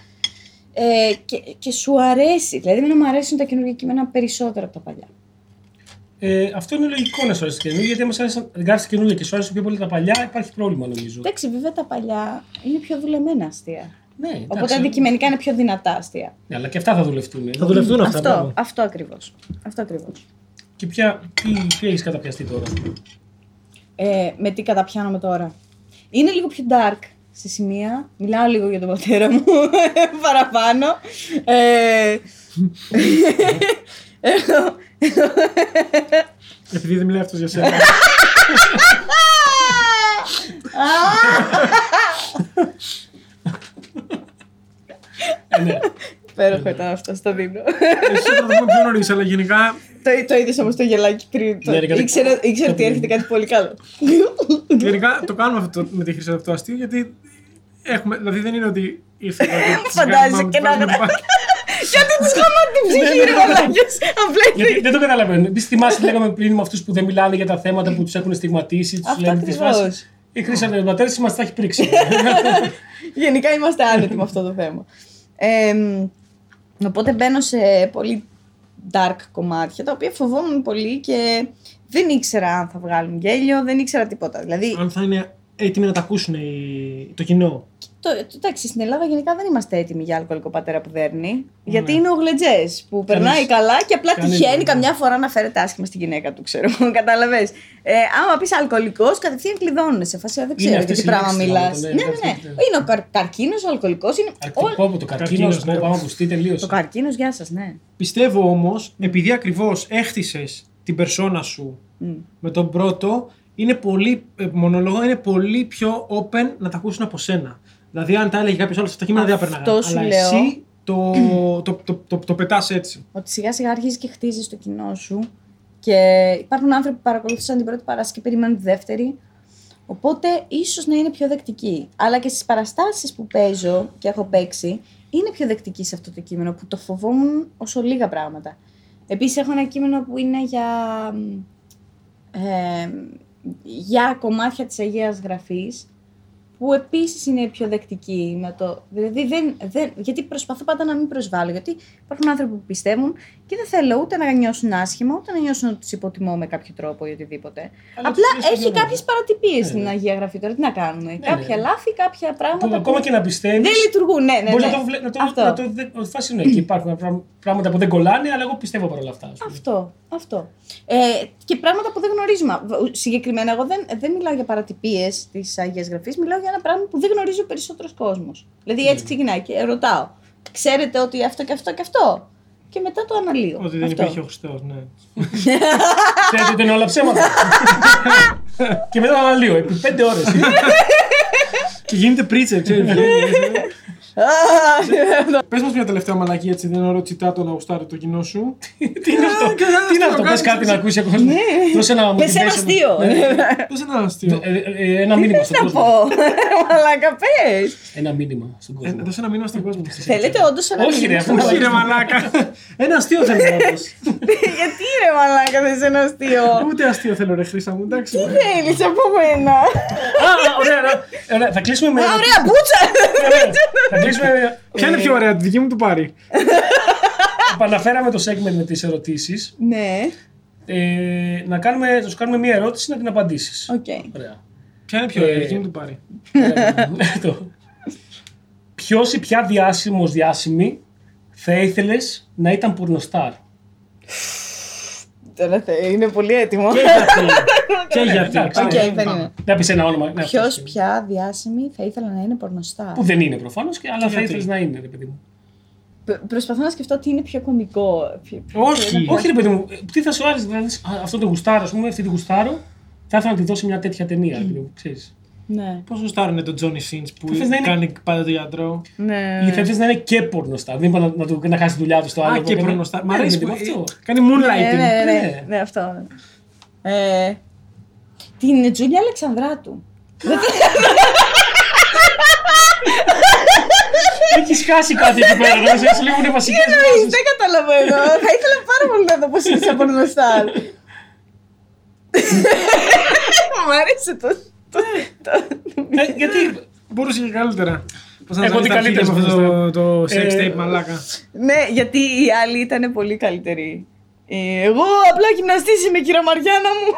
Speaker 2: Ε, και, και σου αρέσει. Δηλαδή, εμένα μου αρέσουν τα καινούργια κείμενα περισσότερο από τα παλιά.
Speaker 3: Ε, αυτό είναι λογικό να σου αρέσει καινούργια, γιατί άμα σου άρεσε- γράφει καινούργια και σου άρεσε πιο πολύ τα παλιά, υπάρχει πρόβλημα νομίζω.
Speaker 2: Εντάξει, βέβαια τα παλιά είναι πιο δουλεμένα αστεία.
Speaker 3: Ναι, εντάξει.
Speaker 2: Οπότε αντικειμενικά είναι πιο δυνατά αστεία.
Speaker 3: Ναι, αλλά και αυτά θα δουλευτούν.
Speaker 1: Θα δουλευτούν αυτά.
Speaker 2: Αυτό,
Speaker 1: μπράβο.
Speaker 2: αυτό ακριβώς. Αυτό ακριβώς.
Speaker 3: Και ποια, τι, τι έχεις καταπιαστεί τώρα, ας πούμε.
Speaker 2: Ε, με τι καταπιάνομαι τώρα. Είναι λίγο πιο dark σε σημεία. Μιλάω λίγο για τον πατέρα μου (laughs) παραπάνω. Ε, έχω-
Speaker 1: Επειδή δεν μιλάει αυτός για σένα. (laughs)
Speaker 2: (laughs)
Speaker 3: Ε, ναι.
Speaker 2: Υπέροχο ήταν αυτό στο δίνω.
Speaker 1: Εσύ θα το πούμε πιο νωρίς, αλλά γενικά.
Speaker 2: το, το είδες όμως το γελάκι πριν. Το-
Speaker 3: Ναι, ρε, κάτι-
Speaker 2: Ήξερε, ήξερε ότι έρχεται κάτι πολύ καλό.
Speaker 1: Γενικά το κάνουμε αυτό με τη χρήση αυτό αστείο γιατί. Έχουμε, δηλαδή δεν είναι ότι ήρθε.
Speaker 2: Φαντάζεσαι και να γράψει. Γιατί τους χαμάτι την ψυχή, ρε μαλάκια. Απλά
Speaker 3: Γιατί
Speaker 2: είναι.
Speaker 3: δεν το καταλαβαίνω. Εμείς θυμάσαι τι λέγαμε πριν με αυτούς που δεν μιλάνε για τα θέματα που τους έχουν στιγματίσει, τους
Speaker 2: Αυτό
Speaker 3: λένε τις
Speaker 2: ακριβώς.
Speaker 3: φάσει. Η Χρήσα από μας τα έχει πρίξει.
Speaker 2: Γενικά είμαστε άνετοι με αυτό το θέμα. Εμ, οπότε μπαίνω σε πολύ dark κομμάτια τα οποία φοβόμουν πολύ και δεν ήξερα αν θα βγάλουν γέλιο, δεν ήξερα τίποτα. Δηλαδή,
Speaker 1: Αν θα είναι έτοιμοι να τα ακούσουν οι- το κοινό.
Speaker 2: το, το, εντάξει, στην Ελλάδα γενικά δεν είμαστε έτοιμοι για αλκοολικό πατέρα που δέρνει. Γιατί είναι ο γλετζές που περνάει καλά και απλά
Speaker 3: Ναι. κανείς
Speaker 2: τυχαίνει
Speaker 3: δεν-
Speaker 2: καμιά φορά να φέρεται άσχημα στη γυναίκα του, ξέρω (laughs) εγώ. Κατάλαβες. Ε, άμα πεις αλκοολικός, κατευθείαν κλειδώνουν σε φάση. «Α, Δεν ξέρω
Speaker 3: αυτές
Speaker 2: για τι
Speaker 3: οι
Speaker 2: πράγμα
Speaker 3: λέξεις,
Speaker 2: μιλάς.
Speaker 3: δηλαδή,
Speaker 2: Ναι,
Speaker 3: ναι,
Speaker 2: ναι, ναι.
Speaker 3: αυτές οι-
Speaker 2: Είναι ο καρ, καρκίνος, ο αλκοολικός. Είναι... όλα-
Speaker 3: Πω από το καρκίνος,
Speaker 1: Καρκίνος,
Speaker 3: ναι,
Speaker 1: ναι.
Speaker 3: πάμε να ακουστεί τελείως.
Speaker 2: Το καρκίνος, γεια σας, ναι.
Speaker 1: Πιστεύω όμως, επειδή ακριβώς έχτισες την περσόνα σου
Speaker 2: Μμ.
Speaker 1: με τον πρώτο, είναι πολύ, ε, μονολόγο είναι πολύ πιο open να τα ακούσουν από σένα. Δηλαδή, αν τα έλεγε κάποιος άλλος, τα κείμενα δεν έπαιρναν.
Speaker 2: Αυτό σου
Speaker 1: Αλλά
Speaker 2: λέω.
Speaker 1: εσύ το, το, το, το, το πετάς έτσι.
Speaker 2: Ότι σιγά σιγά αρχίζεις και χτίζεις το κοινό σου. Και υπάρχουν άνθρωποι που παρακολούθησαν την πρώτη παράσταση και περιμένουν τη δεύτερη. Οπότε ίσως να είναι πιο δεκτική. Αλλά και στις παραστάσεις που παίζω και έχω παίξει, είναι πιο δεκτική σε αυτό το κείμενο που το φοβόμουν όσο λίγα πράγματα. Επίσης, έχω ένα κείμενο που είναι για. μ, Ε, για κομμάτια της Αγίας Γραφής που επίσης είναι πιο δεκτική να το... Δηλαδή δεν, δεν, γιατί προσπαθώ πάντα να μην προσβάλλω, γιατί υπάρχουν άνθρωποι που πιστεύουν και δεν θέλω ούτε να νιώσουν άσχημα, ούτε να νιώσουν ότι τους υποτιμώ με κάποιο τρόπο ή οτιδήποτε.
Speaker 3: Αλλά
Speaker 2: Απλά
Speaker 3: τους λες το
Speaker 2: έχει
Speaker 3: διάλογο.
Speaker 2: κάποιες παρατυπίες
Speaker 3: Ναι,
Speaker 2: στην
Speaker 3: ναι.
Speaker 2: Αγία Γραφή τώρα, τι να κάνουμε.
Speaker 3: ναι.
Speaker 2: κάποια λάθη, κάποια πράγματα
Speaker 3: Που ακόμα και να πιστεύεις.
Speaker 2: δεν λειτουργούν, ναι, ναι,
Speaker 3: Μπορείς
Speaker 2: ναι.
Speaker 3: να το βλέπει.
Speaker 2: Αυτό.
Speaker 3: Να το, δε- ότι φάσης είναι εκεί. Υπάρχουν πρά- πράγματα που δεν κολλάνε, αλλά εγώ πιστεύω παρόλα αυτά. ας πούμε.
Speaker 2: Αυτό. Αυτό. Ε, και πράγματα που δεν γνωρίζουμε. Β- Συγκεκριμένα, εγώ δεν, δεν μιλάω για παρατυπίες της Αγία Γραφής, μιλάω για ένα πράγμα που δεν γνωρίζει ο περισσότερος κόσμος. Δηλαδή, έτσι ξεκινάει και ρωτάω. Ξέρετε ότι αυτό και αυτό και αυτό. Και μετά το αναλύω.
Speaker 1: Ότι δεν
Speaker 2: αυτό.
Speaker 1: υπήρχε ο Χριστός, ναι.
Speaker 3: Ξέρετε ότι είναι όλα ψέματα.
Speaker 2: (laughs)
Speaker 3: και μετά αναλύω επί πέντε ώρες.
Speaker 1: Και γίνεται πρίτσερ, ξέρει.
Speaker 2: (laughs)
Speaker 1: Πες μας μια τελευταία μαλακή έτσι, δεν είναι ωραίο τσιτάτο να γουστάρει το κοινό σου.
Speaker 3: Τι είναι αυτό, τι είναι αυτό, πες κάτι να ακούσει ακόμα. Δώσε ένα
Speaker 2: Ναι. Πες ένα
Speaker 3: motivation.
Speaker 2: αστείο.
Speaker 1: Πε ένα αστείο.
Speaker 3: Ε, ε, Ένα μήνυμα στον
Speaker 2: Θα πω.
Speaker 3: κόσμο.
Speaker 2: Μαλάκα, πες.
Speaker 3: Ένα μήνυμα στον
Speaker 1: Ε,
Speaker 3: κόσμο.
Speaker 1: Δώσε ένα μήνυμα στον κόσμο.
Speaker 2: Θέλετε όντως ένα
Speaker 3: Όχι,
Speaker 2: μήνυμα
Speaker 3: ρε,
Speaker 2: στον
Speaker 3: αφού-
Speaker 1: Όχι,
Speaker 2: κόσμο.
Speaker 1: ρε μαλάκα. Ένα αστείο θέλω να πω.
Speaker 2: (laughs) Γιατί ρε μαλάκα θες ένα αστείο.
Speaker 1: Ούτε αστείο θέλω, ρε Χρήσα μου, εντάξει.
Speaker 2: Τι θέλεις από μένα.
Speaker 3: Α, (laughs) α, ωραία, ωραία, ωραία. Θα κλείσουμε με.
Speaker 2: Α, Ωραία μπούτσα.
Speaker 3: Θα κλείσουμε με.
Speaker 1: Ποια είναι
Speaker 3: ε,
Speaker 1: πιο ωραία, τη δική μου του πάρει.
Speaker 3: Επαναφέραμε το segment με τις ερωτήσεις.
Speaker 2: Ναι,
Speaker 3: Ε, να, κάνουμε, να σου κάνουμε μία ερώτηση να την απαντήσεις.
Speaker 2: οκ.
Speaker 3: Ωραία.
Speaker 1: Ποια είναι πιο ωραία,
Speaker 3: Ε,
Speaker 1: τη δική μου του πάρει.
Speaker 3: (laughs) Ποιος ή ποια διάσημος διάσημη θα ήθελες να ήταν πορνοστάρ.
Speaker 2: Τώρα θε- είναι πολύ έτοιμο.
Speaker 1: Και γιατί.
Speaker 3: εντάξει,
Speaker 1: πάμε,
Speaker 2: Οκ,
Speaker 1: πάμε.
Speaker 2: περίμενε.
Speaker 3: Να πεις ένα όνομα. ναι,
Speaker 2: Ποιο
Speaker 3: αυτό.
Speaker 2: πια διάσημη θα ήθελε να είναι πορνοστά.
Speaker 3: Που δεν είναι προφανώς, αλλά θα
Speaker 1: γιατί.
Speaker 3: ήθελες να είναι, ρε παιδί μου.
Speaker 2: Προσπαθώ να σκεφτώ τι είναι πιο κωμικό. ποιο- ποιο-
Speaker 1: Όχι.
Speaker 3: Όχι, ρε παιδί μου, ε, τι θα σου άρεσε να λες, «Α, αυτό το γουστάρω, ας πούμε, αυτή τη γουστάρω, θα ήθελα να τη δώσω μια τέτοια ταινία. ρε παιδί μου, ξέρεις.
Speaker 2: Ναι.
Speaker 1: Πώ γουστάρουν τον Τζόνι Σίντ που
Speaker 3: θες να είναι-
Speaker 1: κάνει πάντα το γιατρό.
Speaker 3: Ή
Speaker 2: Ναι.
Speaker 3: θα ήθελε να είναι και πορνοστάρ. Δεν είπα να, να, του- να χάσει τη δουλειά του στο άλλο.
Speaker 1: Α, και
Speaker 3: Ναι,
Speaker 1: προνοστά. Μ'
Speaker 3: ρε
Speaker 1: αρέσει
Speaker 3: παιδί
Speaker 1: που
Speaker 3: μου, αυτό.
Speaker 1: Κάνει
Speaker 2: Ναι,
Speaker 1: moonlighting.
Speaker 2: ναι, ναι,
Speaker 3: ναι.
Speaker 2: ναι, αυτό. Ε, Την Τζούλια Αλεξανδράτου.
Speaker 3: Έχεις χάσει κάτι εκεί πέρα. Να σε λίγο είναι βασικές
Speaker 2: εννοείς, δεν καταλαβαίνω. Θα ήθελα πάρα πολύ να δω πώς είναι σαν (laughs) πορνοστάρ. Μου άρεσε το... το- το-
Speaker 3: Γιατί.
Speaker 1: Ε, Μπορούσε και καλύτερα. Πώς να
Speaker 3: Εγώ
Speaker 1: ζαλίσει
Speaker 3: τι
Speaker 1: τα
Speaker 3: καλύτερα
Speaker 1: αρχίδια με
Speaker 3: σε
Speaker 1: αυτό το, το
Speaker 3: Ε,
Speaker 1: sex tape, μαλάκα.
Speaker 2: Ναι, γιατί οι άλλοι ήταν πολύ καλύτεροι. Ε, Εγώ απλά γυμναστής είμαι, κύρα Μαριάννα μου.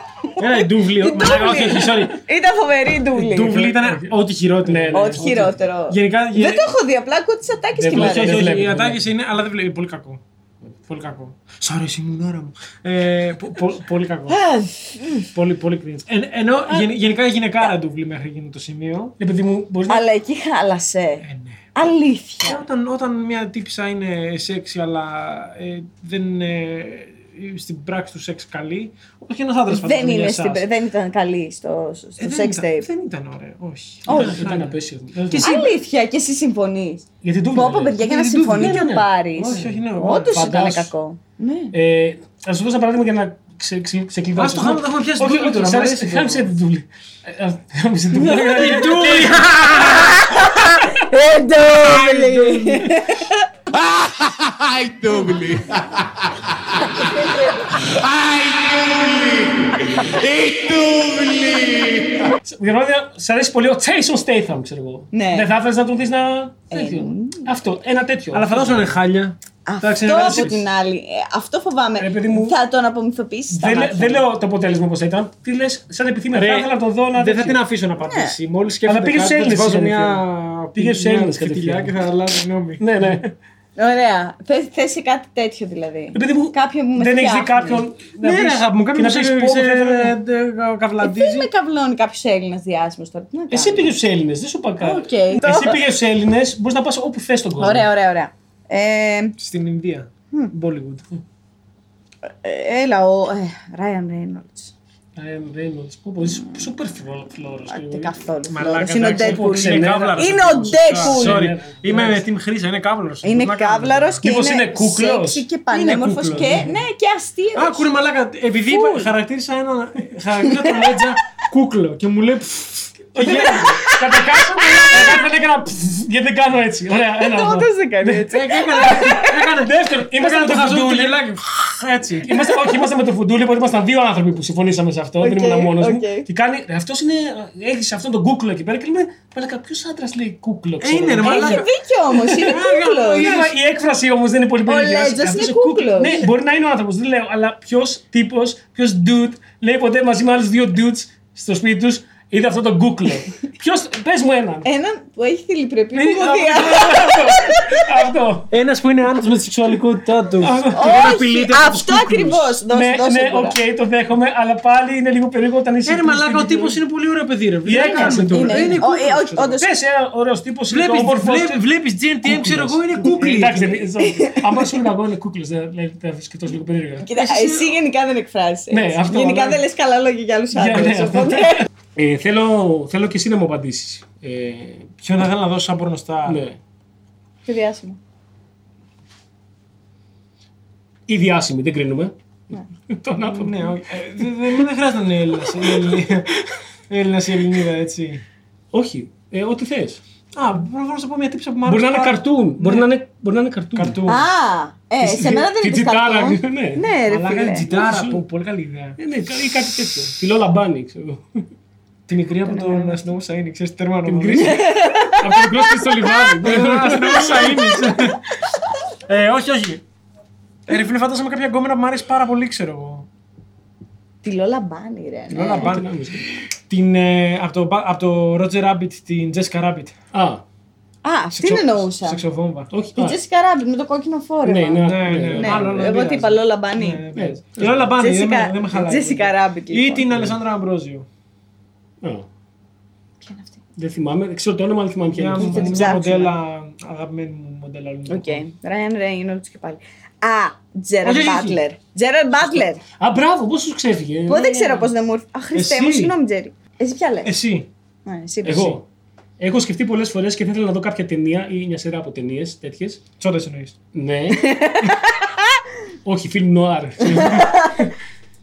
Speaker 1: Ένα η ντούβλη.
Speaker 2: Η ντούβλη.
Speaker 1: μαλάκα, Όχι, όχι, sorry.
Speaker 2: Ήταν φοβερή η
Speaker 1: Η
Speaker 2: ντούβλη.
Speaker 1: ντούβλη ήταν ό,τι
Speaker 3: Ναι,
Speaker 1: χειρότερο.
Speaker 3: ναι.
Speaker 2: Ό,τι χειρότερο.
Speaker 1: Γενικά.
Speaker 2: Δεν το έχω δει, απλά ακούω τις ατάκες
Speaker 3: Δεν
Speaker 2: και μ'
Speaker 3: βλέπω,
Speaker 1: Όχι, όχι,
Speaker 2: αρέσει.
Speaker 3: δεν
Speaker 1: όχι. Οι
Speaker 3: βλέπουμε.
Speaker 1: ατάκε είναι, αλλά δεν βλέπεις. Πολύ κακό. Πολύ κακό. Σ' αρέσει η μουνάρα μου. Ε, πο- πο- Πολύ κακό.
Speaker 2: Α,
Speaker 1: Πολύ, πολύ cringe. Εν- Ενώ γεν- γενικά γυναικάρα ντούβλη μέχρι εκείνο το σημείο.
Speaker 3: Ναι, παιδί μου, μπορείς να.
Speaker 2: Αλλά εκεί χάλασε.
Speaker 1: Ε, ναι.
Speaker 2: Αλήθεια.
Speaker 1: Όταν, όταν μια τύπησα είναι σεξι αλλά ε, δεν είναι ε, στην πράξη τους σεξ καλή, όπως και ένας άντρας
Speaker 2: Δεν,
Speaker 1: φαντάζομαι για
Speaker 2: είναι στην-
Speaker 1: εσάς.
Speaker 2: δεν ήταν καλή στο, στο
Speaker 1: Ε, δεν
Speaker 2: sex
Speaker 1: ήταν-
Speaker 2: tape.
Speaker 1: Δεν ήταν ωραίο, όχι.
Speaker 2: Όχι.
Speaker 1: Ήταν-
Speaker 3: Ήταν
Speaker 1: ήταν-
Speaker 3: απέσιο.
Speaker 2: Αλήθεια, και εσύ συμφωνείς.
Speaker 3: Γιατί το
Speaker 2: Πω πω, παιδιά, για να
Speaker 1: Ναι,
Speaker 2: συμφωνεί
Speaker 1: ναι,
Speaker 2: και
Speaker 3: ναι.
Speaker 2: ο Πάρη.
Speaker 1: Όχι, όχι, ναι.
Speaker 2: Όντως ήταν
Speaker 3: Φαντάσου.
Speaker 2: κακό. Ναι.
Speaker 3: Ε, να σου δώσω ένα παράδειγμα για να ξε- ξε- ξεκλειδώσω.
Speaker 1: Ας το χάμε, το έχουμε πιάσει την ντούβλη τώρα, μ' αρέσει το. Ναι,
Speaker 3: Χάμισε την τούβλη. Ε, Χάμισε την
Speaker 1: (laughs)
Speaker 3: τούβλη. (laughs)
Speaker 1: Η ντούλη!
Speaker 2: Ε, Εντόλη!
Speaker 4: Ai, Dougli!
Speaker 3: Γερμανία, σ' αρέσει πολύ ο Jason Statham, ξέρω εγώ.
Speaker 2: Ναι. Ε,
Speaker 3: Δεν θα ήθελες να τον δεις να. τέτοιο.
Speaker 2: μ.
Speaker 3: Αυτό, ένα τέτοιο.
Speaker 1: Αλλά φαντάζομαι είναι χάλια. Εντάξει,
Speaker 2: Αυτό
Speaker 1: είναι
Speaker 2: από
Speaker 1: κάτι-
Speaker 2: την άλλη. Ε, Αυτό
Speaker 3: Ρε,
Speaker 2: φοβάμαι.
Speaker 3: παιδί μου,
Speaker 2: Θα τον απομυθοποιήσει.
Speaker 3: Δεν, λέ- δεν λέω το αποτέλεσμα πώ ήταν. Τι λες, σαν επιθυμία.
Speaker 1: Ρε,
Speaker 3: Θα ήθελα να τον δω να.
Speaker 1: Δεν θα
Speaker 3: τέτοιο.
Speaker 1: την αφήσω
Speaker 2: Ναι.
Speaker 1: να απαντήσει. Μόλι σκέφτομαι.
Speaker 3: Αλλά πήγε στους Έλληνες,
Speaker 1: Βάζω
Speaker 3: είναι
Speaker 1: μια.
Speaker 3: αλήθεια. Πήγε στους
Speaker 1: μια
Speaker 3: Έλληνες
Speaker 1: φιτιλιά
Speaker 3: κατευθείαν.
Speaker 1: και θα αλλάζω γνώμη.
Speaker 3: Ναι, ναι.
Speaker 2: Ωραία. Θες θέσει κάτι τέτοιο δηλαδή.
Speaker 3: Επειδή Ε, μου,
Speaker 2: Κάποιο μου με
Speaker 3: δεν έχεις δει
Speaker 2: φτιάχνεις.
Speaker 3: κάποιον.
Speaker 1: Ναι, ρε,
Speaker 3: πεις-
Speaker 1: αγάπη μου,
Speaker 3: και
Speaker 1: κάποιο
Speaker 3: να
Speaker 1: να ε,
Speaker 3: πεις πω, θα ήθελα να-
Speaker 1: πει
Speaker 2: Ε, Δεν
Speaker 1: καυλαντίζει.
Speaker 2: με καβλώνει κάποιο Έλληνα διάσημο τώρα. Τι να κάνω.
Speaker 3: Εσύ πήγες στους Έλληνες, δεν σου είπα
Speaker 2: Οκ.
Speaker 3: κάτι. Εσύ πήγες στους Έλληνες, μπορείς να πας όπου θες τον κόσμο.
Speaker 2: Ωραία, ωραία, ωραία. Ε,
Speaker 1: Στην Ινδία. Bollywood.
Speaker 2: ε, έλα, ο Ράιαν Reynolds.
Speaker 3: Ε, Reynolds, πού πω, είσαι σούπερ φλόρο.
Speaker 2: Α, τι καθόλου.
Speaker 1: Μαλάκα,
Speaker 2: φλόρος. Είναι ο
Speaker 1: εντάξει,
Speaker 2: Deadpool.
Speaker 3: ξενέρα.
Speaker 1: Είναι καύλαρος.
Speaker 2: Είναι ο Deadpool.
Speaker 1: Sorry.
Speaker 3: Ναι.
Speaker 1: Είμαι με την Χρήσα, είναι καύλαρο.
Speaker 3: Ε,
Speaker 2: Είναι καύλαρο και
Speaker 3: Μήπως
Speaker 2: είναι,
Speaker 3: είναι κούκλος?
Speaker 2: σεξι και
Speaker 3: Είναι
Speaker 2: πανέμορφος
Speaker 3: κούκλος,
Speaker 2: και,
Speaker 3: ναι.
Speaker 2: ναι, και αστείο.
Speaker 1: Α, κούρε μαλάκα. Επειδή είπα- χαρακτήρισα ένα. Χαρακτήρισα τον (laughs) Μέτζα κούκλο και μου λέει. «Πφ».
Speaker 3: Καταρχά, δεν έκανα. πφ, Γιατί δεν κάνω έτσι. Ωραία, ένα. αυτό.
Speaker 2: Όντως δεν κάνει έτσι.
Speaker 1: Ε, Έκανε. έκανε-
Speaker 3: Δεύτερον, είμαστε
Speaker 1: Έκανε
Speaker 3: με
Speaker 1: το
Speaker 3: το
Speaker 1: χαζό του
Speaker 3: φουντούλι.
Speaker 1: γελάκι. «Πφ», Έτσι.
Speaker 3: Είμαστε, όχι, είμαστε με το φουντούλι, οπότε ήμασταν δύο άνθρωποι που συμφωνήσαμε σε αυτό. δεν
Speaker 2: Οκ,
Speaker 3: ήμουν μόνο μου.
Speaker 2: οκ.
Speaker 3: Και κάνει. Αυτό είναι. Έχει αυτόν τον κούκλο εκεί πέρα και λέμε. Παλάκα, ποιο άντρα λέει κούκλο. ξέρω
Speaker 1: Ε, είναι,
Speaker 3: εγώ».
Speaker 1: ρε,
Speaker 2: Έχει
Speaker 1: Μαλάκα.
Speaker 2: δίκιο όμω, είναι
Speaker 3: Η
Speaker 2: κούκλο.
Speaker 3: έκφρα- Ναι, Η έκφραση όμω δεν είναι πολύ περίεργη. Ας-
Speaker 2: Λέτζας
Speaker 3: αυτός
Speaker 2: είναι
Speaker 3: ο κούκλος.
Speaker 2: κούκλος.
Speaker 3: Ναι, μπορεί να είναι ο άνθρωπο, δεν λέω. Αλλά ποιο τύπο, ποιο dude λέει ποτέ μαζί με άλλου δύο dudes στο σπίτι του. Είδα αυτό το
Speaker 2: (laughs)
Speaker 3: κούκλο. Ποιος. Πες μου έναν.
Speaker 2: Έναν που έχει θηλυπρεπή
Speaker 3: Ναι,
Speaker 2: κομμωδία.
Speaker 3: αυτό. αυτό.
Speaker 1: Ένας που είναι άνετο με τη σεξουαλικότητά τους.
Speaker 2: Όχι,
Speaker 1: απειλείται από τους
Speaker 2: αυτό
Speaker 1: κούκλους.
Speaker 2: ακριβώ.
Speaker 3: Ναι,
Speaker 2: Δώσε, δώσε.
Speaker 3: ναι,
Speaker 2: τώρα.
Speaker 3: οκ, το δέχομαι, αλλά πάλι είναι λίγο περίεργο όταν είσαι.
Speaker 1: Ε, Ναι, Ρε μαλάκα, ο τύπος είναι πολύ ωραίο παιδί, ρε.
Speaker 3: Τι
Speaker 1: Δεν
Speaker 3: έκανε
Speaker 1: κάνουμε τώρα.
Speaker 3: τώρα.
Speaker 2: Είναι,
Speaker 1: Είναι
Speaker 2: ο- ε, όχι,
Speaker 1: κούκλο.
Speaker 2: όντως.
Speaker 3: Πες ένα ωραίος τύπος.
Speaker 1: Βλέπει GNTM, ξέρω εγώ, είναι κούκλι.
Speaker 3: Ε,
Speaker 1: δηλαδή.
Speaker 3: Εντάξει, δεν- sorry.
Speaker 2: (laughs)
Speaker 3: άμα σου λέγα εγώ είναι κούκλος, δηλαδή θα σκεφτώ λίγο περίεργα.
Speaker 2: Κοίτα, εσύ γενικά δεν εκφράζεις.
Speaker 3: Ναι, αυτό,
Speaker 2: γενικά
Speaker 3: αλλά-
Speaker 2: δεν λες καλά λόγια για άλλους
Speaker 3: Για- ναι,
Speaker 2: άντρες.
Speaker 3: αυτό. Ε, Θέλω θέλω και εσύ να μου Ε, απαντήσει.
Speaker 1: Ποιον θα ήθελα να δώσω σαν πορνοστά.
Speaker 3: ναι.
Speaker 2: Και διάσημο.
Speaker 3: Ή διάσημη, δεν κρίνουμε. (laughs) Τον άνθρωπο.
Speaker 1: Ναι, όχι. Ε, δε- δε- Δεν χρειάζεται να είναι Έλληνας. Έλληνας ή Ελληνίδα, έτσι.
Speaker 3: Όχι, ε, ό,τι θες.
Speaker 1: Α, μπορώ να πω μια τύψη που μου
Speaker 3: Μπορεί να
Speaker 1: άρεσε
Speaker 3: είναι
Speaker 1: πάρα-
Speaker 3: καρτούν. Μπορεί να είναι- μπορεί να είναι καρτούν.
Speaker 1: Καρτούν.
Speaker 2: Α, ε, σε μένα δεν
Speaker 3: Την
Speaker 2: είναι
Speaker 3: τσιτάρα,
Speaker 2: καρτούν.
Speaker 3: (laughs) ναι.
Speaker 2: Ναι, ρε
Speaker 1: Μαλάκα, την
Speaker 2: φίλε.
Speaker 1: τσιτάρα,
Speaker 3: Σου.
Speaker 1: πω, πολύ καλή ιδέα.
Speaker 3: Ε, ναι, κα- ή κάτι τέτοιο. Τη Λόλα Μπάνι, ξέρω εγώ.
Speaker 1: Τη μικρή από τον αστυνόμο Σαΐνη, ξέρεις, δηλαδή. τέρμα
Speaker 3: Την
Speaker 1: νομίζω.
Speaker 3: κρίση. Από τον Κρόσπι στο λιβάδι.
Speaker 1: Ε, (laughs) τον αστυνόμο Σαΐνη,
Speaker 3: (laughs)
Speaker 1: ξέρεις. Ε, όχι, όχι. Ε, ρε φίλε, φαντάζομαι κάποια γκόμενα που μου αρέσει πάρα πολύ, ξέρω εγώ.
Speaker 2: Τη Λόλα Μπάνι, ρε. ναι.
Speaker 1: Λόλα Μπάνι. Την, ε, από, το, Ba- από το Roger Rabbit, την Jessica Rabbit.
Speaker 3: Α,
Speaker 2: Α, αυτή
Speaker 1: Σεξο-
Speaker 2: εννοούσα.
Speaker 1: Σεξοβόμβα.
Speaker 3: όχι.
Speaker 2: Την
Speaker 3: α,
Speaker 2: Τζέσικα Ράμπιτ με το κόκκινο φόρεμα.
Speaker 3: Ναι, ναι,
Speaker 1: Ναι, ναι,
Speaker 2: Ναι,
Speaker 1: Μάλλον, δεν
Speaker 2: εγώ τι
Speaker 1: πειράζει.
Speaker 2: είπα, Λόλα Μπάνι.
Speaker 1: Ε, πες. Η Λόλα Μπάνι, δεν με-
Speaker 2: Τζέσικα-
Speaker 1: δεν με χαλάει.
Speaker 2: Τζέσικα Rabbit,
Speaker 1: Ή
Speaker 2: λοιπόν.
Speaker 1: την Αλεσάνδρα Αμπρόζιο. ναι.
Speaker 3: Α,
Speaker 2: Ποια είναι αυτή.
Speaker 3: Δεν θυμάμαι, δεν ξέρω το όνομα, αλλά θυμάμαι
Speaker 1: Μια
Speaker 3: ποια
Speaker 1: μου
Speaker 3: είναι.
Speaker 2: την
Speaker 1: μια
Speaker 2: ψάξουμε.
Speaker 1: μοντέλα, αγαπημένη μου μοντέλα. Λοιπόν,
Speaker 2: Οκ.
Speaker 1: ελληνικών.
Speaker 2: Ράιαν Ρέινολτ και πάλι. Α, Τζέραν
Speaker 1: Όχι, όχι, όχι.
Speaker 2: Μπάτλερ. Τζέραν Μπάτλερ.
Speaker 3: Α, μπράβο, πώς σου ξέφυγε.
Speaker 2: Πού δεν ξέρω πώς δεν μου ήρθε. Α, Χριστέ μου,
Speaker 1: Εσύ.
Speaker 2: συγγνώμη, Τζέρι. Εσύ ποια λες.
Speaker 1: Εσύ.
Speaker 3: Εγώ. Έχω σκεφτεί πολλές φορές και θα ήθελα να δω κάποια ταινία ή μια σειρά από ταινίες τέτοιες.
Speaker 1: Τσόντας εννοείς.
Speaker 3: Ναι. όχι, φιλμ νοάρ.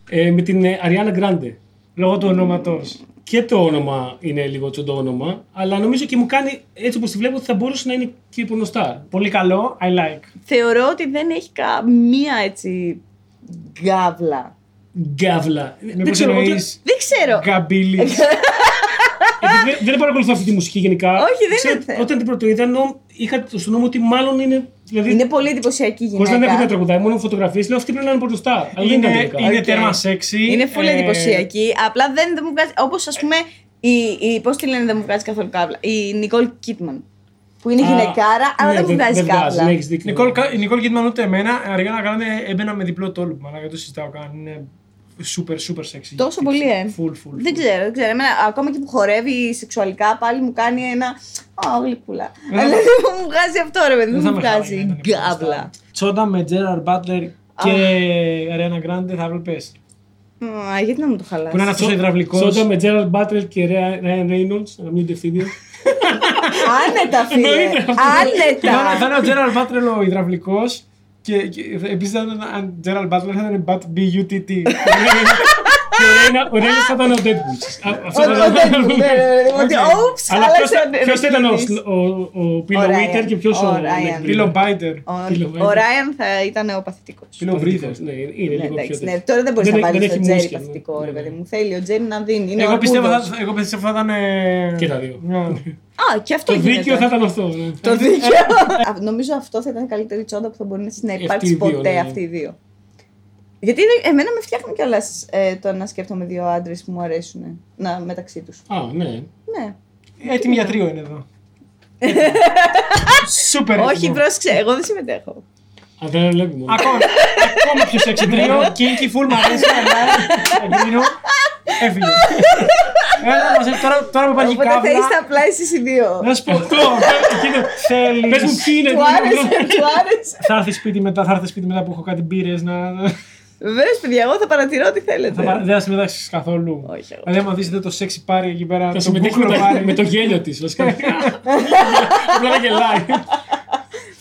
Speaker 3: ε, με την ε, Αριάννα Γκράντε.
Speaker 1: Λόγω του ονόματο.
Speaker 3: Και το όνομα είναι λίγο τσοντό όνομα, αλλά νομίζω και μου κάνει έτσι όπως τη βλέπω ότι θα μπορούσε να είναι και πορνοστάρ.
Speaker 1: Πολύ καλό. I like.
Speaker 2: Θεωρώ ότι δεν έχει καμία έτσι γκάβλα.
Speaker 3: Γκάβλα.
Speaker 1: Μήπω
Speaker 3: Δεν ξέρω.
Speaker 1: εννοεί.
Speaker 3: Όταν...
Speaker 2: Δεν ξέρω. Ε,
Speaker 1: Γκαμπίλη.
Speaker 3: Επειδή δεν- δεν παρακολουθώ αυτή τη μουσική γενικά.
Speaker 2: Όχι, δεν
Speaker 3: ξέρω
Speaker 2: ήρθε.
Speaker 3: ότι Όταν την πρώτη είδα, νο- είχα το στο νόμο ότι μάλλον είναι. Δηλαδή,
Speaker 2: Είναι πολύ εντυπωσιακή
Speaker 3: χωρίς να είναι
Speaker 2: γυναίκα.
Speaker 3: τραγουδάει, μόνο φωτογραφίες. Λέω αυτή πρέπει να είναι πορνοστάρ. Αλλά δεν ήταν
Speaker 1: Είναι,
Speaker 3: τελικά.
Speaker 1: είναι
Speaker 2: Οκ.
Speaker 1: τέρμα σεξι.
Speaker 2: Είναι πολύ
Speaker 1: ε,
Speaker 2: εντυπωσιακή. Απλά δεν, δεν μου βγάζει. Όπως ας πούμε. Η, η, Πώς τη λένε, δεν μου βγάζει καθόλου κάβλα. Η Νικόλ Κίτμαν. Που είναι
Speaker 3: Α,
Speaker 2: γυναικάρα, αλλά
Speaker 3: ναι,
Speaker 2: δεν μου βγάζει κάβλα.
Speaker 3: ναι, έχεις δίκιο.
Speaker 1: Νικόλ, Κα- η Νικόλ Κίτμαν ούτε εμένα, αργά να κάνανε, έμπαινα με διπλό τόλου. Μαλάκα δεν το συζητάω καν. Είναι super, super sexy.
Speaker 2: Τόσο πολύ, ε.
Speaker 1: Full, full.
Speaker 2: Δεν ξέρω, δεν ξέρω. Εμένα, ακόμα και που χορεύει σεξουαλικά, πάλι μου κάνει ένα. Α, γλυκούλα. Αλλά δεν μου βγάζει αυτό, ρε παιδί,
Speaker 1: Δεν
Speaker 2: δεν
Speaker 1: θα
Speaker 2: μου
Speaker 1: με χάλαγε να
Speaker 2: βγάζει
Speaker 1: ήταν
Speaker 2: γκάβλα.
Speaker 1: Τσόντα με Τζέραρ Μπάτλερ και Αριάννα Γκράντε θα βλέπει.
Speaker 2: Α, γιατί να μου το
Speaker 1: Που είναι ένας
Speaker 2: χαλάσει.
Speaker 1: τόσο υδραυλικό.
Speaker 3: Σόντα με Τζέραλ Μπάτλερ και Ράιν Ρέινολτ, να μην ευθύδιο.
Speaker 2: Άνετα, φίλε.
Speaker 3: Εννοείται αυτό.
Speaker 1: Θα
Speaker 2: Άνετα.
Speaker 1: είναι ο Τζέραλ Μπάτλερ ο υδραυλικός. Και, και επίση θα ήταν αν Τζέραλ Μπάτλερ θα ήταν Bat B-U-T-T.
Speaker 3: Ο Ρέινολτ θα ήταν ο Deadpool. Αυτό
Speaker 2: Ο- ο- δεν- ναι, ναι, ναι, ότι, «Oops,
Speaker 3: Αλλά
Speaker 2: άλλαξε ο-
Speaker 3: ποιος ήταν ο-
Speaker 2: ρυθμιστής».
Speaker 3: ο- ο Πίλο
Speaker 2: Ryan.
Speaker 3: Βίτερ και ποιος
Speaker 2: Ο
Speaker 3: ο
Speaker 2: Ryan.
Speaker 1: Πίλο Μπάιντερ.
Speaker 2: Ο- Ο Ράιαν θα ήταν ο παθητικό.
Speaker 1: Πίλο Βρίδερ.
Speaker 3: Ναι, είναι λίγο πιο
Speaker 2: Εντάξει, ναι,
Speaker 3: τέτοιο.
Speaker 2: τώρα δεν μπορεί να
Speaker 3: έχει-
Speaker 2: βάλει
Speaker 3: δεν
Speaker 2: τον
Speaker 3: έχει
Speaker 2: Τζέρι
Speaker 3: μουσια, ναι.
Speaker 2: παθητικό, ρε
Speaker 3: Ναι, ναι.
Speaker 2: παιδί μου. Θέλει ο Τζέρι να δίνει. Είναι
Speaker 1: Εγώ
Speaker 2: ο
Speaker 1: πιστεύω,
Speaker 2: αρκούδος.
Speaker 1: θα, εγώ πιστεύω θα ήταν. ε,
Speaker 3: Και τα δύο.
Speaker 1: ναι.
Speaker 2: Α, και αυτό
Speaker 3: Το
Speaker 2: γίνεται.
Speaker 3: δίκαιο θα ήταν αυτό. ναι.
Speaker 2: Το δίκαιο. Α, Νομίζω αυτό θα ήταν η καλύτερη τσόντα που θα μπορεί να να
Speaker 3: οι
Speaker 2: υπάρξει
Speaker 3: δύο,
Speaker 2: ποτέ
Speaker 3: ναι.
Speaker 2: αυτοί οι δύο. Γιατί είναι- εμένα με φτιάχνει κιόλας ε, το να σκέφτομαι δύο άντρες που μου αρέσουν να, μεταξύ τους.
Speaker 3: Α, ναι.
Speaker 2: Ναι.
Speaker 1: Έτοιμη για τρίο είναι
Speaker 2: (laughs)
Speaker 1: εδώ. Σούπερ.
Speaker 2: Όχι,
Speaker 1: έτοιμο.
Speaker 2: πρόσεξε, εγώ δεν συμμετέχω.
Speaker 3: Αν δεν βλέπουμε.
Speaker 1: Ακόμα, ακόμα πιο σεξι τρίο.
Speaker 2: (laughs)
Speaker 1: Kinky full μ' αρέσει. αλλά Εγκρίνω.
Speaker 2: (laughs)
Speaker 1: Έφυγε. Έλα, μας, τώρα, τώρα με υπάρχει
Speaker 2: Οπότε
Speaker 1: κάβλα.
Speaker 2: θα είστε απλά εσεί οι δύο.
Speaker 1: Να σου πω,
Speaker 3: Πες μου
Speaker 1: θέλεις.
Speaker 3: ποιοι είναι.
Speaker 2: Του
Speaker 1: ναι.
Speaker 2: άρεσε, του άρεσε.
Speaker 1: Θα έρθει σπίτι μετά, θα έρθει σπίτι μετά που έχω κάτι μπύρες να...
Speaker 2: Βεβαίω, παιδιά, εγώ θα παρατηρώ ό,τι
Speaker 1: θα παρα-
Speaker 2: θέλετε.
Speaker 1: δεν θα συμμετάξεις καθόλου.
Speaker 2: Όχι, εγώ.
Speaker 1: Δηλαδή, άμα δεις δεν το σεξι πάρει εκεί πέρα,
Speaker 3: Θα
Speaker 1: το ναι.
Speaker 3: συμμετέχει με
Speaker 1: μπουκλο
Speaker 3: τα- με
Speaker 1: πάρει.
Speaker 3: το γέλιο της. Απλά να γελάει.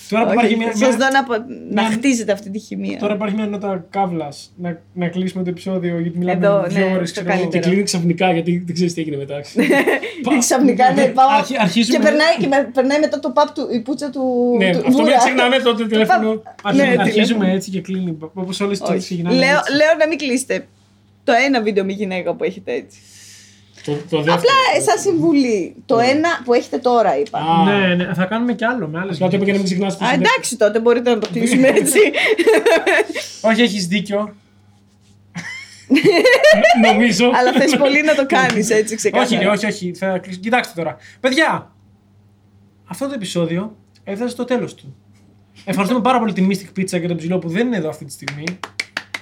Speaker 1: Τώρα που υπάρχει μια-
Speaker 2: Σας δω
Speaker 1: μια...
Speaker 2: να, απο- να χτίζετε αυτή τη (laughs)
Speaker 1: Τώρα
Speaker 2: χημεία.
Speaker 1: υπάρχει μια νότα καύλας να, να κλείσουμε το επεισόδιο γιατί μιλάμε
Speaker 2: Εδώ,
Speaker 1: δύο
Speaker 2: ναι,
Speaker 1: ώρες.
Speaker 2: το
Speaker 1: ξέρω εγώ.
Speaker 3: Και
Speaker 2: καλύτερο.
Speaker 3: κλείνει ξαφνικά γιατί δεν ξέρεις τι έγινε
Speaker 2: (laughs)
Speaker 3: μετά.
Speaker 2: Και ξαφνικά ναι, πάω.
Speaker 1: Αρχι- αρχίζουμε-
Speaker 2: Και περνάει, και με- περνάει μετά το παπ του, η πούτσα του.
Speaker 3: Ναι,
Speaker 2: του-
Speaker 3: αυτό μην
Speaker 2: Βούρα.
Speaker 3: ξεχνάμε το τηλέφωνο.
Speaker 1: Αρχι-
Speaker 2: Ναι,
Speaker 1: αρχίζουμε έτσι και κλείνει. Όπως όλες τις
Speaker 2: (laughs) Όχι.
Speaker 1: ξεκινάνε.
Speaker 2: Λέω,
Speaker 1: έτσι.
Speaker 2: λέω να μην κλείσετε το ένα βίντεο με γυναίκα που έχετε έτσι.
Speaker 3: Το- το δεύτερο.
Speaker 2: Απλά σαν συμβουλή. Το ένα που έχετε τώρα είπα.
Speaker 3: Α,
Speaker 1: Ναι, ναι, θα κάνουμε κι άλλο με άλλες.
Speaker 3: Απλά το είπα και να μην ξεχνάς το
Speaker 2: Α,
Speaker 3: συνδέ-
Speaker 2: εντάξει
Speaker 1: Ναι. (laughs)
Speaker 2: τότε μπορείτε να το κλείσουμε έτσι. (laughs)
Speaker 1: Όχι, έχεις δίκιο. Νομίζω.
Speaker 2: Αλλά θες πολύ να το κάνεις έτσι
Speaker 1: όχι,
Speaker 2: ξεκάθαρα.
Speaker 1: ρε, όχι, όχι. Θα κλείσω. Κοιτάξτε τώρα. Παιδιά, αυτό το επεισόδιο έφτασε στο τέλος του. Ευχαριστούμε πάρα πολύ τη Mystic Pizza και τον ψηλό που δεν είναι εδώ αυτή τη στιγμή.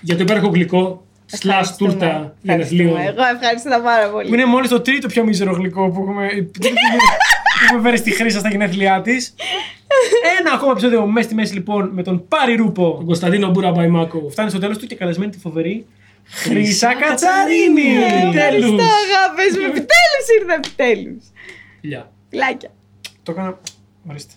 Speaker 1: Για το υπέροχο γλυκό. Slash
Speaker 2: Ευχαριστούμε.
Speaker 1: τούρτα
Speaker 2: Ευχαριστούμε.
Speaker 1: γενεθλίων.
Speaker 2: Εγώ ευχαριστώ πάρα πολύ.
Speaker 1: Που είναι μόλις το τρίτο πιο μίζερο γλυκό που έχουμε, που έχουμε φέρει στη χρήση στα γενέθλιά της. Ένα ακόμα επεισόδιο μέσα στη μέση λοιπόν με τον Πάρη Ρούπο, τον Κωνσταντίνο Μπούρα Μπαϊμάκο. Φτάνει στο τέλος του και καλεσμένη τη φοβερή Χρυσά Κατσαρίνη.
Speaker 2: Ε,
Speaker 1: Επιτέλου.
Speaker 2: Ευχαριστώ, αγάπη μου. Επιτέλους ήρθε, επιτέλους.
Speaker 1: Φιλιά.
Speaker 2: Φιλάκια.
Speaker 1: Το έκανα. Ορίστε.